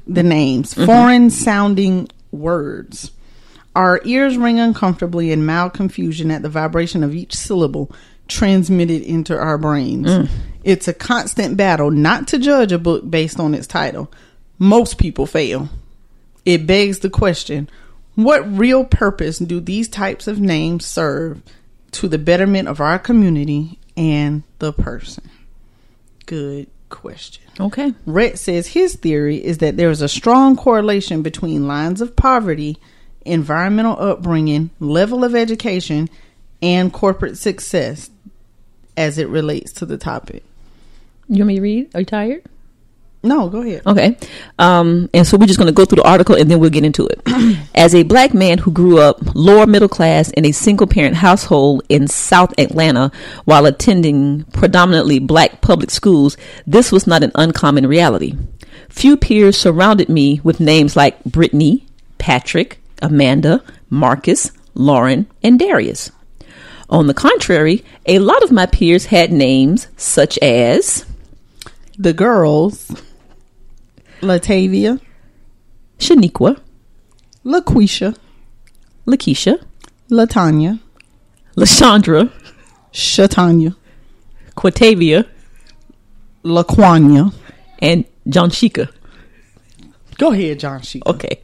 Speaker 3: the names. Foreign sounding words. Our ears ring uncomfortably in mild confusion at the vibration of each syllable transmitted into our brains. It's a constant battle not to judge a book based on its title. Most people fail. It begs the question what real purpose do these types of names serve to the betterment of our community and the person? Good question.
Speaker 4: okay.
Speaker 3: Rhett says his theory is that there is a strong correlation between lines of poverty, environmental upbringing, level of education, and corporate success as it relates to the topic.
Speaker 4: You want me to read? Are you tired?
Speaker 3: No, go ahead.
Speaker 4: Okay. Um, and so we're just going to go through the article and then we'll get into it. As a black man who grew up lower middle class in a single parent household in South Atlanta while attending predominantly black public schools, this was not an uncommon reality. Few peers surrounded me with names like Brittany, Patrick, Amanda, Marcus, Lauren, and Darius. On the contrary, a lot of my peers had names such as
Speaker 3: The girls, Latavia,
Speaker 4: Shaniqua,
Speaker 3: LaQuisha,
Speaker 4: Lakeisha,
Speaker 3: Latanya,
Speaker 4: Lashandra,
Speaker 3: Shatanya,
Speaker 4: Quatavia,
Speaker 3: LaQuanya.
Speaker 4: and John Sheikah.
Speaker 3: Go ahead, John Sheik.
Speaker 4: Okay.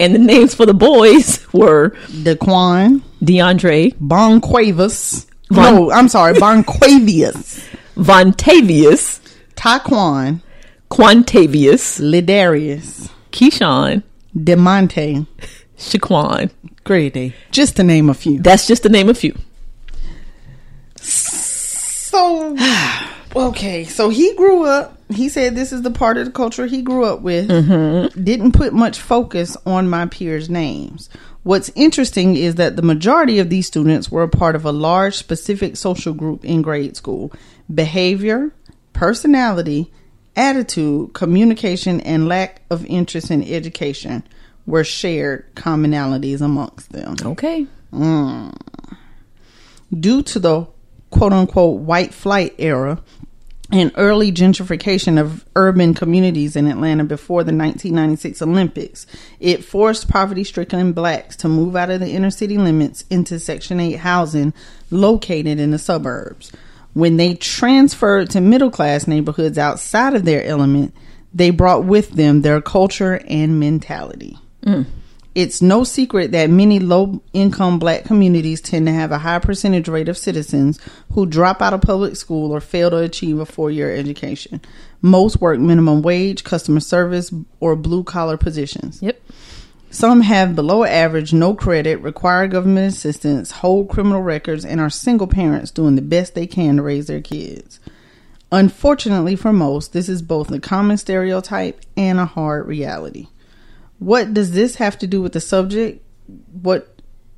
Speaker 4: And the names for the boys were
Speaker 3: Daquan,
Speaker 4: DeAndre,
Speaker 3: Bonquavis.
Speaker 4: Von-
Speaker 3: no, I'm sorry, Bonquavius.
Speaker 4: Vontavious,
Speaker 3: Taquan,
Speaker 4: Quantavious,
Speaker 3: Lidarius,
Speaker 4: Keyshawn,
Speaker 3: Demonte,
Speaker 4: Shaquan.
Speaker 3: Grady, just to name a few.
Speaker 4: That's just to name a few.
Speaker 3: So, okay, so he grew up. He said this is the part of the culture he grew up with. Didn't put much focus on my peers' names. What's interesting is that the majority of these students were a part of a large specific social group in grade school. Behavior, personality, attitude, communication, and lack of interest in education were shared commonalities amongst them.
Speaker 4: Okay.
Speaker 3: due to the quote unquote white flight era and early gentrification of urban communities in Atlanta before the 1996 Olympics, it forced poverty stricken blacks to move out of the inner city limits into Section 8 housing located in the suburbs. When they transferred to middle class neighborhoods outside of their element, they brought with them their culture and mentality. It's no secret that many low income black communities tend to have a high percentage rate of citizens who drop out of public school or fail to achieve a four year education. Most work minimum wage, customer service, or blue collar positions.
Speaker 4: Yep.
Speaker 3: Some have below average, no credit, require government assistance, hold criminal records, and are single parents doing the best they can to raise their kids. Unfortunately for most, this is both a common stereotype and a hard reality. What does this have to do with the subject? What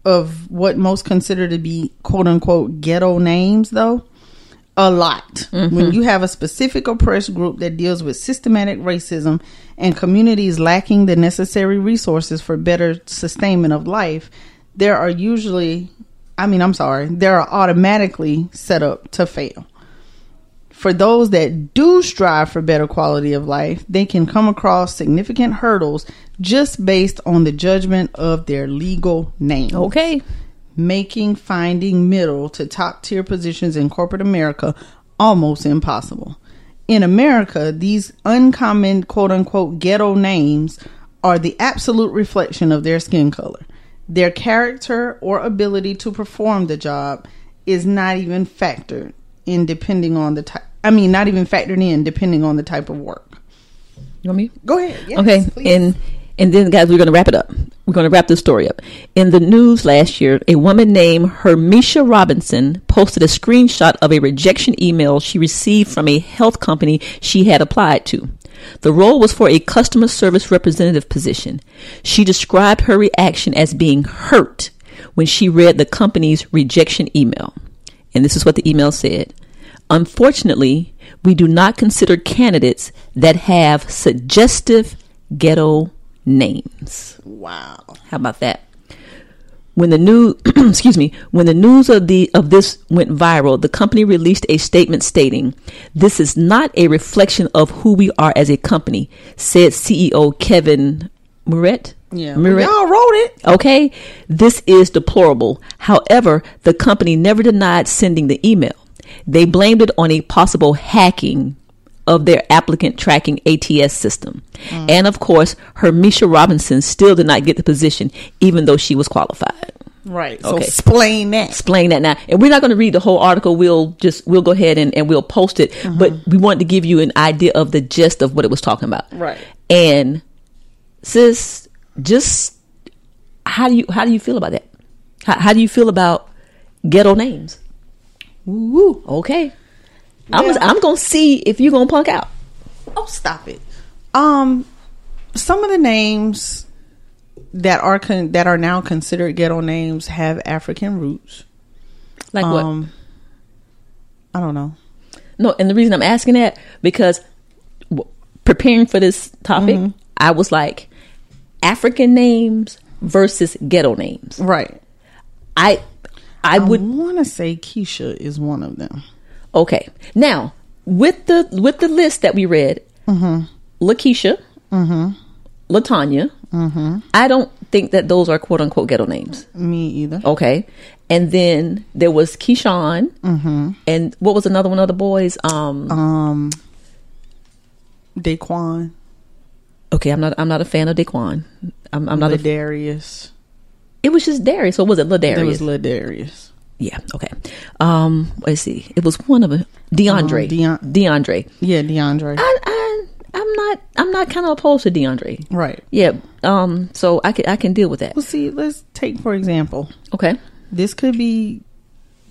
Speaker 3: of what most consider to be quote unquote ghetto names though? a lot when you have a specific oppressed group that deals with systematic racism and communities lacking the necessary resources for better sustainment of life there are usually i mean i'm sorry there are automatically set up to fail for those that do strive for better quality of life they can come across significant hurdles just based on the judgment of their legal name
Speaker 4: Okay.
Speaker 3: making finding middle to top tier positions in corporate America almost impossible. In America, these uncommon quote unquote ghetto names are the absolute reflection of their skin color. Their character or ability to perform the job is not even factored in depending on the type. I mean, not even factored in depending on the type of work.
Speaker 4: You want me?
Speaker 3: Go ahead. Yes,
Speaker 4: okay
Speaker 3: please.
Speaker 4: and and then guys we're going to wrap it up we're going to wrap this story up in the news last year a woman named hermisha robinson posted a screenshot of a rejection email she received from a health company she had applied to The role was for a customer service representative position. She described her reaction as being hurt when she read the company's rejection email. And this is what the email said Unfortunately, we do not consider candidates that have suggestive ghetto names.
Speaker 3: Wow.
Speaker 4: How about that? When the new excuse me, when the news of the of this went viral, the company released a statement stating, "This is not a reflection of who we are as a company," said CEO Kevin Muret.
Speaker 3: Yeah.
Speaker 4: Muret.
Speaker 3: Y'all wrote it.
Speaker 4: Okay, this is deplorable. However, the company never denied sending the email. They blamed it on a possible hacking of their applicant tracking ATS system. And of course, her Misha Robinson still did not get the position, even though she was qualified.
Speaker 3: Right. So
Speaker 4: Okay.
Speaker 3: explain that.
Speaker 4: Explain that now. And we're not going to read the whole article. We'll just, we'll go ahead and, and we'll post it. But we wanted to give you an idea of the gist of what it was talking about.
Speaker 3: Right.
Speaker 4: And sis, just how do you, how do you feel about that? How, how do you feel about ghetto names?
Speaker 3: Woo.
Speaker 4: Okay. I'm,
Speaker 3: Yeah.
Speaker 4: I'm going to see if you're going to punk out.
Speaker 3: Oh, stop it. Um, some of the names that are con- that are now considered ghetto names have African roots.
Speaker 4: Like what?
Speaker 3: Um, I don't know.
Speaker 4: No, and the reason I'm asking that because w- preparing for this topic,
Speaker 3: Mm-hmm.
Speaker 4: I was like African names versus ghetto names.
Speaker 3: Right.
Speaker 4: I I
Speaker 3: I would
Speaker 4: would
Speaker 3: want to say Keisha is one of them.
Speaker 4: okay. Now, with the with the list that we read,
Speaker 3: Mm-hmm.
Speaker 4: Lakeisha, Latanya,
Speaker 3: Mm-hmm.
Speaker 4: I don't think that those are quote unquote ghetto names.
Speaker 3: Me either.
Speaker 4: Okay. And then there was Keyshawn, and what was another one of the boys? Um,
Speaker 3: Mm-hmm. Um, Daquan,
Speaker 4: okay, I'm not I'm not a fan of Daquan. I'm, I'm not a
Speaker 3: Ladarius.
Speaker 4: It was just Darius, or was it
Speaker 3: There
Speaker 4: Ladarius?
Speaker 3: was Ladarius.
Speaker 4: yeah, okay. Um, let's see. It was one of a DeAndre.
Speaker 3: Um, Deon-
Speaker 4: DeAndre.
Speaker 3: Yeah, DeAndre.
Speaker 4: I, I, I'm not. I'm not kind of opposed to DeAndre.
Speaker 3: right.
Speaker 4: Yeah. Um. So I can I can deal with that.
Speaker 3: Well, see, let's take for example.
Speaker 4: Okay.
Speaker 3: This could be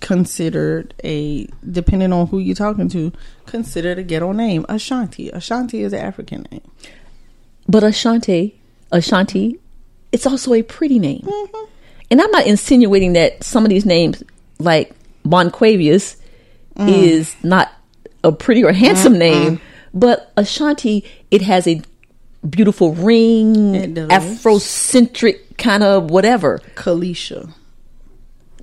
Speaker 3: considered a, depending on who you're talking to, considered a ghetto name. Ashanti. Ashanti is an African name.
Speaker 4: But Ashanti, Ashanti, it's also a pretty name.
Speaker 3: Mm-hmm.
Speaker 4: And I'm not insinuating that some of these names, like Bonquavius,
Speaker 3: Mm.
Speaker 4: is not a pretty or handsome name. But Ashanti, it has a beautiful ring,
Speaker 3: It does.
Speaker 4: Afrocentric kind of whatever.
Speaker 3: Kalisha.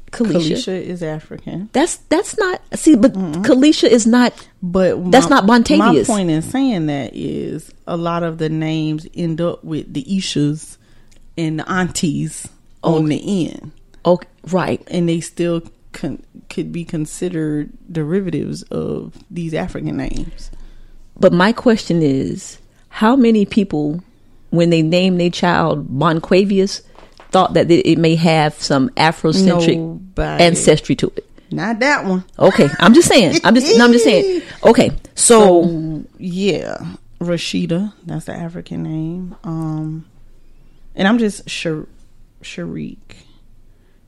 Speaker 4: Kalisha.
Speaker 3: Kalisha is African,
Speaker 4: That's that's not see, but Kalisha is not
Speaker 3: but my-
Speaker 4: That's not
Speaker 3: My
Speaker 4: Bontavious.
Speaker 3: point in saying that is a lot of the names end up with the Ishas and the aunties on the end.
Speaker 4: oh right.
Speaker 3: and they still con- could be considered derivatives of these African names.
Speaker 4: But my question is, how many people, when they name their child Bonquavius, thought that it it may have some Afrocentric
Speaker 3: Nobody.
Speaker 4: ancestry to it?
Speaker 3: Not that one.
Speaker 4: Okay, I'm just saying. I'm just. No, I'm just saying. Okay, so
Speaker 3: So yeah, Rashida, that's the African name. Um, and I'm just Shar- Sharik.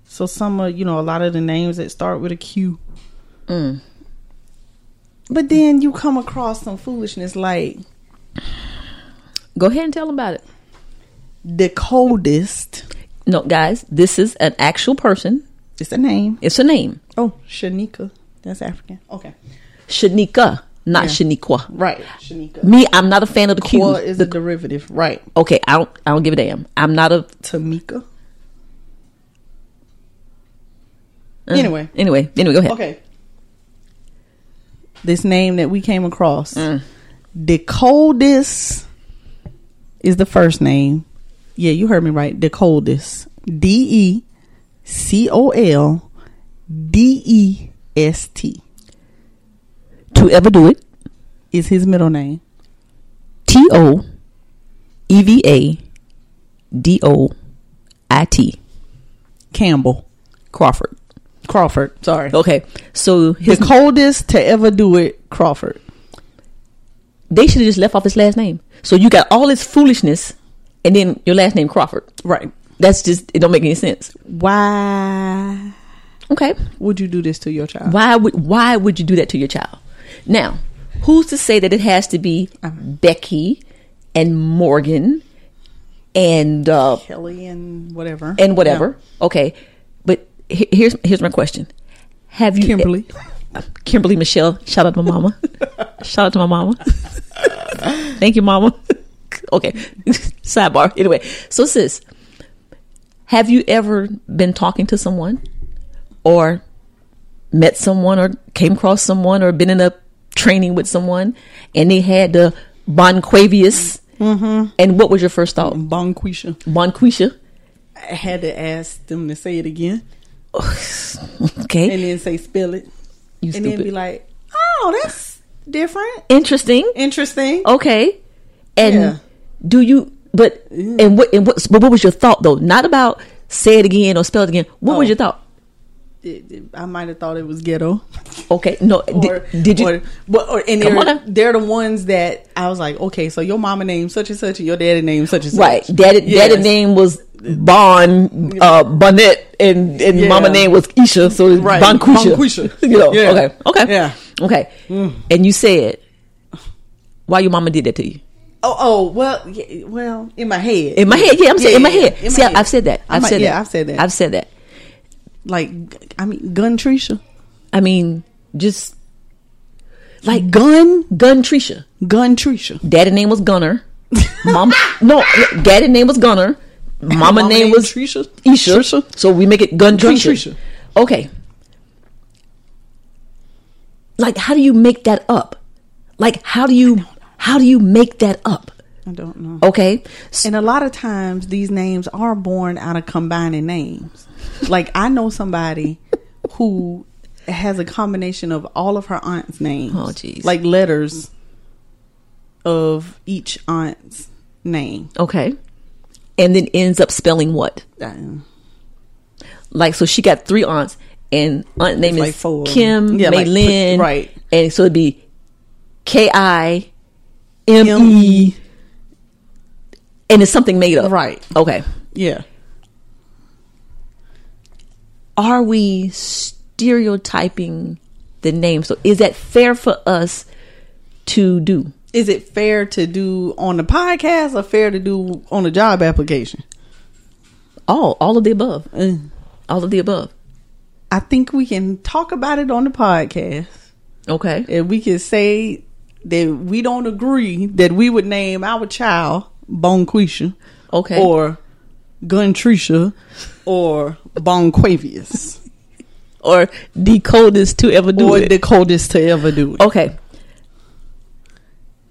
Speaker 3: So some of you know a lot of the names that start with a Q.
Speaker 4: mm,
Speaker 3: But then you come across some foolishness like
Speaker 4: go ahead and tell them about it.
Speaker 3: the coldest.
Speaker 4: No, guys, this is an actual person.
Speaker 3: It's a name.
Speaker 4: It's a name,
Speaker 3: Oh, Shanika. That's African. Okay.
Speaker 4: Shanika, not Shaniqua.
Speaker 3: Right. Shanika.
Speaker 4: Me, I'm not a fan of the Q.
Speaker 3: Qua is a derivative, right?
Speaker 4: okay, I don't. I don't give a damn. I'm not a. uh,
Speaker 3: Tamika.
Speaker 4: Uh.
Speaker 3: Anyway,
Speaker 4: Anyway, anyway, go ahead.
Speaker 3: okay. This name that we came across, the coldest is the first name. Yeah, you heard me right. The coldest. D E C O L D E S T
Speaker 4: To ever do it.
Speaker 3: is his middle name.
Speaker 4: T O E V A D O I T
Speaker 3: Campbell
Speaker 4: Crawford.
Speaker 3: Crawford. Sorry.
Speaker 4: Okay, so
Speaker 3: The
Speaker 4: his
Speaker 3: coldest to ever do it, Crawford.
Speaker 4: they should have just left off his last name. So you got all this foolishness, and then your last name Crawford.
Speaker 3: Right.
Speaker 4: That's just it. Don't make any sense.
Speaker 3: Why?
Speaker 4: Okay,
Speaker 3: would you do this to your child?
Speaker 4: why would why would you do that to your child? Now, Who's to say that it has to be Becky and Morgan and uh,
Speaker 3: Kelly and whatever.
Speaker 4: and whatever? Okay, but he- here's here's my question: Have you
Speaker 3: Kimberly.
Speaker 4: Kimberly Michelle? Shout out to my mama. shout out to my mama. Thank you, mama. okay, sidebar. Anyway, so sis, have you ever been talking to someone or met someone or came across someone or been in a training with someone and they had the Bonquavius? Mm-hmm. And what was your first thought?
Speaker 3: Bonquisha.
Speaker 4: Bonquisha?
Speaker 3: I had to ask them to say it again
Speaker 4: Okay.
Speaker 3: and then say spell it.
Speaker 4: you
Speaker 3: and then be like, oh, that's different.
Speaker 4: Interesting.
Speaker 3: Interesting.
Speaker 4: Oh. Okay. And
Speaker 3: Yeah.
Speaker 4: do you but and what and what but what was your thought though? Not about say it again or spell it again. What was
Speaker 3: Oh.
Speaker 4: your thought?
Speaker 3: It- it- I might have thought it was ghetto.
Speaker 4: Okay. No
Speaker 3: Or,
Speaker 4: did, did you
Speaker 3: Or, but, or, and
Speaker 4: Come
Speaker 3: they're,
Speaker 4: on now.
Speaker 3: they're the ones that I was like, okay, so your mama named such and such and your daddy named such and such.
Speaker 4: Right. Daddy, daddy
Speaker 3: Yes.
Speaker 4: name was Bon uh, Bonnet, and and
Speaker 3: Yeah.
Speaker 4: mama name was Keisha, so it's
Speaker 3: Right.
Speaker 4: Bon Quisha.
Speaker 3: Bonquisha.
Speaker 4: you know.
Speaker 3: Yeah.
Speaker 4: Okay. Okay.
Speaker 3: Yeah. Mm.
Speaker 4: Okay. And you said why your mama did that to you?
Speaker 3: Oh, oh, well, yeah, well, in my head.
Speaker 4: In my head, yeah, I'm saying in my head.
Speaker 3: In my
Speaker 4: See, I- I've said that.
Speaker 3: I
Speaker 4: I've
Speaker 3: might-
Speaker 4: said
Speaker 3: yeah,
Speaker 4: that.
Speaker 3: I've said that.
Speaker 4: I've said that.
Speaker 3: like, g- I mean, gun Trisha,
Speaker 4: I mean, just like
Speaker 3: gun,
Speaker 4: Gun Trisha.
Speaker 3: gun Trisha.
Speaker 4: Daddy name was Gunner. Mama, no, daddy name was Gunner. Mama, name,
Speaker 3: name
Speaker 4: was
Speaker 3: Trisha?
Speaker 4: Isha.
Speaker 3: Trisha?
Speaker 4: So we make it Gun,
Speaker 3: Gun
Speaker 4: Trisha.
Speaker 3: Trisha.
Speaker 4: Okay. Like, how do you make that up? Like, how do you how do you make that up?
Speaker 3: I don't know.
Speaker 4: Okay. S-
Speaker 3: And a lot of times these names are born out of combining names. Like I know somebody who has a combination of all of her aunt's names.
Speaker 4: Oh, jeez.
Speaker 3: Like letters of each aunt's name.
Speaker 4: Okay. And then ends up spelling what?
Speaker 3: Uh,
Speaker 4: Like, so she got three aunts, and aunt name
Speaker 3: It's like
Speaker 4: is
Speaker 3: four.
Speaker 4: Kim,
Speaker 3: Yeah, like, put-
Speaker 4: Maylin,
Speaker 3: right.
Speaker 4: And so it'd be K I M E, and it's something made up,
Speaker 3: Right.
Speaker 4: Okay.
Speaker 3: Yeah.
Speaker 4: Are we stereotyping the name? So is that fair for us to do?
Speaker 3: Is it fair to do on the podcast or fair to do on a job application?
Speaker 4: All, all of the above, all of the above.
Speaker 3: I think we can talk about it on the podcast.
Speaker 4: Okay.
Speaker 3: and we can say that we don't agree that we would name our child Bonquisha,
Speaker 4: Okay.
Speaker 3: or Guntrisha, or Bonquavius,
Speaker 4: Or the coldest to ever do
Speaker 3: or
Speaker 4: it.
Speaker 3: the coldest to ever do it.
Speaker 4: okay.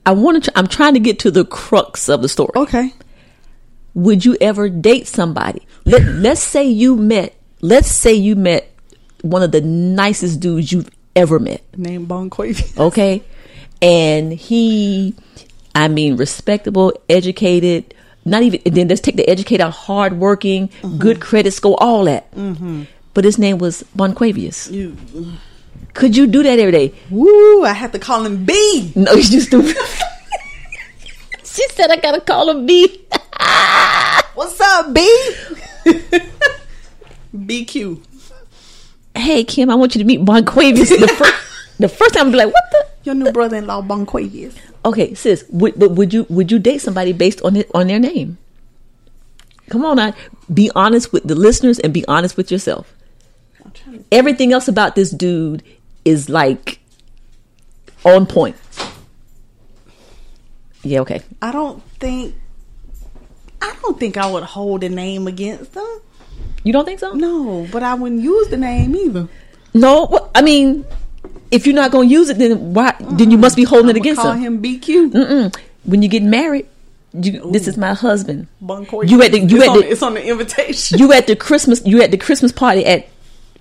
Speaker 4: I want to. Tr- I'm trying to get to the crux of the story.
Speaker 3: Okay.
Speaker 4: would you ever date somebody Let, let's say you met let's say you met one of the nicest dudes you've ever met
Speaker 3: Name Bonquavius.
Speaker 4: okay and he i mean respectable educated not even and then let's take the educated out hardworking good credit score all that but his name was bonquavius
Speaker 3: You-
Speaker 4: could you do that every day
Speaker 3: Woo! I have to call him B.
Speaker 4: no he's just stupid she said i gotta call him b
Speaker 3: What's up, B? BQ.
Speaker 4: hey kim i want you to meet bonquavius the, fir- the first time i'd be like what the
Speaker 3: Your new brother-in-law Bonquavius.
Speaker 4: Okay, sis, would, but would you would you date somebody based on it on their name? Come on, I be honest with the listeners and be honest with yourself.
Speaker 3: I'm trying to
Speaker 4: Everything else about this dude is like on point. Yeah, okay.
Speaker 3: I don't think I don't think I would hold a name against them.
Speaker 4: You don't think so?
Speaker 3: No, but I wouldn't use the name either.
Speaker 4: no. wha- I mean, if you're not going to use it, then why? Then you must be holding it
Speaker 3: I'ma
Speaker 4: against
Speaker 3: call him
Speaker 4: him.
Speaker 3: BQ.
Speaker 4: Mm-mm. When you get married, you, this is my husband.
Speaker 3: Bunkoy.
Speaker 4: You at the- you
Speaker 3: it's
Speaker 4: at
Speaker 3: on,
Speaker 4: the-
Speaker 3: it's on the invitation.
Speaker 4: You at the Christmas you at the Christmas party at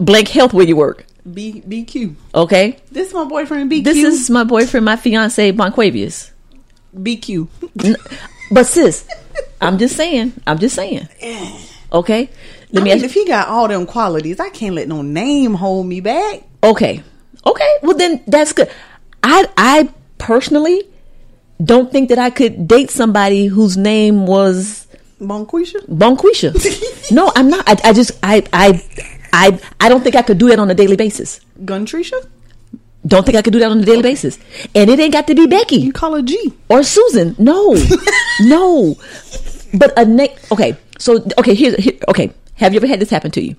Speaker 4: Blank Health where you work.
Speaker 3: B BQ.
Speaker 4: Okay.
Speaker 3: This my boyfriend BQ.
Speaker 4: This is my boyfriend, my fiance, Bonquavius.
Speaker 3: BQ.
Speaker 4: But sis, I'm just saying. I'm just saying. Okay. Let
Speaker 3: I
Speaker 4: me
Speaker 3: mean,
Speaker 4: ask.
Speaker 3: if he got all them qualities, I can't let no name hold me back.
Speaker 4: okay. Okay. Well, then that's good. I I personally don't think that I could date somebody whose name was
Speaker 3: Bonquisha.
Speaker 4: Bonquisha. no, I'm not. I, I just I I I I don't think I could do that on a daily basis.
Speaker 3: Guntrisha.
Speaker 4: Don't think I could do that on a daily basis. And it ain't got to be Becky
Speaker 3: You call her G.
Speaker 4: or Susan. No, no. But a na- okay. So okay, here's here, okay. Have you ever had this happen to you?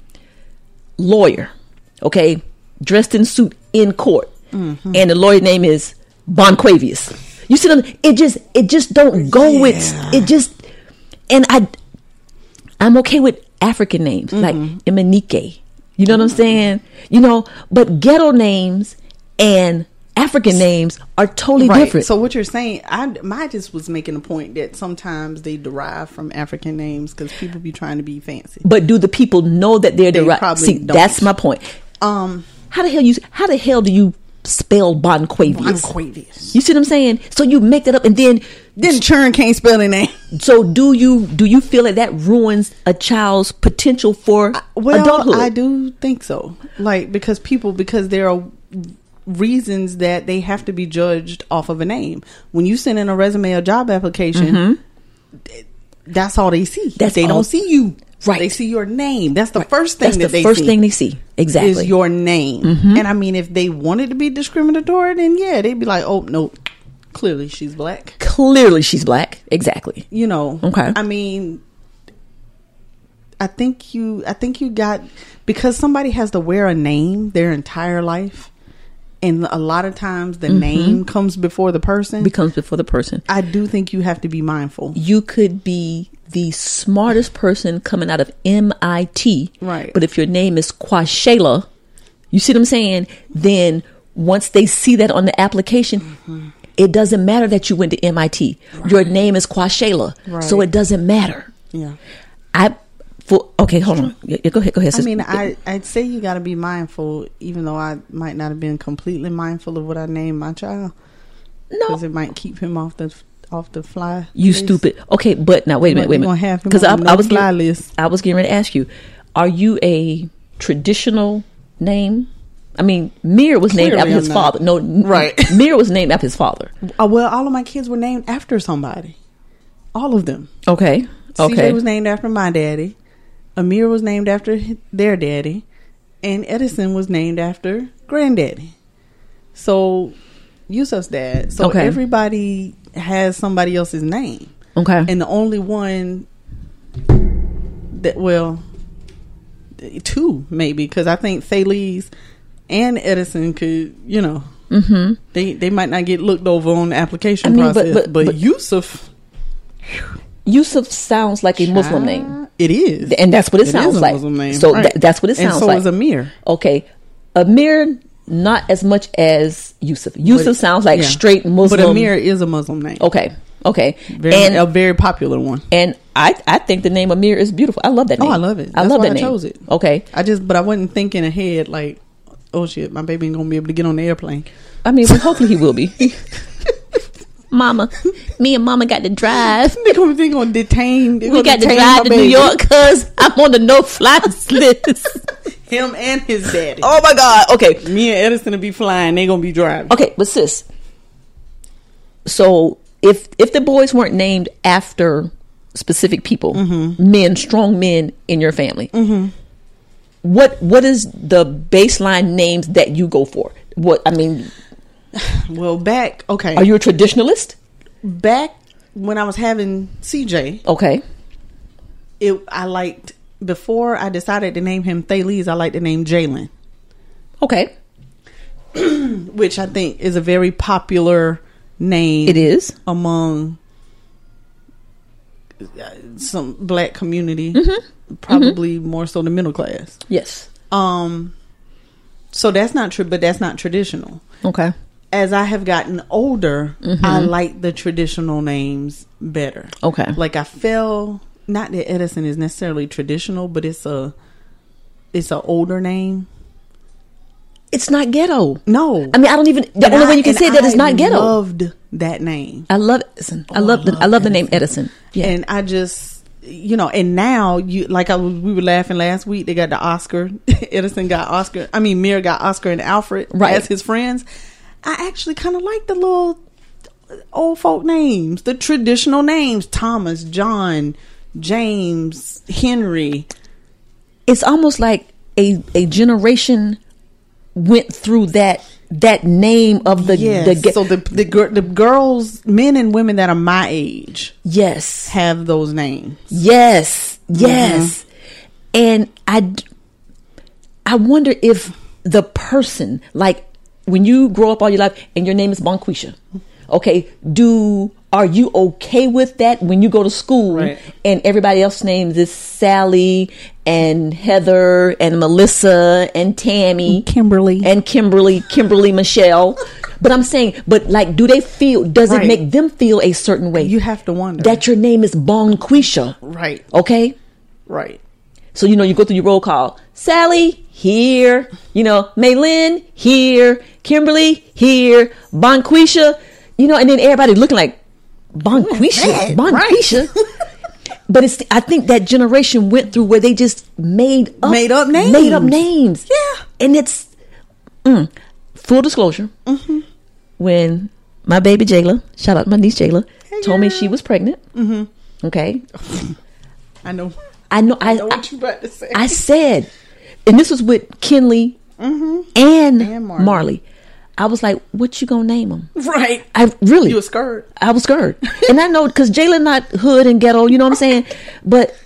Speaker 4: Lawyer, okay, dressed in suit in court, and the lawyer name is Bonquavius. You see, them- it just it just don't go with it just. And I, I'm okay with African names like Emenike. You know what I'm saying? You know, but ghetto names and African names are totally different.
Speaker 3: So what you're saying, I my just was making a point that sometimes they derive from African names because people be trying to be fancy.
Speaker 4: But do the people know that they're
Speaker 3: They
Speaker 4: the right?
Speaker 3: probably
Speaker 4: See,
Speaker 3: don't.
Speaker 4: that's my point.
Speaker 3: Um,
Speaker 4: How the hell you? How the hell do you spell Bonquavius?
Speaker 3: Bonquavius.
Speaker 4: You see what I'm saying? So you make that up, and then
Speaker 3: then churn can't spell their name.
Speaker 4: so do you? Do you feel that that ruins a child's potential for
Speaker 3: Well,
Speaker 4: adulthood?
Speaker 3: I do think so. Like because people because there are reasons that they have to be judged off of a name. When you send in a resume or job application, th- that's all they see.
Speaker 4: Mm-hmm. That's
Speaker 3: they
Speaker 4: all-
Speaker 3: don't see you.
Speaker 4: Right.
Speaker 3: They see your name. That's the first thing
Speaker 4: That's
Speaker 3: that
Speaker 4: the
Speaker 3: they
Speaker 4: first
Speaker 3: see.
Speaker 4: thing they see. Exactly. Mm-hmm.
Speaker 3: is your name. And I mean, if they wanted to be discriminatory, then yeah, they'd be like, oh, no, clearly she's black.
Speaker 4: Clearly, she's black. Exactly.
Speaker 3: You know,
Speaker 4: Okay.
Speaker 3: I mean, I think you, I think you got, because somebody has to wear a name their entire life. And a lot of times
Speaker 4: Mm-hmm.
Speaker 3: the name comes before the person.
Speaker 4: Becomes before the person.
Speaker 3: I do think you have to be mindful.
Speaker 4: you could be the smartest person coming out of MIT.
Speaker 3: Right.
Speaker 4: But if your name is Quashela, you see what I'm saying? Then once they see that on the application,
Speaker 3: Mm-hmm.
Speaker 4: it doesn't matter that you went to MIT. Your name is Quashela. So
Speaker 3: Right.
Speaker 4: it doesn't matter.
Speaker 3: Yeah.
Speaker 4: I for okay, hold on. Yeah, yeah, go ahead, go ahead.
Speaker 3: I
Speaker 4: sis.
Speaker 3: mean, I, I'd say you got to be mindful, even though I might not have been completely mindful of what I named my child. because
Speaker 4: no.
Speaker 3: it might keep him off the off the fly.
Speaker 4: You stupid. Okay, but now wait a
Speaker 3: But
Speaker 4: minute, wait a
Speaker 3: they gonna
Speaker 4: minute.
Speaker 3: have him
Speaker 4: Because I,
Speaker 3: on the
Speaker 4: I was
Speaker 3: no-fly
Speaker 4: getting-
Speaker 3: list.
Speaker 4: I was getting ready to ask you, are you a traditional name? I mean, Mir was named
Speaker 3: Clearly
Speaker 4: after his
Speaker 3: I'm not.
Speaker 4: father. No, n-
Speaker 3: Right.
Speaker 4: Mir was named after his father.
Speaker 3: Oh, well, all of my kids were named after somebody. All of them.
Speaker 4: Okay.
Speaker 3: CJ was named after my daddy. Amir was named after hi- their daddy, and Edison was named after granddaddy. So Yusuf's dad. So
Speaker 4: Okay.
Speaker 3: everybody has somebody else's name,
Speaker 4: okay.
Speaker 3: and the only one that well, th- two maybe because I think Thales and Edison could you know. They, they might not get looked over on the application
Speaker 4: Mm-hmm. I mean, but-
Speaker 3: process, but,
Speaker 4: but- but-
Speaker 3: Yusuf, uh,
Speaker 4: Yusuf sounds like a Muslim name,
Speaker 3: it is.
Speaker 4: and that's what it,
Speaker 3: It
Speaker 4: sounds
Speaker 3: is a
Speaker 4: like.
Speaker 3: Muslim name,
Speaker 4: So
Speaker 3: right.
Speaker 4: tha- that's what it
Speaker 3: And
Speaker 4: sounds
Speaker 3: so
Speaker 4: like.
Speaker 3: is Amir.
Speaker 4: Okay, Amir, not as much as Yusuf. Yusuf
Speaker 3: But it-
Speaker 4: sounds like
Speaker 3: yeah.
Speaker 4: straight Muslim.
Speaker 3: But Amir is a Muslim name.
Speaker 4: Okay. Okay.
Speaker 3: Very,
Speaker 4: and
Speaker 3: a very popular one.
Speaker 4: And I, I think the name Amir is beautiful. I love that
Speaker 3: Oh,
Speaker 4: name.
Speaker 3: I love it.
Speaker 4: I
Speaker 3: That's
Speaker 4: love
Speaker 3: why
Speaker 4: that
Speaker 3: I
Speaker 4: name.
Speaker 3: chose it.
Speaker 4: Okay.
Speaker 3: I just, but I wasn't thinking ahead like, oh shit, my baby ain't gonna be able to get on the airplane.
Speaker 4: I mean, well, hopefully he will be.
Speaker 5: Mama, me and Mama got to drive.
Speaker 3: They gonna, they gonna detain. They
Speaker 5: We
Speaker 3: gonna
Speaker 5: got to
Speaker 3: detain
Speaker 5: drive
Speaker 3: my
Speaker 5: to New
Speaker 3: baby.
Speaker 5: York because I'm on the no fly list.
Speaker 3: Him and his daddy.
Speaker 4: oh my God. Okay.
Speaker 3: Me and Edison will be flying. They gonna be
Speaker 5: Oh.
Speaker 3: driving.
Speaker 4: Okay. But sis, so if if the boys weren't named after specific people, men, strong men in your family, what what is the baseline names that you go for? What I mean,
Speaker 3: Well, back okay.
Speaker 4: are you a traditionalist?
Speaker 3: back when I was having CJ?
Speaker 4: Okay.
Speaker 3: It I liked before I decided to name him Thales. I liked the name Jalen.
Speaker 4: Okay.
Speaker 3: which I think is a very popular name.
Speaker 4: It is.
Speaker 3: among uh, some black community,
Speaker 5: Mm-hmm.
Speaker 3: probably more so the middle class.
Speaker 4: Yes.
Speaker 3: Um, so that's not true, but that's not traditional.
Speaker 4: Okay.
Speaker 3: As I have gotten older, I like the traditional names better.
Speaker 4: Mm-hmm. Okay.
Speaker 3: Like I feel not that Edison is necessarily traditional, but it's a it's an older name.
Speaker 4: It's not ghetto.
Speaker 3: No,
Speaker 4: I mean, I don't even. The
Speaker 3: And
Speaker 4: only
Speaker 3: I-
Speaker 4: way you can
Speaker 3: and
Speaker 4: say that is
Speaker 3: I
Speaker 4: not ghetto.
Speaker 3: Loved that name.
Speaker 4: I love Edison. I love the. I love the name Edison. Yeah.
Speaker 3: and I just you know and now you like I was, we were laughing last week they got the Oscar Edison got Oscar I mean Mir got Oscar and Alfred
Speaker 4: Right.
Speaker 3: as his friends I actually kind of like the little old folk names the traditional names Thomas John James Henry
Speaker 4: it's almost like a a generation went through that that name of the
Speaker 3: yes.
Speaker 4: the ga-
Speaker 3: so the the, gir- the girls, men and women that are my age
Speaker 4: yes
Speaker 3: have those names.
Speaker 4: Yes,
Speaker 3: Mm-hmm.
Speaker 4: yes. And I, d- I wonder if the person, like when you grow up all your life and your name is Bonquisha, okay, do are you okay with that when you go to school
Speaker 3: Right.
Speaker 4: and everybody else's names is Sally and Heather and Melissa and Tammy,
Speaker 3: Kimberly.
Speaker 4: and Kimberly, Kimberly Michelle. But I'm saying, but like, do they feel? Does
Speaker 3: Right.
Speaker 4: it make them feel a certain way?
Speaker 3: You have to wonder.
Speaker 4: that Oh. your name is Bonquisha.
Speaker 3: Right.
Speaker 4: Okay?
Speaker 3: Right.
Speaker 4: So you know you go through your roll call. Sally here, you know, Maylin here, Kimberly here, Bonquisha, you know, and then everybody looking like Bonquisha, Bonquisha. but it's I think that generation went through where they just made up
Speaker 3: Made up names.
Speaker 4: made up names.
Speaker 3: Yeah.
Speaker 4: and it's mm, full disclosure.
Speaker 3: Mm-hmm.
Speaker 4: When my baby Jayla, shout out to my niece Jayla, told me she was pregnant. Mm-hmm. Okay,
Speaker 3: I know.
Speaker 4: I know. I,
Speaker 3: know
Speaker 4: I,
Speaker 3: what you about to say.
Speaker 4: I said, and this was with Kinley and,
Speaker 3: Mm-hmm. And Marley.
Speaker 4: Marley. I was like, "What you gonna name them?"
Speaker 3: Right.
Speaker 4: I really,
Speaker 3: You were scared.
Speaker 4: I was scared, and I know because Jalen not hood and ghetto. You know what I'm saying? But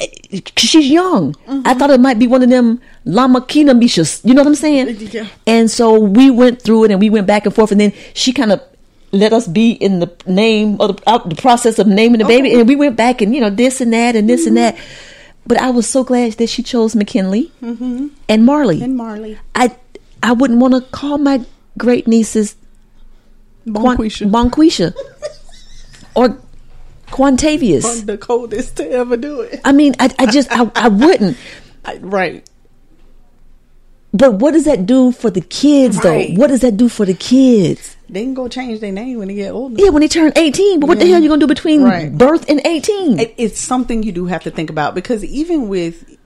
Speaker 4: eh, 'cause she's young. I
Speaker 3: Mm-hmm.
Speaker 4: thought it might be one of them Lama Kina Mishas. You know what I'm saying?
Speaker 3: Yeah.
Speaker 4: And so we went through it, and we went back and forth, and then she kind of let us be in the name of the, out the process of naming the baby, and we went back and you know this and that and this and
Speaker 3: Mm-hmm.
Speaker 4: that. But I was so glad that she chose McKinley and Marley.
Speaker 3: Mm-hmm. And Marley.
Speaker 4: I I wouldn't want to call my great nieces Quan-
Speaker 3: Bonquisha.
Speaker 4: Bonquisha. or Quantavious.
Speaker 3: the coldest to ever do it.
Speaker 4: I mean, I, I just, I, I wouldn't.
Speaker 3: right.
Speaker 4: But what does that do for the kids,
Speaker 3: Right.
Speaker 4: though? What does that do for the kids?
Speaker 3: They can go change their name when they get older.
Speaker 4: Yeah, when they turn 18, but what the hell are you going to do between
Speaker 3: Right.
Speaker 4: birth and 18?
Speaker 3: It, it's something you do have to think about because even with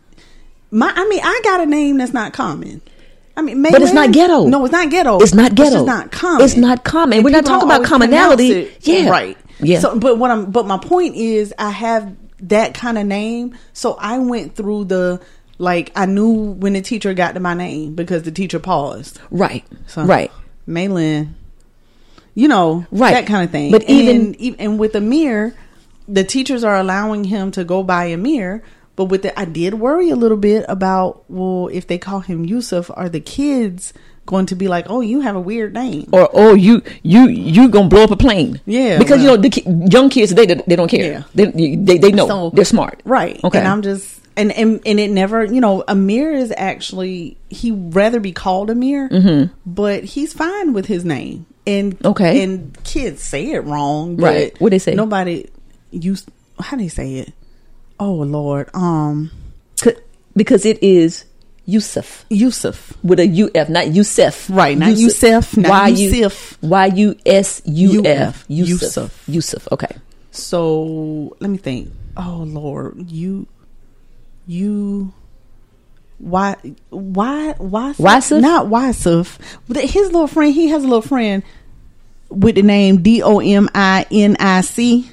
Speaker 3: my, I mean, I got a name that's not common. I mean,
Speaker 4: But it's
Speaker 3: Maylin-
Speaker 4: not ghetto.
Speaker 3: No, it's not ghetto.
Speaker 4: It's not
Speaker 3: just
Speaker 4: ghetto.
Speaker 3: not common.
Speaker 4: It's not common. We're not
Speaker 3: people
Speaker 4: talking
Speaker 3: don't
Speaker 4: about
Speaker 3: always pronounce
Speaker 4: commonality.
Speaker 3: it
Speaker 4: Yeah.
Speaker 3: right.
Speaker 4: Yeah.
Speaker 3: So, but what I'm, but my point is, I have that kind of name, so I went through the like I knew when the teacher got to my name because the teacher paused.
Speaker 4: right.
Speaker 3: So,
Speaker 4: Right.
Speaker 3: Malin, you know,
Speaker 4: Right.
Speaker 3: that kind of thing.
Speaker 4: But
Speaker 3: and
Speaker 4: even-
Speaker 3: then- and with Amir, the teachers are allowing him to go by Amir. But with the, I did worry a little bit about well, if they call him Yusuf, are the kids going to be like, oh, you have a weird name?
Speaker 4: Or, oh, you, you, you going to blow up a plane.
Speaker 3: Yeah,
Speaker 4: Because, you
Speaker 3: well.
Speaker 4: know, the ki- young kids, they, they don't care.
Speaker 3: Yeah.
Speaker 4: They, they, they know.
Speaker 3: So-
Speaker 4: They're smart.
Speaker 3: Right.
Speaker 4: Okay.
Speaker 3: And I'm just and, and and it never, you know, Amir is actually he rather be called Amir, but he's fine with his name. And
Speaker 4: Mm-hmm. Okay.
Speaker 3: and kids say it wrong. But
Speaker 4: Right. What they say?
Speaker 3: Nobody use how they say it. Oh Lord, um,
Speaker 4: C- because it is Yusuf
Speaker 3: Yusuf.
Speaker 4: with a U E F, not Yusuf.
Speaker 3: Right, not Yusuf, not E
Speaker 4: Y
Speaker 3: Yusuf.
Speaker 4: Y U S U E F.
Speaker 3: Yusuf.
Speaker 4: Yusuf. Yusuf. Okay.
Speaker 3: So let me think. Oh Lord, you, you, why, why, why,
Speaker 4: Wysif?
Speaker 3: Not Wysif. But his little friend. He has a little friend with the name D O M I N I C.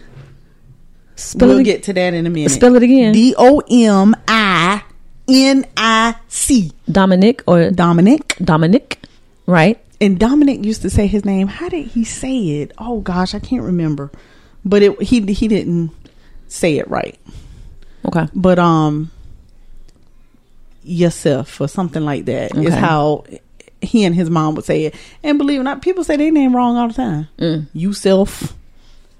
Speaker 4: Spell
Speaker 3: We'll
Speaker 4: it.
Speaker 3: get to that in a minute.
Speaker 4: spell it again.
Speaker 3: D O M I N I C.
Speaker 4: Dominic or
Speaker 3: Dominic.
Speaker 4: Dominic, right?
Speaker 3: and Dominic used to say his name. How did he say it? Oh gosh, I can't remember. But it he he didn't say it right.
Speaker 4: Okay.
Speaker 3: But um Yusuf or something like that is
Speaker 4: Okay.
Speaker 3: how he and his mom would say it. And believe it or not, people say their name wrong all the time.
Speaker 4: Mm.
Speaker 3: Yusuf.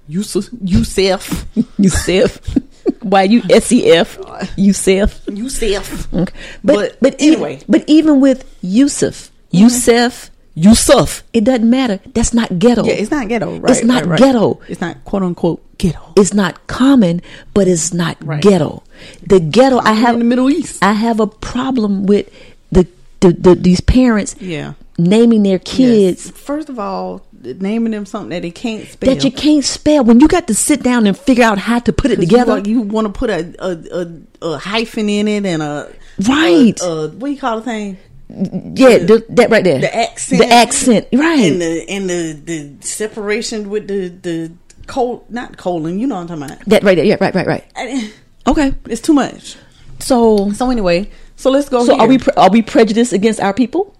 Speaker 3: Yusuf. Yusuf.
Speaker 4: Yusuf. E Y U S E F. Yusuf.
Speaker 3: Yusuf.
Speaker 4: Okay.
Speaker 3: But
Speaker 4: But but
Speaker 3: anyway. Mm-hmm.
Speaker 4: anyway, but even with E Yusuf, Yusuf, Yusuf, E it doesn't matter. That's not ghetto.
Speaker 3: Yeah, it's not ghetto, right?
Speaker 4: It's not
Speaker 3: right, right.
Speaker 4: ghetto.
Speaker 3: It's not quote unquote ghetto.
Speaker 4: It's not common, but it's not
Speaker 3: Right.
Speaker 4: ghetto. The ghetto I have
Speaker 3: in the Middle East.
Speaker 4: I have a problem with the, the, the these parents
Speaker 3: Yeah.
Speaker 4: naming their kids
Speaker 3: Yes. First of all, naming them something that they can't spell.
Speaker 4: that you can't spell when you got to sit down and figure out how to put it together.
Speaker 3: You, want to put a a, a a hyphen in it and a
Speaker 4: Right.
Speaker 3: a- a- what do you call the thing?
Speaker 4: yeah, the, that right there.
Speaker 3: uh, The accent.
Speaker 4: The accent. Right.
Speaker 3: And the and the the separation with the the col not colon. You know what I'm talking about.
Speaker 4: that right there. Yeah, right, right, right.
Speaker 3: I-
Speaker 4: Okay.
Speaker 3: It's too much.
Speaker 4: So
Speaker 3: So anyway, so let's go.
Speaker 4: so are
Speaker 3: here.
Speaker 4: we pre- are we prejudiced against our people?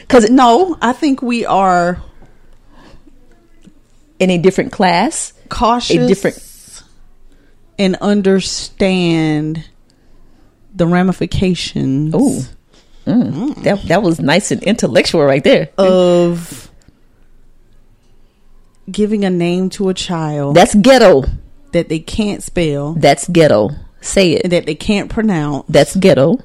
Speaker 3: Because no, I think we are
Speaker 4: in a different class,
Speaker 3: cautious
Speaker 4: a different
Speaker 3: and understand the ramifications Mm-hmm.
Speaker 4: Ooh. Mm. That that was nice and intellectual right there.
Speaker 3: of giving a name to a child
Speaker 4: That's ghetto.
Speaker 3: that they can't spell,
Speaker 4: That's ghetto. Say it.
Speaker 3: that they can't pronounce,
Speaker 4: That's ghetto.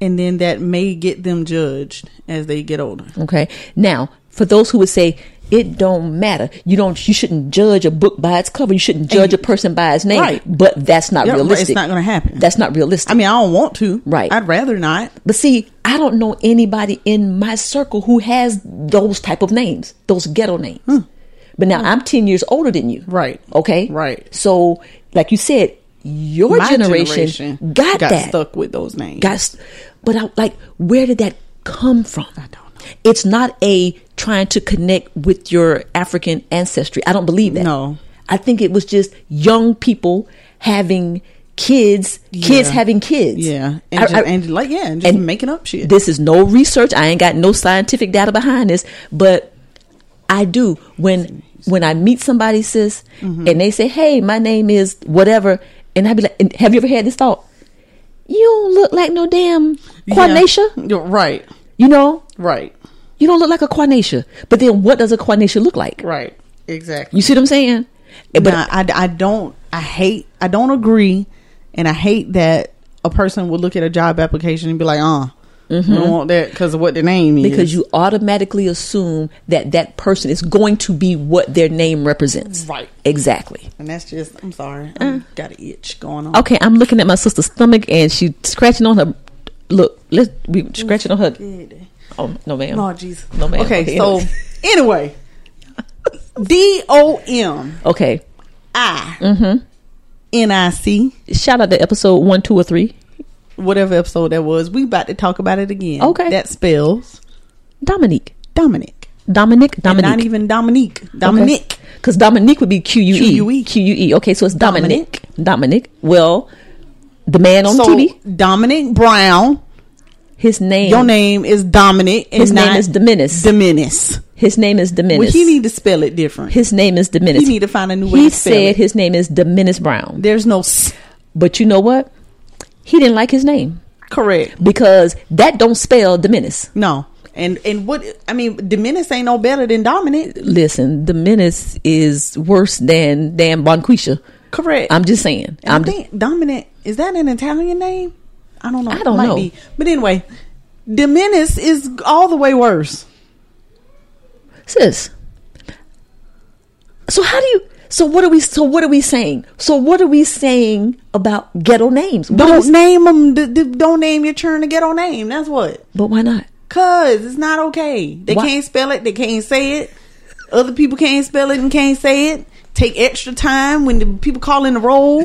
Speaker 3: and then that may get them judged as they get older.
Speaker 4: Okay. Now, for those who would say it don't matter, you don't, you shouldn't judge a book by its cover. You shouldn't judge a person by its name.
Speaker 3: Right.
Speaker 4: But that's not
Speaker 3: Yeah, right,
Speaker 4: realistic.
Speaker 3: It's not going to happen.
Speaker 4: That's not realistic.
Speaker 3: I mean, I don't want to.
Speaker 4: Right.
Speaker 3: I'd rather not.
Speaker 4: But see, I don't know anybody in my circle who has those type of names, those ghetto names. But now I'm 10 years older than you.
Speaker 3: Hmm. Right.
Speaker 4: Okay?
Speaker 3: Right.
Speaker 4: So, like you said, your
Speaker 3: My
Speaker 4: generation, got, that.
Speaker 3: stuck with those names.
Speaker 4: Got st- but I, like where did that come from? I don't know. It's not a trying to connect with your African ancestry. I don't believe that.
Speaker 3: No.
Speaker 4: I think it was just young people having kids, kids
Speaker 3: Yeah.
Speaker 4: having kids.
Speaker 3: yeah, and,
Speaker 4: I-
Speaker 3: just,
Speaker 4: I-
Speaker 3: and like yeah, and just
Speaker 4: and
Speaker 3: making up shit.
Speaker 4: this is no research. I ain't got no scientific data behind this, but I do when when I meet somebody, sis,
Speaker 3: Mm-hmm.
Speaker 4: and they say, "Hey, my name is whatever," and I be like, and "Have you ever had this thought? You don't look like no damn Quanacia.
Speaker 3: Yeah. You're right,
Speaker 4: You know,
Speaker 3: right,
Speaker 4: you don't look like a Quanacia. But then, what does a Quanacia look like?
Speaker 3: right, exactly.
Speaker 4: You see what I'm saying?
Speaker 3: But
Speaker 4: But
Speaker 3: I, I don't. I hate. I don't agree, and I hate that a person would look at a job application and be like, "Uh, we don't want that because of what the name is."
Speaker 4: Mm-hmm. because you automatically assume that that person is going to be what their name represents.
Speaker 3: Right.
Speaker 4: Exactly.
Speaker 3: and that's just. I'm sorry.
Speaker 4: Uh.
Speaker 3: I got an itch going on.
Speaker 4: Okay, I'm looking at my sister's stomach and she scratching on her. Look, let's we scratching on her. Oh no, ma'am.
Speaker 3: Oh Jesus.
Speaker 4: No, ma'am.
Speaker 3: Okay, so anyway, D O M
Speaker 4: okay.
Speaker 3: I N I C.
Speaker 4: Shout out to episode one, two, or three.
Speaker 3: whatever episode that was. We about to talk about it again.
Speaker 4: Okay.
Speaker 3: That spells
Speaker 4: Dominique,
Speaker 3: Dominic.
Speaker 4: Dominic,
Speaker 3: And not
Speaker 4: Dominique,
Speaker 3: even Dominique. Dominic.
Speaker 4: Because Dominique would be Q U E
Speaker 3: QUE.
Speaker 4: Q U E. Okay, so it's
Speaker 3: Dominic.
Speaker 4: Dominic. Dominic. Well, the man on
Speaker 3: So
Speaker 4: TV,
Speaker 3: Dominic Brown.
Speaker 4: his name,
Speaker 3: Your name is Dominic. And
Speaker 4: his name
Speaker 3: not
Speaker 4: is Dominus.
Speaker 3: Dominus.
Speaker 4: his name is Dominus.
Speaker 3: Well, he need to spell it different.
Speaker 4: his name is Dominus.
Speaker 3: He need to find a new way
Speaker 4: He
Speaker 3: to spell
Speaker 4: said
Speaker 3: it.
Speaker 4: his name is Dominus Brown,
Speaker 3: There's no s-
Speaker 4: but you know what? He didn't like his name.
Speaker 3: correct.
Speaker 4: because that don't spell Dominus.
Speaker 3: No. And and what I mean, Dominus ain't no better than Dominic.
Speaker 4: Listen, Dominus is worse than damn Bonquisha.
Speaker 3: Correct.
Speaker 4: I'm just saying.
Speaker 3: And
Speaker 4: I'm
Speaker 3: I think Dominic is that an Italian name? I don't know.
Speaker 4: I don't know.
Speaker 3: But anyway, Dominus is all the way worse.
Speaker 4: sis. So how do you? So what are we? So what are we saying? So what are we saying about ghetto names? What are
Speaker 3: Don't
Speaker 4: we-
Speaker 3: name them. don't name your churn a ghetto name. That's what.
Speaker 4: but why not?
Speaker 3: Cause it's not okay. They
Speaker 4: Why-
Speaker 3: can't spell it. They can't say it. Other people can't spell it and can't say it. Take extra time when the people call in the roll.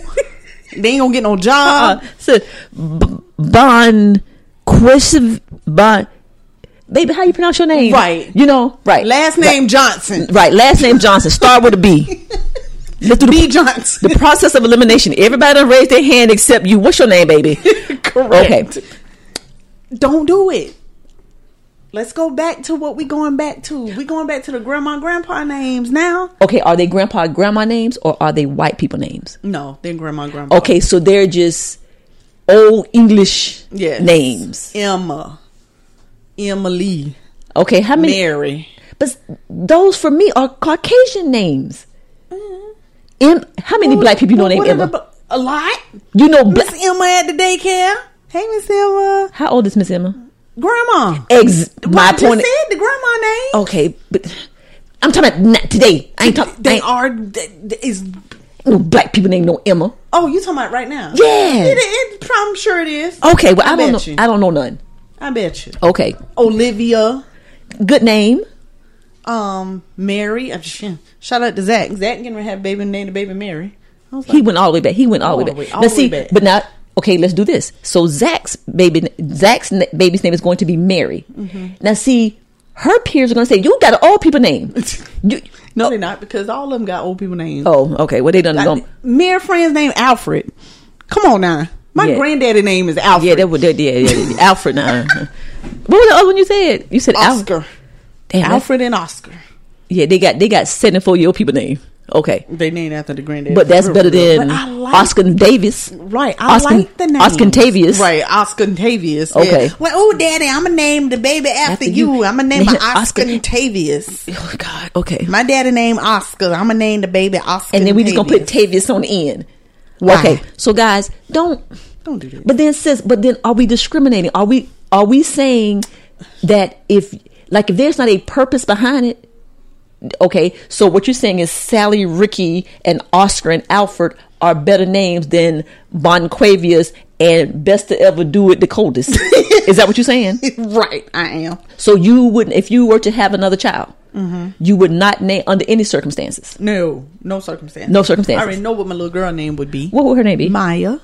Speaker 3: they ain't gonna get no
Speaker 4: Uh,
Speaker 3: job.
Speaker 4: sis, b- Bonquisha, Bon. Baby, how you pronounce your name?
Speaker 3: Right.
Speaker 4: You know. Right.
Speaker 3: Last
Speaker 4: Right.
Speaker 3: name Johnson.
Speaker 4: Right. Last name Johnson. Start with a B. Let's do the
Speaker 3: B Johnson.
Speaker 4: the process of elimination. Everybody done raised their hand except you. What's your name, baby?
Speaker 3: Correct.
Speaker 4: Okay.
Speaker 3: don't do it. Let's go back to what we going back to. We going back to the grandma and grandpa names now.
Speaker 4: Okay. Are they grandpa, and grandma names, or are they white people names?
Speaker 3: No, then grandma and grandpa.
Speaker 4: Okay, so they're just old English
Speaker 3: Yes.
Speaker 4: names.
Speaker 3: Emma, Emily,
Speaker 4: Okay, how many?
Speaker 3: Mary.
Speaker 4: But s- those for me are Caucasian names.
Speaker 3: Mm-hmm.
Speaker 4: Em, how many black people you know
Speaker 3: What-
Speaker 4: named
Speaker 3: what are
Speaker 4: Emma?
Speaker 3: the bu- A lot.
Speaker 4: you know, black.
Speaker 3: Miss Emma at the daycare. Hey, Miss Emma.
Speaker 4: How old is Miss Emma?
Speaker 3: Grandma.
Speaker 4: Ex.
Speaker 3: Well, I
Speaker 4: my
Speaker 3: just
Speaker 4: point.
Speaker 3: said the grandma name.
Speaker 4: okay, but I'm talking about not today. Oh, I ain't talking.
Speaker 3: They
Speaker 4: They are
Speaker 3: are. They, they- is
Speaker 4: no black people named no Emma.
Speaker 3: oh, you talking about right now?
Speaker 4: Yeah.
Speaker 3: It, it, I'm sure it is.
Speaker 4: Okay, well I,
Speaker 3: bet
Speaker 4: don't know.
Speaker 3: you.
Speaker 4: I don't know none.
Speaker 3: I bet you.
Speaker 4: Okay,
Speaker 3: Olivia.
Speaker 4: good name.
Speaker 3: um Mary. uh, sh- Shout out to Zach. Zach getting ready to have a baby named the baby Mary. I was like,
Speaker 4: He went all the way back. He went all the way
Speaker 3: All the way-
Speaker 4: back.
Speaker 3: all
Speaker 4: now
Speaker 3: the way
Speaker 4: see,
Speaker 3: back.
Speaker 4: but now okay, let's do this. So Zach's baby, Zach's na- baby's name is going to be Mary.
Speaker 3: Mm-hmm.
Speaker 4: Now see, her peers are going to say you got an old people name. you,
Speaker 3: no, they're not because all of them got old people names.
Speaker 4: oh, okay. Well, they done
Speaker 3: I-
Speaker 4: gone.
Speaker 3: Mere friends named Alfred. Come on now. My
Speaker 4: Yeah.
Speaker 3: granddaddy name is Alfred.
Speaker 4: Yeah, that would. that- Yeah, yeah, yeah. Alfred now. uh-uh. What was the other one you said? You said Al-
Speaker 3: Oscar.
Speaker 4: Damn, that-
Speaker 3: Alfred and Oscar.
Speaker 4: Yeah, they got they got seventy four year old people name. Okay,
Speaker 3: They named after the granddaddy.
Speaker 4: but that's better than
Speaker 3: But I like-
Speaker 4: Oscar Davis.
Speaker 3: Right, I
Speaker 4: Oscar-
Speaker 3: like the name
Speaker 4: Oscar Tavius.
Speaker 3: Right, Oscar Tavius.
Speaker 4: Okay.
Speaker 3: Okay. Well, oh, daddy, I'm gonna name the baby after,
Speaker 4: After
Speaker 3: you.
Speaker 4: you.
Speaker 3: I'm gonna name her
Speaker 4: Name it
Speaker 3: Oscar
Speaker 4: Oscar-
Speaker 3: Tavius.
Speaker 4: Oh God. Okay.
Speaker 3: My daddy named Oscar. I'm gonna name the baby Oscar.
Speaker 4: and then we just gonna put
Speaker 3: Tavius.
Speaker 4: Tavius on the end.
Speaker 3: Why?
Speaker 4: Okay, so guys, don't
Speaker 3: Don't do that.
Speaker 4: But then sis, but then are we discriminating? Are we are we saying that if like if there's not a purpose behind it? Okay, so what you're saying is Sally, Ricky, and Oscar and Alfred are better names than Bonquavius and best to ever do it the coldest. is that what you're saying?
Speaker 3: right, I am.
Speaker 4: So you wouldn't if you were to have another child,
Speaker 3: Mm-hmm.
Speaker 4: you would not name under any circumstances.
Speaker 3: No, no circumstance.
Speaker 4: No circumstances.
Speaker 3: I already know what my little girl name would be.
Speaker 4: What would her name be?
Speaker 3: Maya.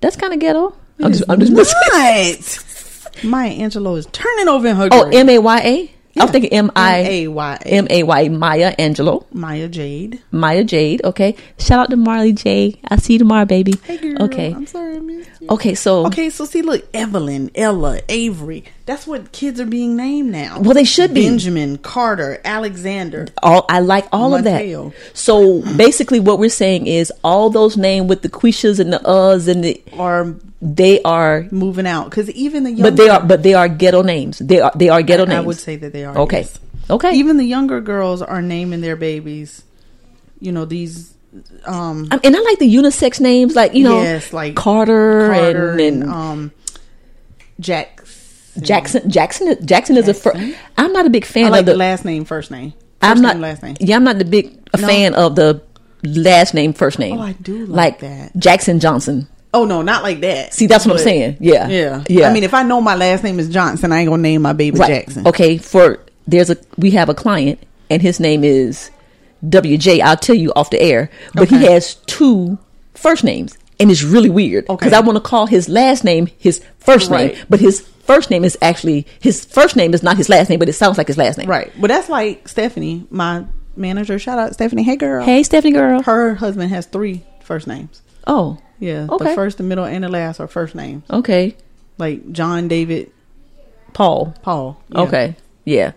Speaker 4: That's kind of ghetto. I'm just, I'm just
Speaker 3: What? Maya Angelou is turning over in her
Speaker 4: Oh,
Speaker 3: grave.
Speaker 4: M A Y A. I'm thinking M I
Speaker 3: M-A-Y-A.
Speaker 4: M A Y Maya Angelo
Speaker 3: Maya Jade.
Speaker 4: Maya Jade. Okay, shout out to Marley J. I'll see you tomorrow, baby.
Speaker 3: Hey girl.
Speaker 4: okay,
Speaker 3: I'm sorry, I missed you.
Speaker 4: okay. So
Speaker 3: Okay, so see, look, Evelyn, Ella, Avery. That's what kids are being named now.
Speaker 4: Well, they should be.
Speaker 3: Benjamin, Carter, Alexander.
Speaker 4: all I like all
Speaker 3: Mateo.
Speaker 4: of that. So basically, what we're saying is all those names with the quishas and the uhs and the
Speaker 3: Are
Speaker 4: they are,
Speaker 3: moving out because even the younger,
Speaker 4: but they are, but they are ghetto names. They are they are ghetto
Speaker 3: I
Speaker 4: names.
Speaker 3: would say that they are.
Speaker 4: Okay,
Speaker 3: yes.
Speaker 4: okay.
Speaker 3: Even the younger girls are naming their babies. You know these. Um,
Speaker 4: I- and I like the unisex names, like you know,
Speaker 3: yes, like
Speaker 4: Carter,
Speaker 3: Carter
Speaker 4: and, and
Speaker 3: um, Jackson.
Speaker 4: Jackson. Jackson. Jackson is a. Fir-
Speaker 3: Jackson.
Speaker 4: I'm not a big fan
Speaker 3: I like
Speaker 4: of the.
Speaker 3: the last name, first name. First
Speaker 4: I'm not
Speaker 3: name, last name.
Speaker 4: Yeah, I'm not the big a
Speaker 3: No.
Speaker 4: fan of the last name first name.
Speaker 3: Oh, I do like that.
Speaker 4: Jackson Johnson.
Speaker 3: Oh no, not like that.
Speaker 4: See, that's what I'm
Speaker 3: But-
Speaker 4: saying. Yeah,
Speaker 3: Yeah,
Speaker 4: yeah.
Speaker 3: I mean, if I know my last name is Johnson, I ain't gonna name my baby
Speaker 4: Right.
Speaker 3: Jackson.
Speaker 4: Okay, for there's a we have a client and his name is WJ. I'll tell you off the air, but he
Speaker 3: Okay.
Speaker 4: has two first names and it's really weird because
Speaker 3: Okay.
Speaker 4: I want to call his last name his first
Speaker 3: Right.
Speaker 4: name, but his first name is actually his first name is not his last name, but it sounds like his last name.
Speaker 3: Right, but that's like Stephanie, my manager. Shout out Stephanie. Hey girl.
Speaker 4: Hey, Stephanie girl.
Speaker 3: Her husband has three first names.
Speaker 4: oh,
Speaker 3: Yeah.
Speaker 4: Okay.
Speaker 3: The first, the middle, and the last are first names.
Speaker 4: okay.
Speaker 3: Like John, David,
Speaker 4: Paul.
Speaker 3: Paul. Yeah.
Speaker 4: Okay. Yeah.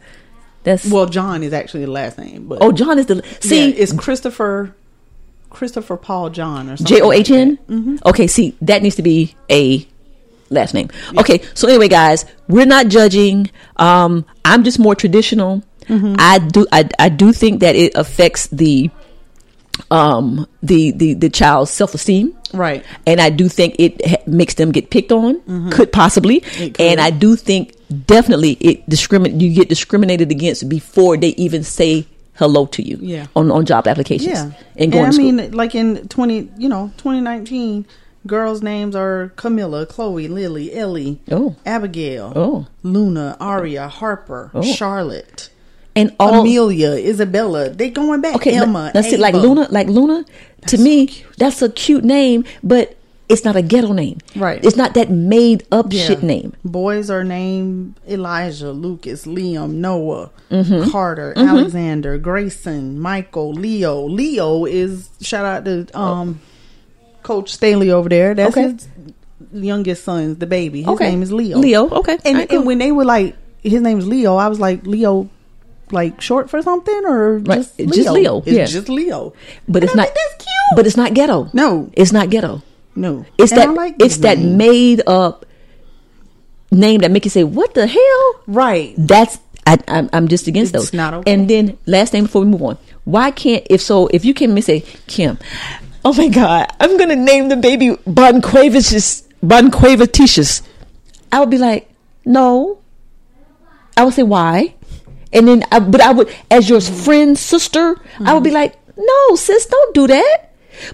Speaker 4: That's
Speaker 3: Well, John is actually the last name, but
Speaker 4: Oh, John is the see
Speaker 3: see, it's Christopher, Christopher Paul John or something.
Speaker 4: J O H
Speaker 3: like that. Mm-hmm.
Speaker 4: N. Okay, see that needs to be a last name. Okay, so anyway, guys, we're not judging. Um, I'm just more traditional.
Speaker 3: Mm-hmm.
Speaker 4: I do I, I do think that it affects the um the the the child's self esteem.
Speaker 3: Right.
Speaker 4: and I do think it ha- makes them get picked on, could possibly,
Speaker 3: Mm-hmm. It could.
Speaker 4: and I do think definitely it discriminate you get discriminated against before they even say hello to you
Speaker 3: Yeah.
Speaker 4: on on job applications
Speaker 3: Yeah.
Speaker 4: and going
Speaker 3: I
Speaker 4: to school.
Speaker 3: mean, like in twenty, you know, twenty nineteen, girls' names are Camilla, Chloe, Lily, Ellie,
Speaker 4: Oh.
Speaker 3: Abigail,
Speaker 4: Oh.
Speaker 3: Luna, Aria, Harper, Charlotte.
Speaker 4: and all
Speaker 3: Amelia, Isabella, they going back.
Speaker 4: okay,
Speaker 3: Emma,
Speaker 4: let, us see, like
Speaker 3: Ava.
Speaker 4: Luna, like Luna, to me that's a cute name, but it's not a ghetto name,
Speaker 3: Right.
Speaker 4: It's not that made up
Speaker 3: Yeah.
Speaker 4: shit name.
Speaker 3: Boys are named Elijah, Lucas, Liam, Noah,
Speaker 4: Mm-hmm.
Speaker 3: Carter, Alexander, Grayson, Michael, Leo. Leo is shout out to um Coach Staley over there. That's
Speaker 4: Oh. Okay.
Speaker 3: his youngest son, the baby. His
Speaker 4: Okay.
Speaker 3: name is Leo.
Speaker 4: Leo, okay.
Speaker 3: And,
Speaker 4: Alright,
Speaker 3: and
Speaker 4: cool.
Speaker 3: when they were like, his name is Leo, I was like, Leo, like short for something or
Speaker 4: Right.
Speaker 3: just Leo?
Speaker 4: Just Leo,
Speaker 3: It's
Speaker 4: yeah.
Speaker 3: just Leo. And
Speaker 4: But it's
Speaker 3: I
Speaker 4: not
Speaker 3: think that's cute.
Speaker 4: But it's not ghetto.
Speaker 3: No.
Speaker 4: it's not ghetto.
Speaker 3: no,
Speaker 4: It's
Speaker 3: And I
Speaker 4: that
Speaker 3: like
Speaker 4: it's
Speaker 3: these
Speaker 4: that
Speaker 3: names.
Speaker 4: made up name that make you say, "What the hell?"
Speaker 3: right.
Speaker 4: That's I, I'm I'm just against
Speaker 3: It's
Speaker 4: those.
Speaker 3: not okay.
Speaker 4: And then last thing before we move on, why can't if so if you came and say Kim, oh my God, I'm gonna name the baby Bonquavicious Bonquaviticious, I would be like, no. I would say why, and then I, but I would as your friend sister, I
Speaker 3: Mm-hmm.
Speaker 4: would be like, no, sis, don't do that.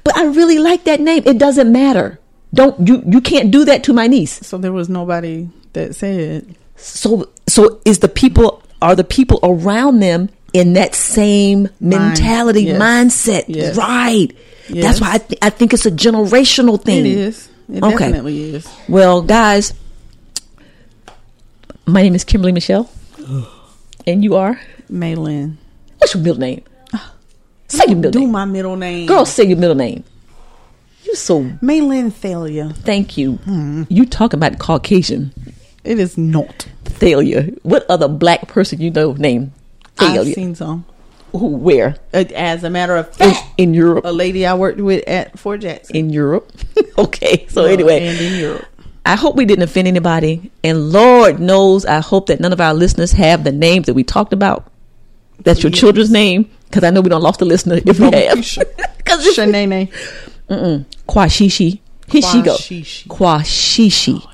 Speaker 4: But I really like that name. It doesn't matter. Don't you you can't do that to my niece.
Speaker 3: So there was nobody that said
Speaker 4: So so is the people are the people around them in that same mentality
Speaker 3: Yes.
Speaker 4: mindset
Speaker 3: Yes.
Speaker 4: right that's
Speaker 3: Yes.
Speaker 4: why I, th- I think it's a generational thing
Speaker 3: It is. It
Speaker 4: Okay.
Speaker 3: definitely is.
Speaker 4: well guys my name is kimberly michelle and you are
Speaker 3: Maylin.
Speaker 4: what's your middle name say your middle
Speaker 3: Ah. Do
Speaker 4: name
Speaker 3: my middle name.
Speaker 4: girl say your middle name you so
Speaker 3: Maylin Thalia. Hmm.
Speaker 4: thank you you talking about caucasian
Speaker 3: It is not.
Speaker 4: Thalia. What other black person you know named
Speaker 3: I've
Speaker 4: Thalia?
Speaker 3: seen some.
Speaker 4: Who? Where?
Speaker 3: Uh, As a matter of
Speaker 4: In,
Speaker 3: fact,
Speaker 4: in Europe.
Speaker 3: a lady I worked with at Fort Jackson.
Speaker 4: in Europe. okay, so anyway,
Speaker 3: and in Europe.
Speaker 4: I hope we didn't offend anybody, and Lord knows I hope that none of our listeners have the names that we talked about. That's your children's name, because I know we don't lost a listener if we have. Because
Speaker 3: Shanae.
Speaker 4: Kwashishi, here she go.
Speaker 3: Kwashishi. Oh,
Speaker 4: Kwashishi.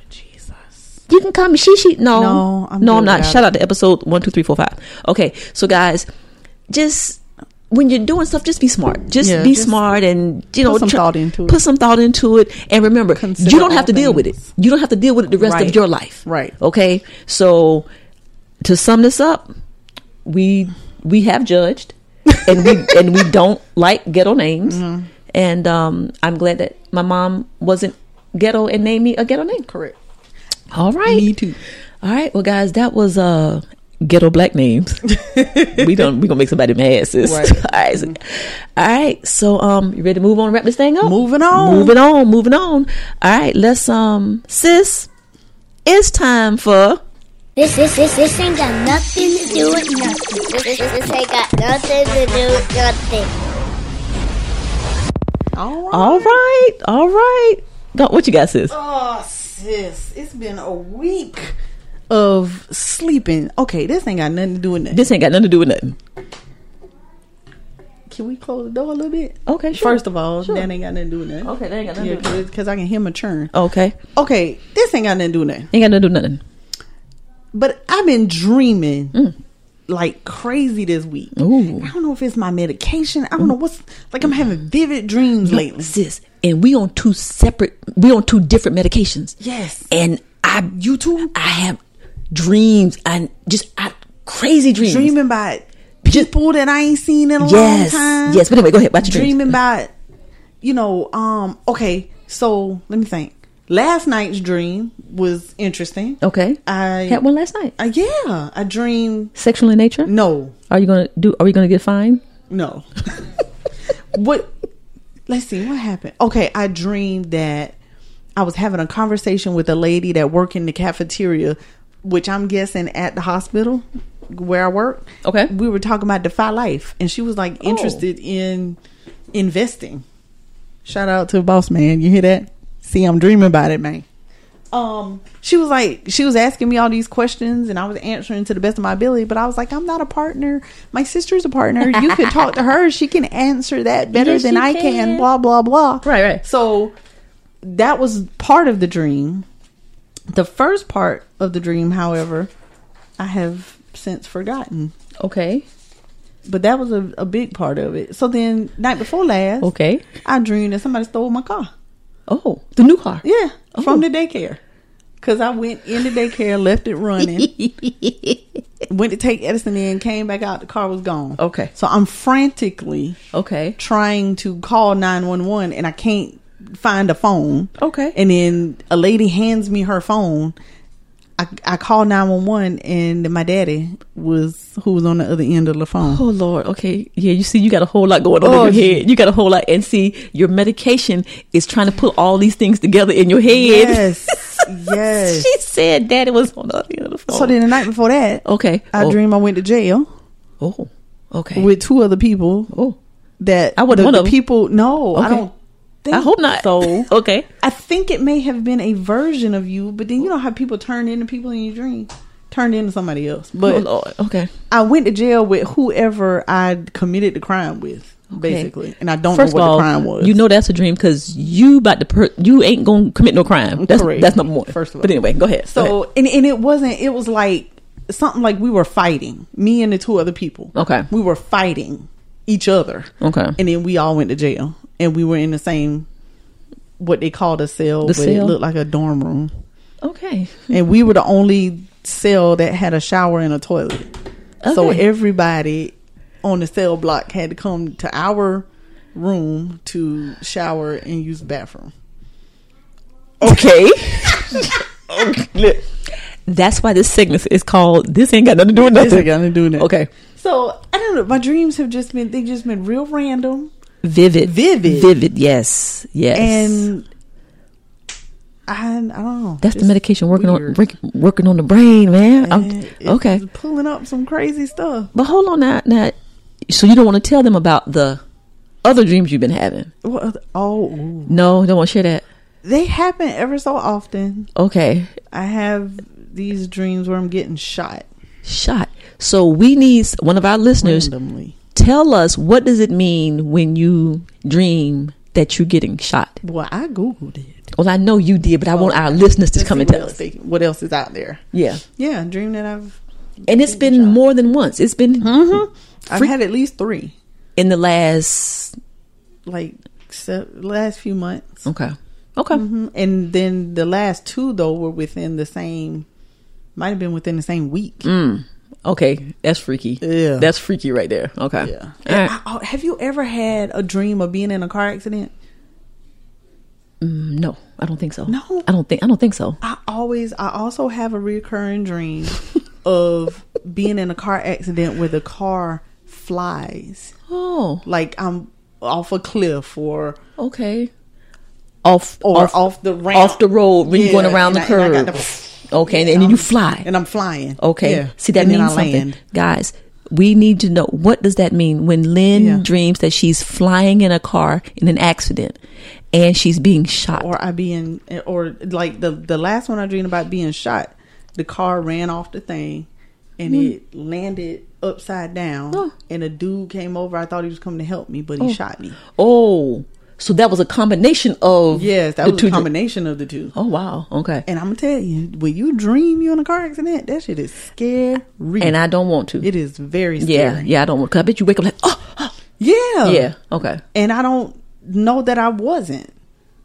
Speaker 5: You can call me Shishi.
Speaker 4: No,
Speaker 3: No,
Speaker 4: no,
Speaker 3: I'm
Speaker 4: I'm,
Speaker 3: good
Speaker 4: not.
Speaker 3: without
Speaker 4: Shout out to episode one, two, three, four, five. Okay, so guys, just when you're doing stuff, just be smart. Just
Speaker 3: Yeah,
Speaker 4: be
Speaker 3: just
Speaker 4: smart, and you know,
Speaker 3: put some thought into it.
Speaker 4: Put some thought into it, and remember,
Speaker 3: Consider
Speaker 4: you don't
Speaker 3: all
Speaker 4: have to deal with it.
Speaker 3: things.
Speaker 4: You don't have to deal with it the rest
Speaker 3: Right.
Speaker 4: of your life.
Speaker 3: Right.
Speaker 4: Okay. So to sum this up, we we have judged, and we and we don't like ghetto names.
Speaker 3: Mm-hmm.
Speaker 4: And um, I'm glad that my mom wasn't ghetto and named me a ghetto name.
Speaker 3: Correct.
Speaker 4: All right.
Speaker 3: Me too.
Speaker 4: All right, well, guys, that was uh ghetto black names. we don't we gonna make somebody mad, sis.
Speaker 3: Right.
Speaker 4: All right, so, all right, so um, you ready to move on, and wrap this thing up?
Speaker 3: Moving on.
Speaker 4: moving on, moving on. All right, let's um, sis, it's time for
Speaker 7: This, this, this, this ain't got nothing to do with nothing. This, this, this ain't got nothing to do with nothing.
Speaker 3: All right.
Speaker 4: all right, all right. Go, what you got, sis?
Speaker 3: Oh, sis, it's been a week of sleeping. Okay, this ain't got nothing to do with nothing.
Speaker 4: This ain't got nothing to do with nothing.
Speaker 3: Can we close the door a little bit?
Speaker 4: Okay, sure.
Speaker 3: First of all, that ain't got nothing to do with nothing.
Speaker 4: Okay, that ain't got nothing to do with
Speaker 3: Yeah, because I can hear my churn.
Speaker 4: Okay,
Speaker 3: Okay, this ain't got nothing to do with nothing.
Speaker 4: ain't got nothing to do with nothing.
Speaker 3: But I've been dreaming like crazy this week.
Speaker 4: Mm. Ooh.
Speaker 3: I don't know if it's my medication. I don't know what's like. I'm having vivid dreams lately.
Speaker 4: Sis, and we on two separate, we on two different medications.
Speaker 3: Yes.
Speaker 4: and I
Speaker 3: You too?
Speaker 4: I have dreams and just I, crazy dreams.
Speaker 3: Dreaming about
Speaker 4: Just-
Speaker 3: people that I ain't seen in a
Speaker 4: yes,
Speaker 3: long time.
Speaker 4: yes. But anyway, go ahead. About your
Speaker 3: dreaming
Speaker 4: dreams.
Speaker 3: about you know um okay so let me think last night's dream was interesting
Speaker 4: Okay,
Speaker 3: I-
Speaker 4: had one last night.
Speaker 3: uh, yeah i dreamed
Speaker 4: Sexual in nature.
Speaker 3: no
Speaker 4: Are you gonna do? Are we gonna get fined?
Speaker 3: no what let's see what happened okay i dreamed that i was having a conversation with a lady that worked in the cafeteria which i'm guessing at the hospital where i work
Speaker 4: Okay.
Speaker 3: we were talking about defy life and she was like interested in investing shout out to boss man you hear that see i'm dreaming about it man um she was like she was asking me all these questions and i was answering to the best of my ability but i was like i'm not a partner my sister's a partner you could talk to her she can answer that better
Speaker 4: Yes,
Speaker 3: than
Speaker 4: you
Speaker 3: i can
Speaker 4: can.
Speaker 3: blah blah blah
Speaker 4: Right, right.
Speaker 3: so that was part of the dream the first part of the dream however i have since forgotten
Speaker 4: Okay,
Speaker 3: but that was a, a big part of it so then night before last
Speaker 4: okay.
Speaker 3: i dreamed that somebody stole my car
Speaker 4: Oh, the new car.
Speaker 3: yeah,
Speaker 4: Oh.
Speaker 3: from the daycare. Cause I went in the daycare, left it running, went to take Edison in, came back out, the car was gone.
Speaker 4: Okay.
Speaker 3: So I'm frantically
Speaker 4: Okay.
Speaker 3: trying to call nine one one, and I can't find a phone.
Speaker 4: Okay.
Speaker 3: And then a lady hands me her phone. I I call nine one one, and my daddy was who was on the other end of the phone.
Speaker 4: Oh Lord, okay, yeah. You see, you got a whole lot going on
Speaker 3: Oh,
Speaker 4: in your head. You got a whole lot, and see, your medication is trying to pull all these things together in your head.
Speaker 3: Yes, yes.
Speaker 4: she said, "Daddy was on the other end of the phone."
Speaker 3: So then the night before that,
Speaker 4: okay,
Speaker 3: I
Speaker 4: oh.
Speaker 3: dream I went to jail
Speaker 4: Oh, okay.
Speaker 3: with two other people.
Speaker 4: oh,
Speaker 3: that
Speaker 4: I
Speaker 3: the,
Speaker 4: wasn't one
Speaker 3: the
Speaker 4: of 'em.
Speaker 3: people. No, I
Speaker 4: Okay.
Speaker 3: don't. Think
Speaker 4: I hope not.
Speaker 3: So
Speaker 4: okay.
Speaker 3: I think it may have been a version of you, but then you know how people turn into people in your dream, turned into somebody else. But
Speaker 4: oh Lord. Okay.
Speaker 3: I went to jail with whoever I committed the crime with, basically, and I don't
Speaker 4: First
Speaker 3: know
Speaker 4: of
Speaker 3: what
Speaker 4: all,
Speaker 3: the crime was.
Speaker 4: you know that's a dream because you about to per- you ain't gonna commit no crime. That's
Speaker 3: Correct.
Speaker 4: that's number one.
Speaker 3: First of
Speaker 4: but
Speaker 3: all.
Speaker 4: anyway, go ahead. Go ahead.
Speaker 3: So and and it wasn't. It was like something like we were fighting. Me and the two other people.
Speaker 4: Okay.
Speaker 3: we were fighting each other.
Speaker 4: Okay.
Speaker 3: and then we all went to jail, and we were in the same what they called a cell,
Speaker 4: The
Speaker 3: but it
Speaker 4: cell?
Speaker 3: looked like a dorm room,
Speaker 4: okay,
Speaker 3: and we were the only cell that had a shower and a toilet. So
Speaker 4: Okay.
Speaker 3: everybody on the cell block had to come to our room to shower and use the bathroom.
Speaker 4: okay. Look, that's why this segment is called "This Ain't Got Nothing to Do with Nothing."
Speaker 3: This ain't got nothing to do with nothing.
Speaker 4: Okay.
Speaker 3: So I don't know. My dreams have just been they just been real random,
Speaker 4: Vivid,
Speaker 3: Vivid.
Speaker 4: vivid. Yes, yes.
Speaker 3: and I, I don't know.
Speaker 4: That's the
Speaker 3: It's
Speaker 4: medication working
Speaker 3: weird.
Speaker 4: on work- working on the brain, man. I'm-
Speaker 3: And it's
Speaker 4: okay,
Speaker 3: pulling up some crazy stuff.
Speaker 4: but hold on, now, now. So you don't want to tell them about the other dreams you've been having?
Speaker 3: What? other- Oh, ooh.
Speaker 4: No, don't want to share that.
Speaker 3: they happen ever so often.
Speaker 4: Okay,
Speaker 3: I have these dreams where I'm getting shot
Speaker 4: shot. So we need s- one of our listeners
Speaker 3: randomly.
Speaker 4: tell us what does it mean when you dream that you're getting shot.
Speaker 3: Well, I googled it.
Speaker 4: Well, I know you did, but I want our listeners to come and
Speaker 3: see
Speaker 4: tell
Speaker 3: what else
Speaker 4: us.
Speaker 3: they- what else is out there.
Speaker 4: Yeah,
Speaker 3: Yeah, dream that I've
Speaker 4: and it's been more than once. It's been
Speaker 3: Mm-hmm. I've
Speaker 4: Freak-
Speaker 3: had at least three,
Speaker 4: in the last.
Speaker 3: like se- last few months,
Speaker 4: Okay, okay.
Speaker 3: Mhm. and then the last two though were within the same. Might have been within the same week.
Speaker 4: Okay, that's freaky.
Speaker 3: Yeah.
Speaker 4: that's freaky right there. Okay,
Speaker 3: Yeah.
Speaker 4: All right.
Speaker 3: Oh, have you ever had a dream of being in a car accident?
Speaker 4: No, I don't think so.
Speaker 3: No.
Speaker 4: I don't think I don't think so.
Speaker 3: I always, I also have a recurring dream of being in a car accident where the car flies,
Speaker 4: Oh,
Speaker 3: like I'm off a cliff or
Speaker 4: okay. Off
Speaker 3: or
Speaker 4: off,
Speaker 3: off, the ramp,
Speaker 4: off the road when you're
Speaker 3: Yeah,
Speaker 4: going around the
Speaker 3: and I-
Speaker 4: curve.
Speaker 3: and I got
Speaker 4: okay, and,
Speaker 3: Yeah,
Speaker 4: then you
Speaker 3: I'm-
Speaker 4: fly.
Speaker 3: and I'm flying.
Speaker 4: okay,
Speaker 3: Yeah.
Speaker 4: see that
Speaker 3: And then
Speaker 4: means
Speaker 3: I
Speaker 4: something,
Speaker 3: land.
Speaker 4: guys. We need to know what does that mean when Lynn
Speaker 3: Yeah.
Speaker 4: dreams that she's flying in a car in an accident and she's being shot.
Speaker 3: or I being or like the the last one I dreamed about being shot. The car ran off the thing and
Speaker 4: Hmm.
Speaker 3: it landed upside down.
Speaker 4: Oh.
Speaker 3: And a dude came over. I thought he was coming to help me, but he shot me.
Speaker 4: oh, so that was a combination of
Speaker 3: Yes, that
Speaker 4: Oh. the
Speaker 3: was
Speaker 4: two
Speaker 3: a
Speaker 4: dr-
Speaker 3: combination of the two.
Speaker 4: Oh wow, okay.
Speaker 3: And I'm gonna tell you, when you dream you in a car accident, that shit is scary.
Speaker 4: And I don't want to.
Speaker 3: it is very scary.
Speaker 4: yeah, yeah, I don't want. Cause I bet you wake up like, oh, oh,
Speaker 3: yeah,
Speaker 4: yeah, okay.
Speaker 3: and I don't know that I wasn't.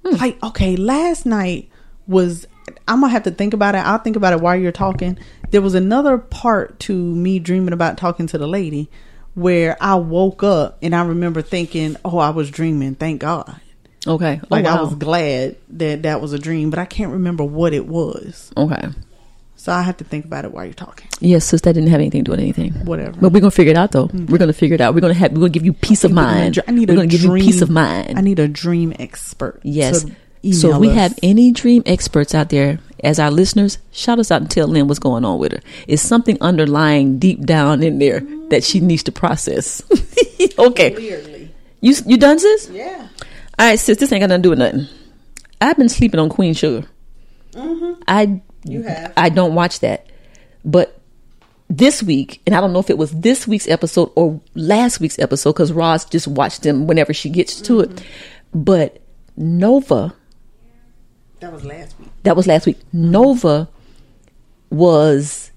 Speaker 4: Hmm.
Speaker 3: Like, okay, last night was I'm gonna have to think about it. I'll think about it while you're talking. There was another part to me dreaming about talking to the lady where I woke up and I remember thinking, "Oh, I was dreaming. Thank God."
Speaker 4: Okay.
Speaker 3: Like
Speaker 4: oh, wow.
Speaker 3: I was glad that that was a dream, but I can't remember what it was.
Speaker 4: Okay.
Speaker 3: So I have to think about it while you're talking.
Speaker 4: Yeah, sis, that didn't have anything to do with anything.
Speaker 3: Whatever. Mm-hmm.
Speaker 4: But we're gonna figure it out though. We're gonna figure it out. We're gonna have. We're gonna give you peace of mind.
Speaker 3: I need
Speaker 4: we're
Speaker 3: a
Speaker 4: gonna give
Speaker 3: dream.
Speaker 4: you peace of mind.
Speaker 3: I need a dream expert.
Speaker 4: yes.
Speaker 3: to
Speaker 4: So if
Speaker 3: email
Speaker 4: we
Speaker 3: us.
Speaker 4: have any dream experts out there as our listeners, shout us out and tell Lynn what's going on with her. It's something underlying deep down in there that she needs to process. okay. You you done, sis?
Speaker 3: yeah.
Speaker 4: All right, sis. This ain't got nothing to do with nothing. I've been sleeping on Queen Sugar. I
Speaker 3: Mm-hmm. have.
Speaker 4: I don't watch that, but this week, and I don't know if it was this week's episode or last week's episode because Roz just watched them whenever she gets to it.
Speaker 3: Mm-hmm.
Speaker 4: But Nova,
Speaker 3: That was last week.
Speaker 4: that was last week. Nova was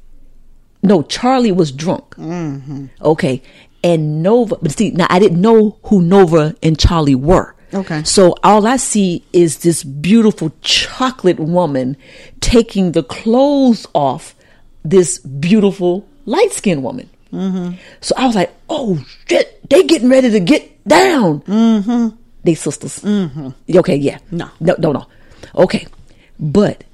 Speaker 4: no Charlie was drunk.
Speaker 3: Mm-hmm.
Speaker 4: Okay, and Nova. But see, now I didn't know who Nova and Charlie were.
Speaker 3: Okay.
Speaker 4: So all I see is this beautiful chocolate woman taking the clothes off this beautiful light skinned woman. So I was like, oh shit, they getting ready to get down. Mm-hmm. They sisters. Mm-hmm. Okay, yeah.
Speaker 3: No.
Speaker 4: No, no, no. Okay. But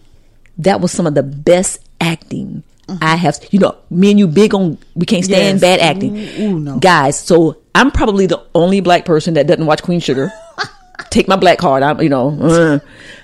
Speaker 4: that was some of the best acting I have. You know, me and you big on, we can't stand
Speaker 3: Mm-hmm. Yes.
Speaker 4: bad acting.
Speaker 3: Ooh, ooh, no.
Speaker 4: Guys, so I'm probably the only black person that doesn't watch Queen Sugar. Take my black card. I'm, you know, uh,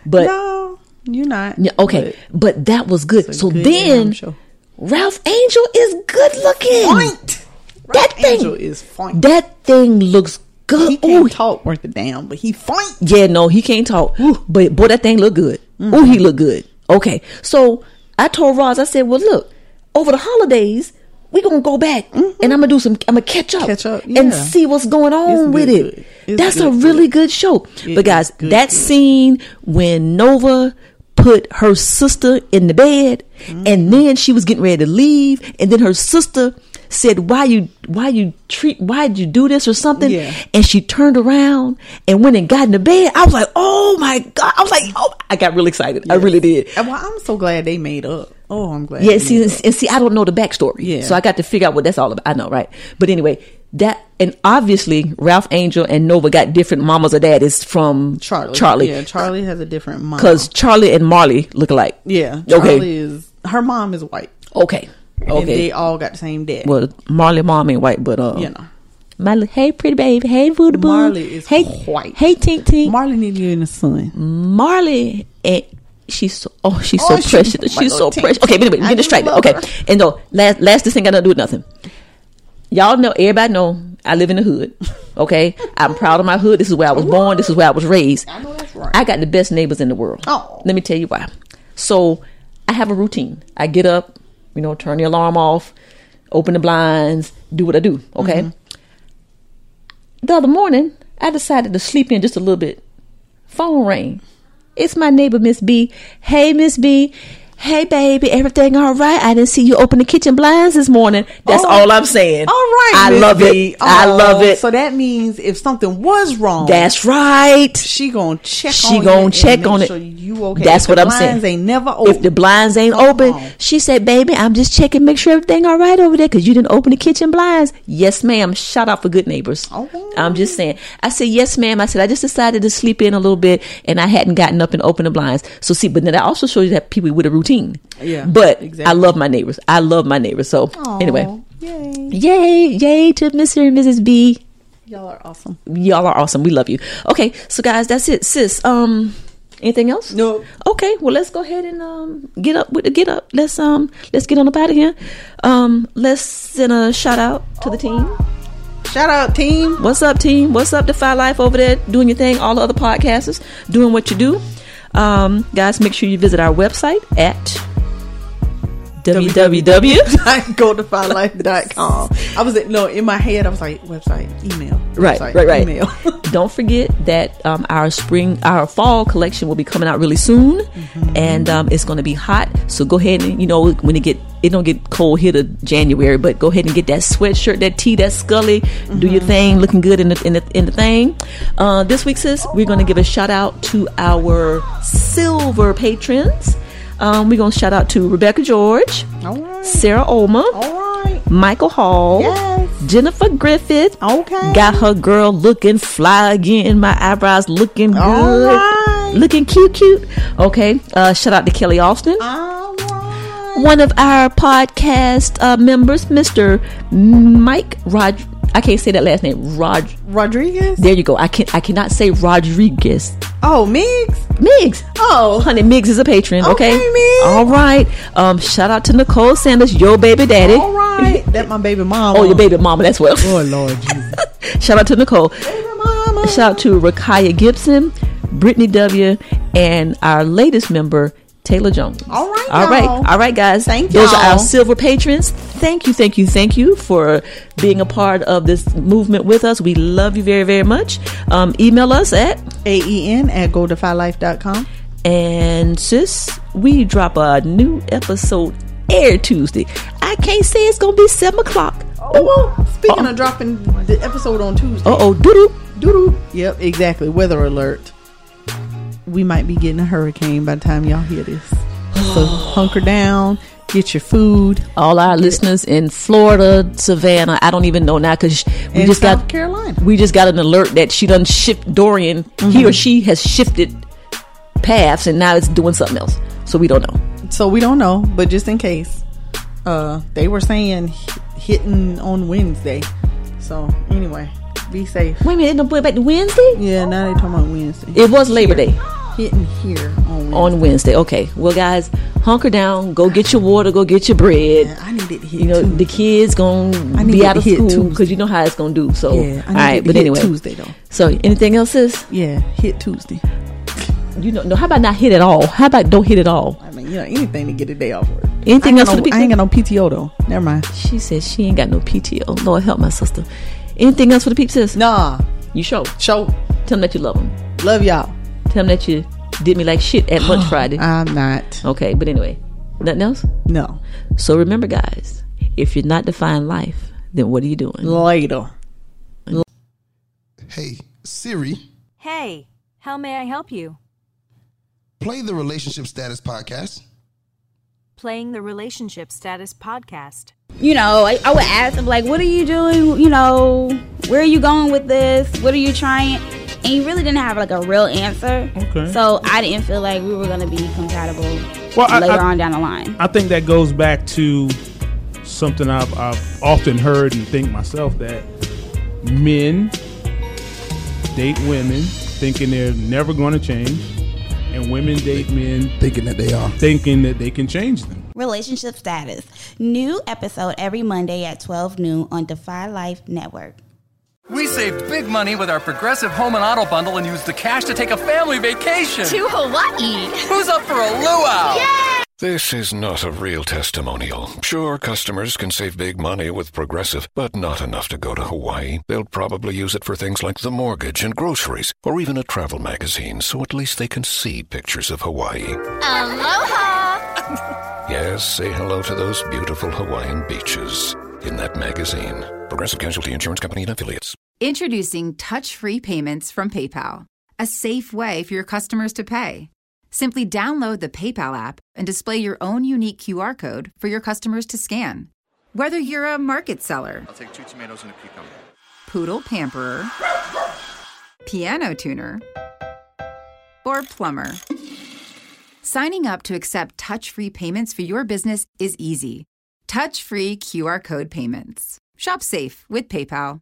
Speaker 4: but
Speaker 3: No, you're not.
Speaker 4: yeah, okay, but, that was good. So
Speaker 3: good
Speaker 4: then,
Speaker 3: damn show.
Speaker 4: Ralph Angel is good looking.
Speaker 3: Point.
Speaker 4: That thing
Speaker 3: Angel is fine.
Speaker 4: That oh, thing looks
Speaker 3: he
Speaker 4: good.
Speaker 3: can't
Speaker 4: Ooh,
Speaker 3: talk worth a damn, but he fine.
Speaker 4: yeah, no, he can't talk. But boy, that thing look good.
Speaker 3: Mm-hmm.
Speaker 4: Oh, he look good. Okay, so I told Roz, I said, well, look, over the holidays. We gonna go back, and I'm gonna do some. I'm gonna catch up,
Speaker 3: Mm-hmm. Catch up,
Speaker 4: and
Speaker 3: yeah.
Speaker 4: see what's going on
Speaker 3: It's
Speaker 4: with
Speaker 3: good,
Speaker 4: it.
Speaker 3: good. It's
Speaker 4: That's a
Speaker 3: good,
Speaker 4: really
Speaker 3: good.
Speaker 4: good show.
Speaker 3: It
Speaker 4: but guys,
Speaker 3: is good,
Speaker 4: that
Speaker 3: good.
Speaker 4: scene when Nova put her sister in the bed, and then she was getting ready to leave, and then her sister said, "Why you? Why you treat? Why would you do this or something?"
Speaker 3: Yeah.
Speaker 4: And she turned around and went and got in the bed. I was like, "Oh my god!" I was like, "Oh!" I got really excited. I really did.
Speaker 3: And Well, I'm so glad they made up. Oh, I'm glad.
Speaker 4: Yeah,
Speaker 3: they
Speaker 4: see,
Speaker 3: made
Speaker 4: and,
Speaker 3: up.
Speaker 4: and see, I don't know the backstory,
Speaker 3: Yeah.
Speaker 4: so I got to figure out what that's all about. I know, right? But anyway, that and obviously Ralph Angel and Nova got different mamas or daddies from
Speaker 3: Charlie.
Speaker 4: Charlie,
Speaker 3: Yeah, Charlie has a different mom.
Speaker 4: because Charlie and Marley look alike.
Speaker 3: yeah, Charlie
Speaker 4: Okay.
Speaker 3: is her mom is white.
Speaker 4: Okay.
Speaker 3: And they
Speaker 4: Okay.
Speaker 3: all got the same dad.
Speaker 4: Well, Marley mom ain't white, but uh,
Speaker 3: you know,
Speaker 4: Marley, hey pretty baby, hey voodoo boo,
Speaker 3: Marley is
Speaker 4: hey
Speaker 3: white.
Speaker 4: hey tink Mm. tink,
Speaker 3: Marley needed you in the sun.
Speaker 4: Marley and she's so oh she's
Speaker 3: Oh,
Speaker 4: so
Speaker 3: she-
Speaker 4: precious.
Speaker 3: my
Speaker 4: she's so
Speaker 3: little
Speaker 4: precious.
Speaker 3: tink
Speaker 4: Okay, but
Speaker 3: tink.
Speaker 4: anyway,
Speaker 3: I
Speaker 4: get distracted.
Speaker 3: love
Speaker 4: Okay,
Speaker 3: her.
Speaker 4: and though last last this thing got nothing to do with nothing. Y'all know everybody know I live in the hood. Okay, I'm proud of my hood. This is where I was born. This is where I was raised.
Speaker 3: I know that's right.
Speaker 4: I got the best neighbors in the world.
Speaker 3: Oh.
Speaker 4: let me tell you why. So I have a routine. I get up, you know, turn the alarm off, open the blinds, do what I do. Okay.
Speaker 3: Mm-hmm.
Speaker 4: The other morning, I decided to sleep in just a little bit. Phone rang. It's my neighbor, Miss B. Hey, Miss B. Hey, baby. Everything all right? I didn't see you open the kitchen blinds this morning. That's
Speaker 3: Oh.
Speaker 4: all I'm saying.
Speaker 3: All right.
Speaker 4: I
Speaker 3: Miss
Speaker 4: love
Speaker 3: B.
Speaker 4: it. I
Speaker 3: Oh,
Speaker 4: love it.
Speaker 3: So that means if something was wrong,
Speaker 4: That's right.
Speaker 3: she gonna check.
Speaker 4: She
Speaker 3: on
Speaker 4: gonna
Speaker 3: it and
Speaker 4: check
Speaker 3: make
Speaker 4: on it.
Speaker 3: sure you okay?
Speaker 4: That's
Speaker 3: If
Speaker 4: what
Speaker 3: the
Speaker 4: I'm saying.
Speaker 3: blinds Ain't never open.
Speaker 4: If the blinds ain't
Speaker 3: Come
Speaker 4: open,
Speaker 3: on.
Speaker 4: she said, "Baby, I'm just checking, make sure everything all right over there, because you didn't open the kitchen blinds." Yes, ma'am. Shout out for good neighbors.
Speaker 3: Okay.
Speaker 4: I'm just saying. I said, "Yes, ma'am." I said, "I just decided to sleep in a little bit, and I hadn't gotten up and opened the blinds." So see, but then that also shows you that people with a routine.
Speaker 3: Yeah,
Speaker 4: But I
Speaker 3: exactly.
Speaker 4: love my neighbors. I love my neighbors. So anyway,
Speaker 3: Oh, yay!
Speaker 4: yay, yay to Mr. and Mrs. B.
Speaker 3: Y'all are awesome.
Speaker 4: Y'all are awesome. We love you. Okay, so guys, that's it, sis. Um, anything else?
Speaker 3: No.
Speaker 4: Okay, well let's go ahead and um get up with the get up. Let's um let's get on up out of here. Um, let's send a shout out to the team.
Speaker 3: Shout out team.
Speaker 4: What's up, team? What's up, Defy Life over there doing your thing? All the other podcasters doing what you do. Um, guys, make sure you visit our website at www.
Speaker 3: Go to findlife.com. I was at, no in my head. I was like website, email,
Speaker 4: Right,
Speaker 3: website,
Speaker 4: right, right.
Speaker 3: Email.
Speaker 4: Don't forget that um, our spring, our fall collection will be coming out really soon,
Speaker 3: Mm-hmm.
Speaker 4: and um, it's going to be hot. So go ahead and you know when it get it don't get cold here to January, but go ahead and get that sweatshirt, that tee, that Scully, do
Speaker 3: Mm-hmm.
Speaker 4: your thing, looking good in the in the, in the thing. Uh, this week, sis, we're going to give a shout out to our silver patrons. Um, we're going to shout out to Rebecca George,
Speaker 3: All right.
Speaker 4: Sarah Olma,
Speaker 3: All right.
Speaker 4: Michael Hall,
Speaker 3: Yes.
Speaker 4: Jennifer Griffith.
Speaker 3: Okay.
Speaker 4: Got her girl looking fly again. My eyebrows looking good.
Speaker 3: All right.
Speaker 4: Looking cute, cute. Okay. Uh, shout out to Kelly Austin.
Speaker 3: All right.
Speaker 4: One of our podcast uh, members, Mr. Mike Rod. I can't say that last name. Rod.
Speaker 3: Rodriguez.
Speaker 4: There you go. I can not I cannot say Rodriguez.
Speaker 3: Oh, Migs.
Speaker 4: Miggs.
Speaker 3: Oh,
Speaker 4: Honey, Miggs is a patron. Okay.
Speaker 3: Okay, Miggs.
Speaker 4: All right. Um, shout out to Nicole Sanders, your baby daddy.
Speaker 3: all right. That my baby mama.
Speaker 4: Oh, your baby mama. That's well.
Speaker 3: Oh Lord Jesus.
Speaker 4: Shout out to Nicole.
Speaker 3: Baby mama.
Speaker 4: Shout out to Rakaya Gibson, Brittany W, and our latest member, Taylor Jones.
Speaker 3: All right,
Speaker 4: all right,
Speaker 3: y'all.
Speaker 4: all right, guys.
Speaker 3: Thank
Speaker 4: Those are
Speaker 3: y'all.
Speaker 4: our silver patrons. Thank you, thank you, thank you for being a part of this movement with us. We love you very, very much. Um, email us at
Speaker 3: A E N at goldefylife.com.
Speaker 4: and sis, we drop a new episode air Tuesday. I can't say it's gonna be seven o'clock.
Speaker 3: Oh, well, speaking of dropping the episode on Tuesday.
Speaker 4: Uh oh, doo doo.
Speaker 3: Doo-doo. Yep, exactly. Weather alert. We might be getting a hurricane by the time y'all hear this. So hunker down, get your food.
Speaker 4: all our listeners in Florida, Savannah. I don't even know now because we
Speaker 3: In
Speaker 4: just
Speaker 3: South
Speaker 4: got
Speaker 3: Carolina. Mm-hmm.
Speaker 4: We just got an alert that she done shift Dorian. He or she has shifted paths, and now it's doing something else. So we don't know.
Speaker 3: So we don't know, but just in case, uh, they were saying h- hitting on Wednesday. So anyway, be safe.
Speaker 4: Wait a minute, it don't put it back to Wednesday.
Speaker 3: Yeah, now they talking about Wednesday.
Speaker 4: It was Labor Day
Speaker 3: hitting here on Wednesday.
Speaker 4: on Wednesday. Okay, well, guys, hunker down. Go get your water. Go get your bread.
Speaker 3: I need it to hit
Speaker 4: You know
Speaker 3: Tuesday.
Speaker 4: the kids gonna
Speaker 3: I need
Speaker 4: be
Speaker 3: it
Speaker 4: out
Speaker 3: to
Speaker 4: of
Speaker 3: hit
Speaker 4: school
Speaker 3: Tuesday.
Speaker 4: because you know how it's gonna do. So
Speaker 3: Yeah, I need
Speaker 4: all
Speaker 3: it
Speaker 4: right,
Speaker 3: to
Speaker 4: but
Speaker 3: hit
Speaker 4: anyway,
Speaker 3: Tuesday, though.
Speaker 4: So anything else is
Speaker 3: yeah, hit Tuesday.
Speaker 4: you know no. How about not hit at all? How about don't hit at all?
Speaker 3: I mean, you know, anything to get a day off work.
Speaker 4: Anything
Speaker 3: I ain't
Speaker 4: else
Speaker 3: got no-
Speaker 4: for the people?
Speaker 3: I ain't got no PTO though. Never mind.
Speaker 4: She says she ain't got no PTO. Lord help my sister. Anything else for the peeps sis?
Speaker 3: Nah,
Speaker 4: You show.
Speaker 3: show.
Speaker 4: Tell them that you love them.
Speaker 3: Love y'all.
Speaker 4: Tell them that you did me like shit at lunch Friday.
Speaker 3: I'm not.
Speaker 4: Okay, but anyway, nothing else?
Speaker 3: No.
Speaker 4: So remember, guys, if you're not defying life, then what are you doing?
Speaker 3: Later.
Speaker 6: Hey, Siri,
Speaker 8: Hey, how may I help you?
Speaker 6: play the Relationship Status Podcast.
Speaker 8: Playing the Relationship Status Podcast.
Speaker 9: you know, I, I would ask him like, "What are you doing? You know, where are you going with this? What are you trying?" And he really didn't have like a real answer.
Speaker 10: Okay.
Speaker 9: So I didn't feel like we were gonna be compatible
Speaker 10: Well, I-
Speaker 9: later
Speaker 10: I-
Speaker 9: on down the line.
Speaker 10: I think that goes back to something I've,
Speaker 2: uh,
Speaker 10: I've often heard and think myself that men date women thinking they're never going to change, and women date men
Speaker 6: thinking that they are
Speaker 10: thinking that they can change them.
Speaker 11: Relationship status. New episode every Monday at 12 noon on Defy Life Network.
Speaker 12: We saved big money with our Progressive Home and Auto bundle and used the cash to take a family vacation.
Speaker 13: To Hawaii.
Speaker 12: Who's up for a luau?
Speaker 14: This is not a real testimonial. Sure, customers can save big money with Progressive, but not enough to go to Hawaii. They'll probably use it for things like the mortgage and groceries, or even a travel magazine, so at least they can see pictures of Hawaii.
Speaker 13: Aloha.
Speaker 14: Yes, say hello to those beautiful Hawaiian beaches in that magazine. Progressive Casualty Insurance Company and Affiliates.
Speaker 15: Introducing touch free payments from PayPal, a safe way for your customers to pay. Simply download the PayPal app and display your own unique QR code for your customers to scan. Whether you're a market seller,
Speaker 16: I'll take two tomatoes and a cucumber.
Speaker 15: poodle pamperer, piano tuner, or plumber. Signing up to accept touch free payments for your business is easy. Touch free QR code payments. Shop safe with PayPal.